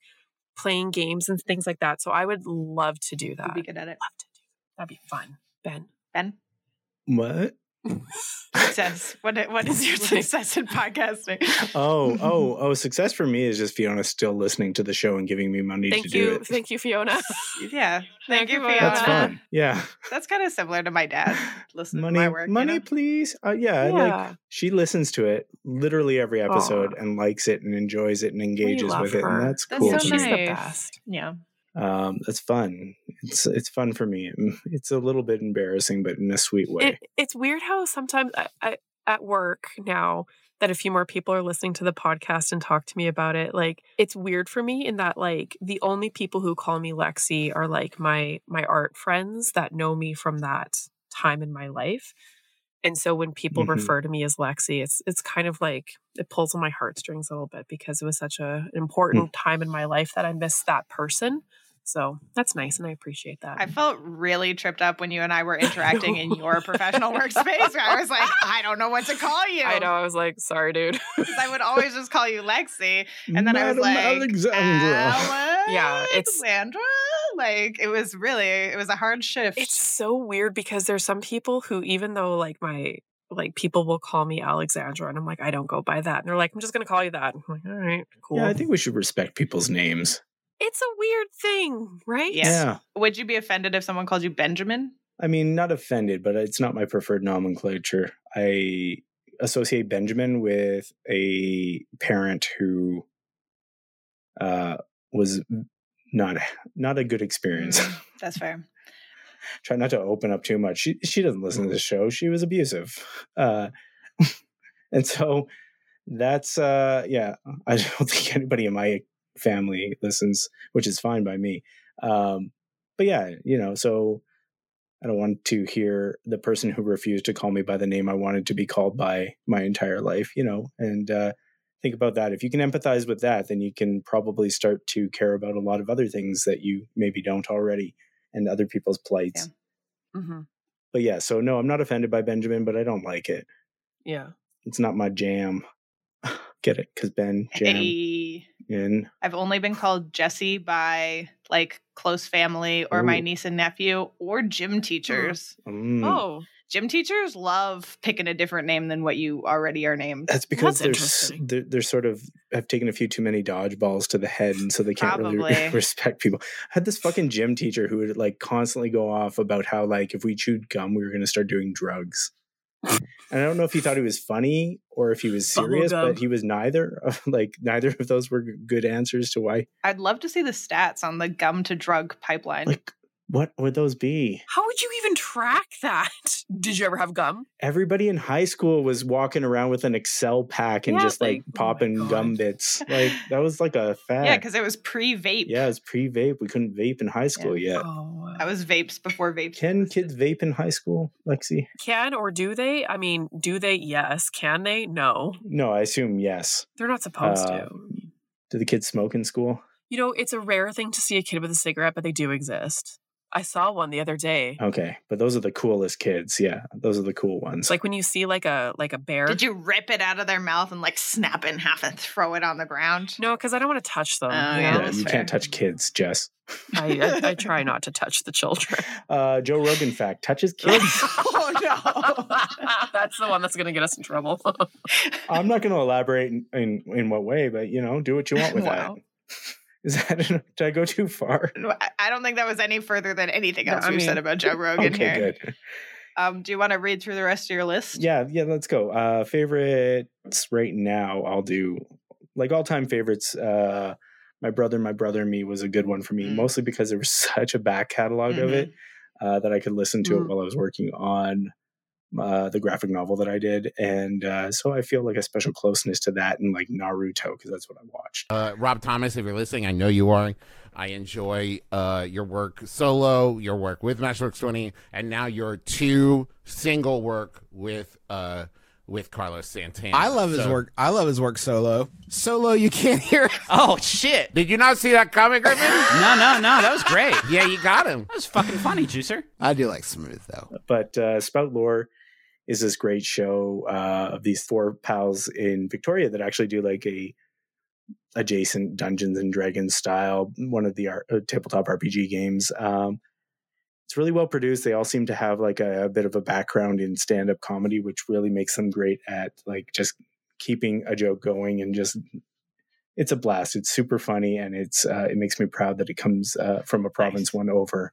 Speaker 1: playing games and things like that. So I would love to do that.
Speaker 3: You'd be good at it.
Speaker 1: That'd be fun, Ben.
Speaker 3: Ben,
Speaker 2: What?
Speaker 1: [LAUGHS]
Speaker 3: success. What what is your success in podcasting?
Speaker 2: Oh, [LAUGHS] oh, oh! Success for me is just Fiona still listening to the show and giving me money to
Speaker 1: Thank
Speaker 2: do
Speaker 1: you,
Speaker 2: it.
Speaker 1: thank you, Fiona.
Speaker 3: [LAUGHS] Yeah. Thank you, Fiona.
Speaker 2: That's fun. Yeah,
Speaker 3: That's kind of similar to my
Speaker 2: [LAUGHS]
Speaker 3: dad listening
Speaker 2: money,
Speaker 3: to my work.
Speaker 2: money, please. Uh, yeah,
Speaker 3: Yeah.
Speaker 2: like she listens to it literally every episode and likes it and enjoys it and engages
Speaker 1: love
Speaker 2: with it,
Speaker 1: her.
Speaker 2: and that's,
Speaker 3: That's
Speaker 2: cool.
Speaker 3: so
Speaker 2: to
Speaker 1: She's
Speaker 2: me.
Speaker 1: the best.
Speaker 3: Yeah.
Speaker 2: um it's fun it's it's fun for me it's a little bit embarrassing but in a sweet way
Speaker 1: It, it's weird how sometimes I, I, at work now that a few more people are listening to the podcast and talk to me about it, like it's weird for me in that like the only people who call me Lexi are like my my art friends that know me from that time in my life. And so when people
Speaker 2: Mhm.
Speaker 1: refer to me as Lexi, it's it's kind of like it pulls on my heartstrings a little bit because it was such a, an important time in my life that I miss that person. So that's nice, and I appreciate that.
Speaker 3: I felt really tripped up when you and
Speaker 1: [LAUGHS]
Speaker 3: I were interacting in your professional workspace. Where I was like, I don't know what to call you.
Speaker 1: I know. I was like, sorry, dude. [LAUGHS]
Speaker 3: 'Cause I would always just call you Lexi, and then I was
Speaker 1: Madam
Speaker 3: like,
Speaker 1: Alexandra.
Speaker 2: [LAUGHS]
Speaker 3: [LAUGHS]
Speaker 1: Yeah, it's-
Speaker 3: Alexandra. Like it was really, it was a hard shift.
Speaker 1: It's so weird because there's some people who, even though like my like people will call me Alexandra, and I'm like, I don't go by that, and they're like, I'm just gonna call you that. I'm like, all right, cool.
Speaker 2: Yeah, I think we should respect people's names.
Speaker 1: it's a weird thing, right?
Speaker 2: Yeah.
Speaker 3: Would you be offended if someone called you Benjamin?
Speaker 2: I mean, not offended, but it's not my preferred nomenclature. I associate Benjamin with a parent who uh, was not not a good experience.
Speaker 3: That's fair.
Speaker 2: Try not to open up too much. She she doesn't listen to the show. She was abusive, [LAUGHS] uh, and so that's uh, yeah. [LAUGHS] I don't think anybody in my family listens, which is fine by me. Um, but yeah, you know, so I don't want to hear the person who refused to call me by the name I wanted to be called by my entire life, you know, and uh, think about that. If you can empathize with that, then you can probably start to care about a lot of other things that you maybe don't already and other people's plights.
Speaker 1: Mm-hmm.
Speaker 2: But yeah, so no, I'm not offended by Benjamin, but I don't like it.
Speaker 1: Yeah.
Speaker 2: It's not my jam. [SIGHS] Get it? Because Ben, jam,
Speaker 3: Hey.
Speaker 2: in.
Speaker 3: I've only been called Jesse by like close family or my
Speaker 2: Ooh.
Speaker 3: niece and nephew or gym teachers.
Speaker 2: Mm.
Speaker 3: Oh,
Speaker 1: Oh.
Speaker 3: Gym teachers love picking a different name than what you already are named.
Speaker 2: That's because they're, s- they're they're sort of have taken a few too many dodgeballs to the head, and so they can't really [LAUGHS]
Speaker 3: Probably.
Speaker 2: respect people. I had this fucking gym teacher who would like constantly go off about how like if we chewed gum, we were going to start doing drugs. and I don't know if he thought he was funny or if he was
Speaker 3: Bubble
Speaker 2: serious,
Speaker 3: gum.
Speaker 2: but he was neither. Like neither of [LAUGHS] those were good answers to why.
Speaker 3: I'd love to see the stats on the gum to drug pipeline.
Speaker 2: What would those be?
Speaker 1: How would you even track that? [LAUGHS] Did you ever have gum?
Speaker 2: Everybody in high school was walking around with an Excel pack and
Speaker 1: Yeah,
Speaker 2: just like,
Speaker 1: like,
Speaker 2: popping gum bits. Like that was like a fact.
Speaker 3: yeah, because it was pre vape.
Speaker 2: Yeah, it's pre vape. We couldn't vape in high school yet.
Speaker 3: That was vapes before vapes.
Speaker 2: Can kids vape in high school, Lexi?
Speaker 1: Can or do they? I mean, do they? Yes. Can they? No.
Speaker 2: No, I assume yes.
Speaker 1: They're not supposed
Speaker 2: Uh,
Speaker 1: to.
Speaker 2: Do the kids smoke in school?
Speaker 1: You know, it's a rare thing to see a kid with a cigarette, but they do exist. I saw one the other day.
Speaker 2: Okay, but those are the coolest kids. Yeah, those are the cool ones.
Speaker 1: It's like when you see like a like a bear.
Speaker 3: Did you rip it out of their mouth and like snap it in half and throw it on the ground?
Speaker 1: No, because I don't want to touch them.
Speaker 3: Oh,
Speaker 2: Yeah,
Speaker 3: yeah. that's
Speaker 2: you
Speaker 3: fair.
Speaker 2: can't touch kids, Jess.
Speaker 1: I,
Speaker 2: [LAUGHS]
Speaker 1: I, I try not to touch the children.
Speaker 2: Uh, Joe Rogan
Speaker 1: [LAUGHS]
Speaker 2: fact touches kids.
Speaker 1: oh no, [LAUGHS] that's the one that's going to get us in trouble. [LAUGHS]
Speaker 2: I'm not going to elaborate in, in in what way, but you know, do what you want
Speaker 3: [LAUGHS]
Speaker 2: with
Speaker 3: Wow.
Speaker 2: that. Is that did I go
Speaker 3: [LAUGHS]
Speaker 2: too far?
Speaker 3: No, I- I don't think that was any further than anything
Speaker 2: No,
Speaker 3: else
Speaker 2: I
Speaker 3: we've
Speaker 2: mean-
Speaker 3: said
Speaker 1: [LAUGHS]
Speaker 3: about Joe Rogan
Speaker 2: okay,
Speaker 3: here.
Speaker 2: good.
Speaker 3: Um, do you want to read through the rest of your list?
Speaker 2: Yeah, yeah, let's go. Uh favorites right now, I'll do like all time favorites. Uh My Brother, My Brother and Me was a good one for
Speaker 3: Mm.
Speaker 2: me, mostly because there was [LAUGHS] such a back catalog of it
Speaker 3: Mm-hmm.
Speaker 2: uh, that I could listen to it
Speaker 16: Mm.
Speaker 2: while I was working on uh, the graphic novel that I did. And uh, so I feel like a special closeness to that and like Naruto, because that's what I watched.
Speaker 18: Uh, Rob Thomas, if you're listening, I know you are. I enjoy uh, your work solo, your work with Matchworks 20, and now your two single work with uh, with Carlos Santana.
Speaker 19: I love his
Speaker 18: So- [LAUGHS]
Speaker 19: work. I love his work solo.
Speaker 18: Solo, you can't hear. Oh shit! Did you not see that comic, Griffin? no, no, no. That was great. [LAUGHS] yeah, you got him. That was fucking funny, Juicer.
Speaker 2: I do like Smooth though. But uh, Spout Lore is this great show uh, of these four pals in Victoria that actually do like a adjacent Dungeons and Dragons style one of the R- uh, tabletop RPG games. Um, it's really well produced. They all seem to have like a, a bit of a background in stand up comedy, which really makes them great at like just keeping a joke going and just. It's a blast. It's super funny, and it's uh, it makes me proud that it comes uh, from a province one over.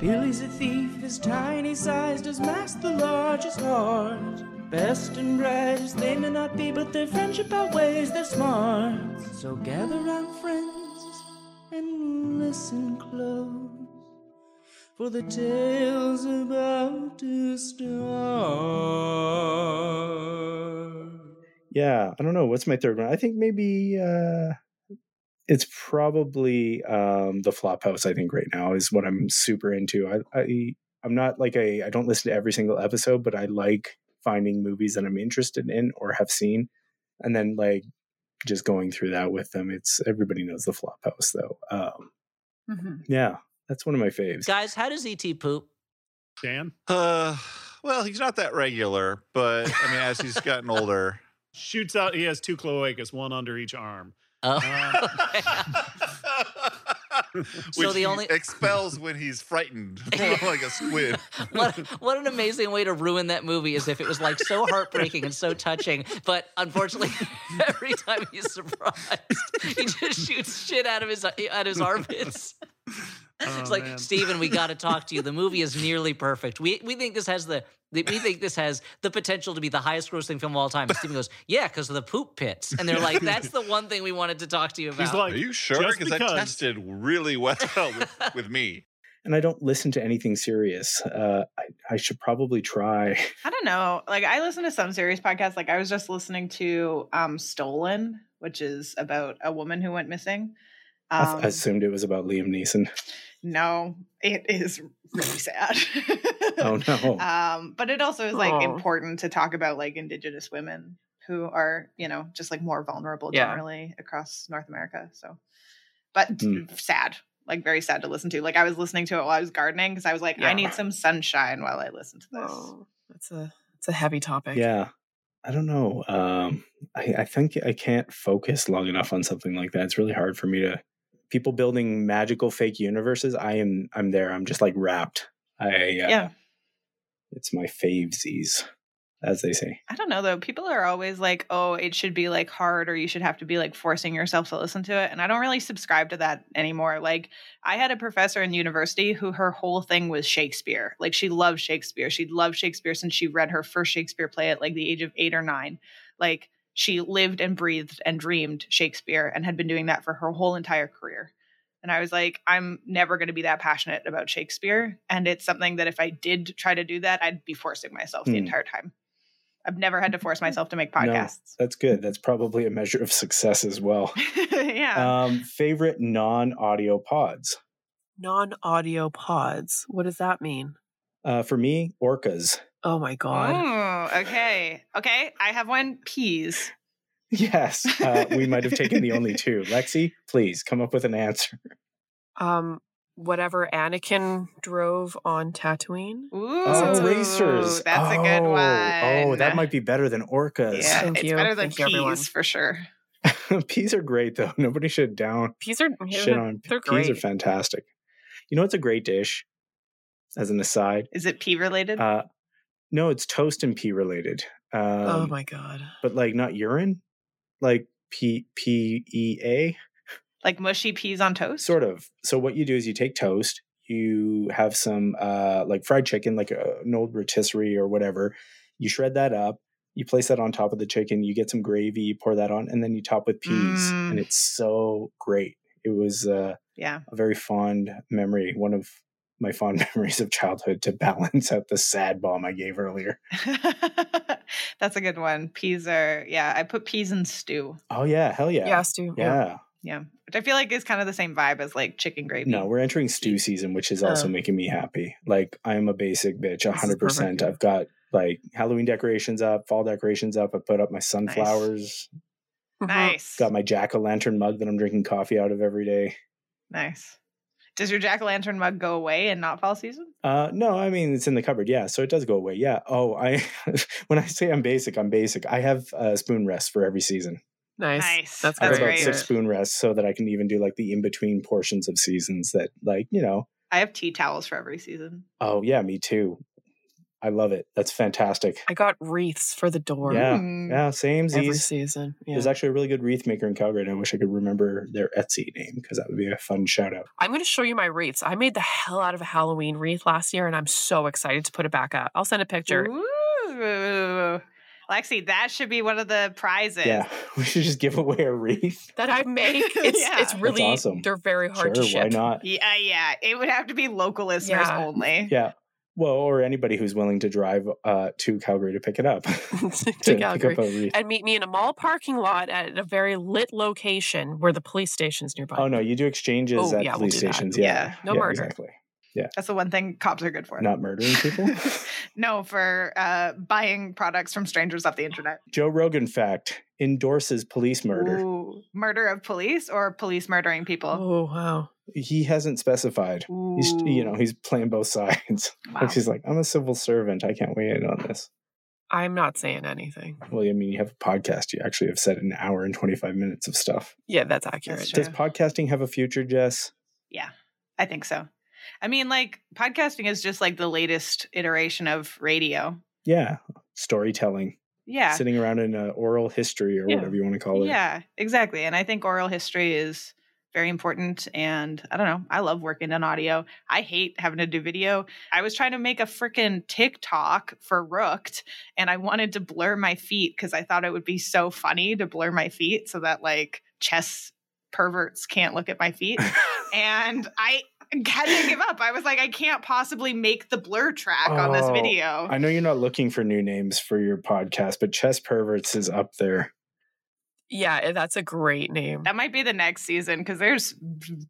Speaker 20: Billy's a thief, his tiny size does mask the largest heart. Best and brightest they may not be, but their friendship outweighs their smarts. So gather round, friends, and listen close, for the tale's about to start.
Speaker 2: Yeah, I don't know. What's my third one? I think maybe uh it's probably um the Flophouse. I think right now is what I'm super into. I, I I'm not like a I don't listen to every single episode, but I like finding movies that I'm interested in or have seen, and then like just going through that with them. It's everybody knows the Flophouse though. Um, yeah, that's one of my faves.
Speaker 19: Guys, how does ET poop?
Speaker 21: [SIGHS]
Speaker 9: Dan?
Speaker 21: Uh, well, he's not that regular, but I mean, as he's gotten older,
Speaker 9: [LAUGHS] Shoots out. He has two cloacas, one under each arm. Uh,
Speaker 21: [LAUGHS]
Speaker 19: Oh.
Speaker 21: which
Speaker 19: so the
Speaker 21: he
Speaker 19: only
Speaker 21: expels when he's frightened, [LAUGHS] like a squid.
Speaker 19: what
Speaker 21: [LAUGHS]
Speaker 19: what an amazing way to ruin that movie is if it was like so heartbreaking and so touching, but unfortunately [LAUGHS] every time he's surprised, he just shoots shit out of his out of
Speaker 9: [LAUGHS]
Speaker 19: his armpits.
Speaker 9: Oh,
Speaker 19: it's like Steven, we got to talk to you. The movie is nearly perfect. We we think this has the, the we think this has the potential to be the highest grossing film of all time. And Steven goes, yeah, because of the poop pits, and they're like, that's the one thing we wanted to talk to you about.
Speaker 9: He's like,
Speaker 21: Are you sure?
Speaker 9: just
Speaker 21: Because that
Speaker 9: because.
Speaker 21: tested really well [LAUGHS] with, with me.
Speaker 2: And I don't listen to anything serious. Uh, I, I should probably try. [LAUGHS]
Speaker 3: I don't know. Like I listen to some serious podcasts. Like I was just listening to um Stolen, which is about a woman who went missing.
Speaker 2: I
Speaker 3: Um
Speaker 2: th- I assumed it was about Liam Neeson. [LAUGHS]
Speaker 3: No, it is really sad. [LAUGHS]
Speaker 2: Oh
Speaker 1: [LAUGHS]
Speaker 2: no!
Speaker 3: um, but it also is like
Speaker 1: Oh.
Speaker 2: Aw.
Speaker 3: important to talk about like indigenous women who are, you know, just like more vulnerable
Speaker 19: Yeah.
Speaker 3: generally across North America. So, but
Speaker 1: Hmm.
Speaker 2: Mm.
Speaker 3: sad, like very sad to listen to. Like I was listening to it while I was gardening because I was like,
Speaker 1: Yeah. Oh,
Speaker 3: I need some sunshine while I listen to this.
Speaker 1: that's a it's a heavy topic.
Speaker 2: Yeah, I don't know. Um, I, I think I can't focus long enough on something like that. It's really hard for me to. People building magical fake universes. I am. I'm there. I'm just like wrapped. I uh,
Speaker 3: Yeah.
Speaker 2: It's my favesies, as they say.
Speaker 3: I don't know though. People are always like, "Oh, it should be like hard or you should have to be like forcing yourself to listen to it." And I don't really subscribe to that anymore. Like, I had a professor in university who her whole thing was Shakespeare. Like she loved Shakespeare. She loved Shakespeare since she read her first Shakespeare play at like the age of 8 or 9. Like she lived and breathed and dreamed Shakespeare and had been doing that for her whole entire career. And I was like, I'm never going to be that passionate about Shakespeare. And it's something that if I did try to do that, I'd be forcing myself the
Speaker 2: Hmm.
Speaker 3: entire time. I've never had to
Speaker 1: [LAUGHS]
Speaker 3: force myself to make podcasts. [LAUGHS]
Speaker 2: No, that's good. That's probably a measure of success as well.
Speaker 3: yeah.
Speaker 2: um, favorite non-audio pods.
Speaker 1: Non-audio pods. What does that mean?
Speaker 2: Uh, for me, orcas. uh,
Speaker 1: Oh my god.
Speaker 3: Oh, okay. Okay. I have one. Peas.
Speaker 2: [LAUGHS] Yes, uh, we might have taken the only two. Lexi, please come up with an answer.
Speaker 1: Um whatever Anakin drove on Tatooine.
Speaker 3: Ooh,
Speaker 2: oh, racers.
Speaker 3: That's a good
Speaker 2: Oh,
Speaker 3: one.
Speaker 2: Oh, that might be better than orcas.
Speaker 3: Yeah,
Speaker 1: Thank
Speaker 3: it's
Speaker 1: you.
Speaker 3: better than
Speaker 1: Thank you, everyone.
Speaker 3: peas for sure.
Speaker 2: [LAUGHS] peas are great though. Nobody should down
Speaker 1: Peas are
Speaker 2: shit on
Speaker 1: they're
Speaker 2: peas
Speaker 1: great.
Speaker 2: are fantastic. You know what's a great dish? As an aside,
Speaker 3: Is it pea related?
Speaker 2: uh, no, it's toast and pea related. Um,
Speaker 1: oh my god.
Speaker 2: But like not urine, like P P E A.
Speaker 3: like mushy peas on toast?
Speaker 2: Sort of. So what you do is you take toast, you have some uh like fried chicken, like uh, an old rotisserie or whatever. You shred that up, you place that on top of the chicken, you get some gravy, you pour that on, and then you top with peas,
Speaker 3: Mm.
Speaker 2: and it's so great. It was uh,
Speaker 3: Yeah.
Speaker 2: a very fond memory, one of my fond [LAUGHS] memories of childhood to balance out the sad bomb I gave earlier.
Speaker 3: That's a good one. Peas are, yeah. I put peas in stew.
Speaker 2: Oh yeah, hell yeah.
Speaker 1: Yeah, stew, yeah.
Speaker 2: Yeah.
Speaker 3: Yeah. Which I feel like is kind of the same vibe as like chicken gravy.
Speaker 2: No, we're entering stew season, which is also
Speaker 1: Oh.
Speaker 2: making me happy. Like I'm a basic bitch,
Speaker 1: This is
Speaker 2: hundred
Speaker 1: perfect.
Speaker 2: percent. I've got like Halloween decorations up, fall decorations up. I put up my sunflowers.
Speaker 3: Nice.
Speaker 2: Got my jack o' lantern mug that I'm drinking coffee out of every day.
Speaker 3: Nice. Does your jack o' lantern mug go away and not fall season?
Speaker 2: Uh, no, I mean it's in the cupboard. Yeah, so it does go away. Yeah. Oh, I [LAUGHS] when I say I'm basic, I'm basic. I have uh, spoon rests for every season.
Speaker 1: Nice.
Speaker 3: Nice.
Speaker 1: That's
Speaker 2: I have
Speaker 1: great.
Speaker 2: about six spoon rests so that I can even do like the in between portions of seasons that like you know
Speaker 3: I have tea towels for every season.
Speaker 2: Oh yeah, me too. I love it. That's fantastic.
Speaker 1: I got wreaths for the door.
Speaker 2: Yeah,
Speaker 3: Mm.
Speaker 2: yeah, same.
Speaker 1: Every season. Yeah.
Speaker 2: There's actually a really good wreath maker in Calgary, and I wish I could remember their Etsy name because that would be a fun shout out.
Speaker 1: I'm going to show you my wreaths. I made the hell out of a Halloween wreath last year, and I'm so excited to put it back up. I'll send a picture.
Speaker 3: Ooh. Lexi, that should be one of the prizes.
Speaker 2: Yeah, [LAUGHS] we should just give away
Speaker 3: [LAUGHS]
Speaker 2: a wreath.
Speaker 1: [LAUGHS] that I make. It's
Speaker 3: Yeah.
Speaker 1: it's really
Speaker 2: That's awesome.
Speaker 1: they're very hard
Speaker 2: Sure,
Speaker 1: to
Speaker 2: why
Speaker 1: ship.
Speaker 2: not?
Speaker 3: Yeah, yeah. It would have to be local listeners
Speaker 1: Yeah.
Speaker 3: only.
Speaker 2: Yeah. Well, or anybody who's willing to drive uh, to Calgary to pick it up. [LAUGHS]
Speaker 1: [LAUGHS]
Speaker 2: to
Speaker 1: to
Speaker 2: Pick up a
Speaker 1: Calgary
Speaker 2: wreath.
Speaker 1: and meet me in a mall parking lot at a very lit location where the police station's nearby.
Speaker 2: Oh no, you do exchanges
Speaker 1: Oh,
Speaker 2: at
Speaker 1: yeah, we'll
Speaker 2: police
Speaker 1: do that.
Speaker 2: stations.
Speaker 1: Yeah.
Speaker 2: Yeah.
Speaker 1: No murder.
Speaker 2: Exactly. Yeah.
Speaker 3: That's the one thing cops are good for.
Speaker 2: Not murdering people.
Speaker 3: No, for uh, buying products from strangers off the internet.
Speaker 2: Joe Rogan fact endorses police murder.
Speaker 3: Ooh, murder of police or police murdering people.
Speaker 1: Oh wow.
Speaker 2: He hasn't specified. He's you know, he's playing both sides. [LAUGHS] Like he's like, I'm a civil servant. I can't weigh in on this.
Speaker 1: I'm not saying anything.
Speaker 2: Well, I mean, you have a podcast. You actually have said an hour and 25 minutes of stuff.
Speaker 1: Yeah, that's accurate.
Speaker 2: Does podcasting have a future, Jess?
Speaker 3: Yeah, I think so. I mean, like podcasting is just like the latest iteration of radio.
Speaker 2: Yeah. Storytelling.
Speaker 3: Yeah.
Speaker 2: Sitting around in an oral history or
Speaker 3: Yeah.
Speaker 2: whatever you want to call it.
Speaker 3: Yeah, exactly. And I think oral history is very important. And I don't know, I love working in audio. I hate having to do video. I was trying to make a freaking TikTok for Rooked, and I wanted to blur my feet because I thought it would be so funny to blur my feet so that like chess perverts can't look at my
Speaker 2: [LAUGHS]
Speaker 3: feet. and I had to give up. I was like, I can't possibly make the blur track on this
Speaker 2: Oh,
Speaker 3: video.
Speaker 2: I know you're not looking for new names for your podcast, but Chess Perverts is up there.
Speaker 1: Yeah, eh, that's a great name.
Speaker 3: That might be the next season because there's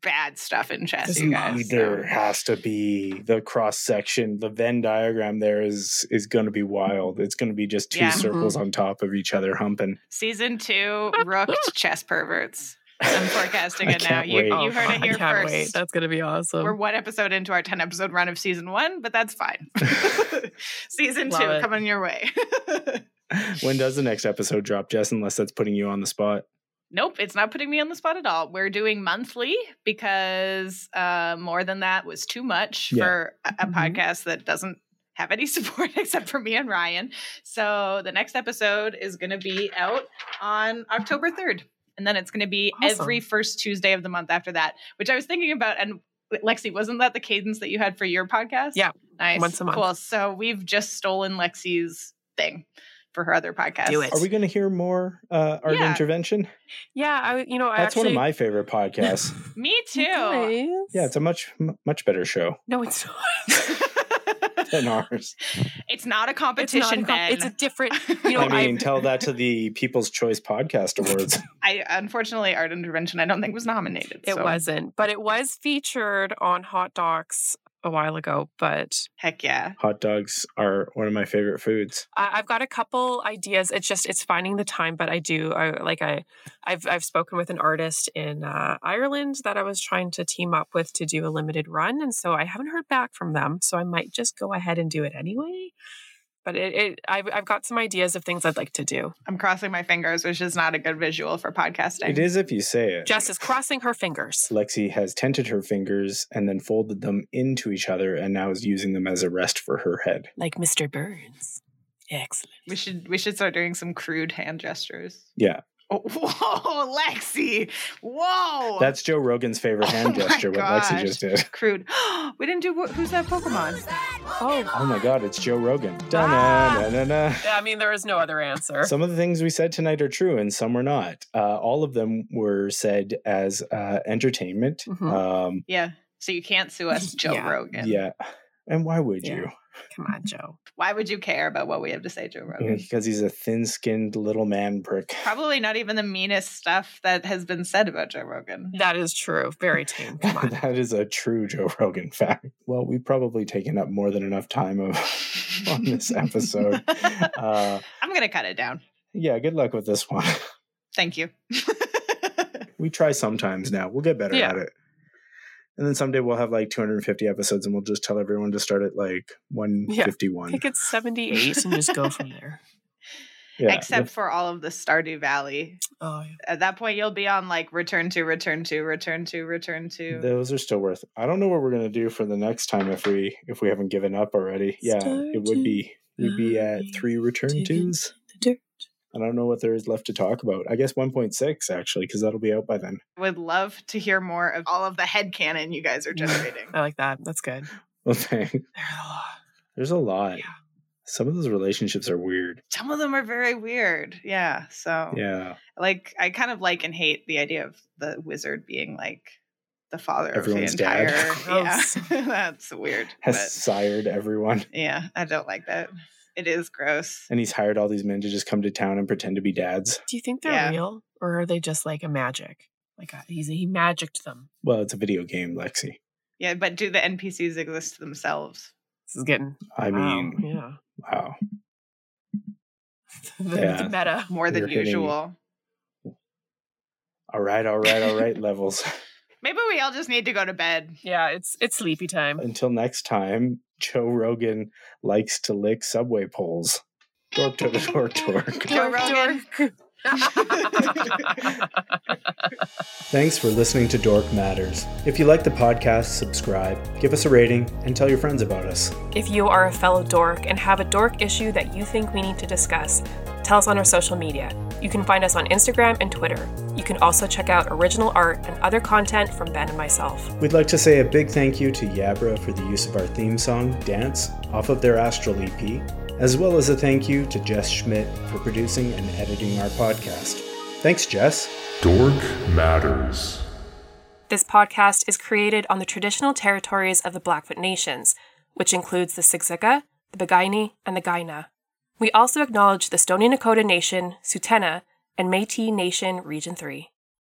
Speaker 3: bad stuff in chess, you guys.
Speaker 2: There has to be the cross section. The Venn diagram there is is going to be wild. It's going to be just two
Speaker 3: Yeah.
Speaker 2: circles
Speaker 3: Mhm.
Speaker 2: on top of each other humping.
Speaker 3: Season two, Rooked Chess Perverts.
Speaker 2: [LAUGHS]
Speaker 3: I'm forecasting
Speaker 2: I
Speaker 3: it now.
Speaker 2: can't
Speaker 3: You,
Speaker 2: wait.
Speaker 3: you
Speaker 2: Oh,
Speaker 3: heard it
Speaker 2: I
Speaker 3: here
Speaker 2: can't
Speaker 3: first.
Speaker 2: wait.
Speaker 1: That's gonna be awesome.
Speaker 3: We're one episode into our 10 episode run of season one, but that's
Speaker 2: [LAUGHS]
Speaker 3: fine. [LAUGHS] season
Speaker 2: Love
Speaker 3: two
Speaker 2: it.
Speaker 3: coming your way.
Speaker 2: When does the next episode drop, Jess? Unless that's putting you on the spot.
Speaker 3: nope, it's not putting me on the spot at all. We're doing monthly because uh, more than that was too much
Speaker 2: Yeah.
Speaker 3: for a,
Speaker 1: Mm-hmm.
Speaker 3: a podcast that doesn't have any [LAUGHS] support except for me and Ryan. So the next episode is going to be out on October 3rd. And then it's going to be
Speaker 11: Awesome.
Speaker 3: every first Tuesday of the month after that, which I was thinking about. And Lexi, wasn't that the cadence that you had for your podcast?
Speaker 1: Yeah,
Speaker 3: Nice.
Speaker 1: once a month.
Speaker 3: Cool. So we've just stolen Lexi's thing for her other podcast.
Speaker 2: Are we going to hear more uh, art
Speaker 3: Yeah. Oh,
Speaker 2: intervention?
Speaker 1: Yeah, I you know I
Speaker 2: That's
Speaker 1: actually,
Speaker 2: one of my favorite
Speaker 3: [LAUGHS]
Speaker 2: podcasts.
Speaker 3: Me too.
Speaker 2: yeah, it's a much m- much better show
Speaker 1: No, it's not.
Speaker 3: [LAUGHS]
Speaker 2: than ours.
Speaker 3: It's not a competition,
Speaker 1: It's, not a com-
Speaker 3: Ben.
Speaker 1: it's a
Speaker 3: [LAUGHS]
Speaker 1: different. You know,
Speaker 2: I mean,
Speaker 1: I've-
Speaker 2: tell that to the People's Choice
Speaker 3: [LAUGHS]
Speaker 2: Podcast Awards.
Speaker 3: I unfortunately art intervention I don't think was nominated.
Speaker 1: It
Speaker 3: so.
Speaker 1: wasn't, but it was featured on Hot Docs a while ago. But
Speaker 3: heck yeah,
Speaker 2: Hot dogs are one of my favorite foods.
Speaker 1: I, I've got a couple ideas. It's just it's finding the time, but I do. I like I, I've I've spoken with an artist in uh, Ireland that I was trying to team up with to do a limited run, and so I haven't heard back from them. So I might just go ahead and do it anyway. But it, it I've I've got some ideas of things I'd like to do.
Speaker 3: I'm crossing my fingers, which is not a good visual for podcasting.
Speaker 2: It is if you say it.
Speaker 1: Jess is crossing her fingers.
Speaker 2: Lexi has tented her fingers and then folded them into each other and now is using them as a rest for her head.
Speaker 1: Like Mr. Burns. Excellent.
Speaker 3: We should we should start doing some crude hand gestures. [LAUGHS]
Speaker 2: Yeah.
Speaker 3: Oh, whoa, Lexi! Whoa,
Speaker 2: That's Joe Rogan's
Speaker 3: [LAUGHS]
Speaker 2: favorite hand
Speaker 3: Oh my
Speaker 2: gesture, what Lexi just
Speaker 3: gosh.
Speaker 2: did.
Speaker 3: crude. [GASPS] we didn't do wh- who's that Pokemon?
Speaker 1: Oh,
Speaker 2: Oh my god, it's Joe Rogan.
Speaker 3: Ah.
Speaker 2: Da-na-na-na-na.
Speaker 1: I mean, there is no other answer.
Speaker 2: Some of the things we said tonight are true and some were not. Uh, all of them were said as uh, entertainment.
Speaker 3: Mhm.
Speaker 2: Um,
Speaker 3: yeah. So you can't
Speaker 1: [LAUGHS]
Speaker 3: sue us, Joe
Speaker 2: yeah.
Speaker 3: Rogan.
Speaker 2: Yeah. And why would
Speaker 3: Yeah.
Speaker 2: you?
Speaker 1: Come on,
Speaker 2: [LAUGHS]
Speaker 1: Joe.
Speaker 3: Why would you care about what we have to say, Joe Rogan?
Speaker 2: Because he's a thin skinned little man prick.
Speaker 3: Probably not even the meanest stuff that has been said about Joe Rogan.
Speaker 1: That is true. Very tame.
Speaker 2: [LAUGHS] that is a true Joe Rogan fact. Well, we've probably taken up more than enough time of, [LAUGHS] on
Speaker 1: [LAUGHS]
Speaker 2: this episode. Uh,
Speaker 3: I'm gonna cut it down.
Speaker 2: yeah, good luck with this one. [LAUGHS]
Speaker 3: Thank you.
Speaker 2: We try sometimes now. We'll get better
Speaker 3: Yeah.
Speaker 2: at it. And then someday we'll have like 250 episodes and we'll just tell everyone to start at like
Speaker 1: Yeah.
Speaker 2: 151.
Speaker 1: Pick it 78 and just go from there.
Speaker 2: [LAUGHS] Yeah.
Speaker 3: Except for all of the Stardew Valley.
Speaker 1: Oh,
Speaker 3: At that point, you'll be on like return to, return to, return to, return to.
Speaker 2: Those are still worth. I don't know what we're gonna do for the next time if we if we haven't given up already. Yeah, it would be we'd be at three return twos. I don't know what there is left to talk about. I guess 1.6 actually, because that'll be out by then. [LAUGHS]
Speaker 3: Would love to hear more of all of the headcanon
Speaker 1: [LAUGHS]
Speaker 3: you guys are generating.
Speaker 1: I like that. That's good.
Speaker 2: Okay. There's a lot. Some of those relationships are weird.
Speaker 3: Some of them are very weird. Yeah. So
Speaker 2: Yeah.
Speaker 3: like I kind of like and hate the idea of the wizard being like the father
Speaker 2: Everyone's
Speaker 3: of the
Speaker 2: dad.
Speaker 3: entire.
Speaker 1: [LAUGHS]
Speaker 3: Yeah. [LAUGHS] That's weird.
Speaker 2: Has
Speaker 3: But
Speaker 2: sired everyone.
Speaker 3: yeah, I don't like that. It is gross.
Speaker 2: And he's hired all these men to just come to town and pretend to be dads.
Speaker 1: Do you think they're
Speaker 3: Yeah.
Speaker 1: real or are they just like a magic? Like uh, he's he magicked them.
Speaker 2: Well, it's a video game, Lexi.
Speaker 3: Yeah, eh, but do the NPCs exist themselves?
Speaker 1: This is getting
Speaker 2: I mean,
Speaker 3: [LAUGHS]
Speaker 1: yeah.
Speaker 2: wow.
Speaker 1: The,
Speaker 2: Yeah.
Speaker 1: the meta
Speaker 3: more than
Speaker 2: You're hitting-
Speaker 3: usual.
Speaker 2: All right, all right, all right, levels. [LAUGHS]
Speaker 3: Maybe we all just need to go to bed.
Speaker 1: Yeah, it's it's sleepy time.
Speaker 2: Until next time, Joe Rogan likes to lick subway poles. Dork, dork, dork, dork.
Speaker 3: Joe Rogan.
Speaker 2: Thanks for listening to Dork Matters. If you like the podcast, subscribe, give us a rating, and tell your friends about us.
Speaker 1: If you are a fellow dork and have a dork issue that you think we need to discuss, tell us on our social media. You can find us on Instagram and Twitter. You can also check out original art and other content from Ben and myself.
Speaker 2: We'd like to say a big thank you to Yabra for the use of our theme song, Dance, off of their Astral EP, as well as a thank you to Jess Schmidt for producing and editing our podcast. Thanks, Jess.
Speaker 6: Dork Matters.
Speaker 1: This podcast is created on the traditional territories of the Blackfoot Nations, which includes the Siksika, the Bagaini, and the Gaina. We also acknowledge the Stony Nakota Nation, Sutena, and Metis Nation Region 3.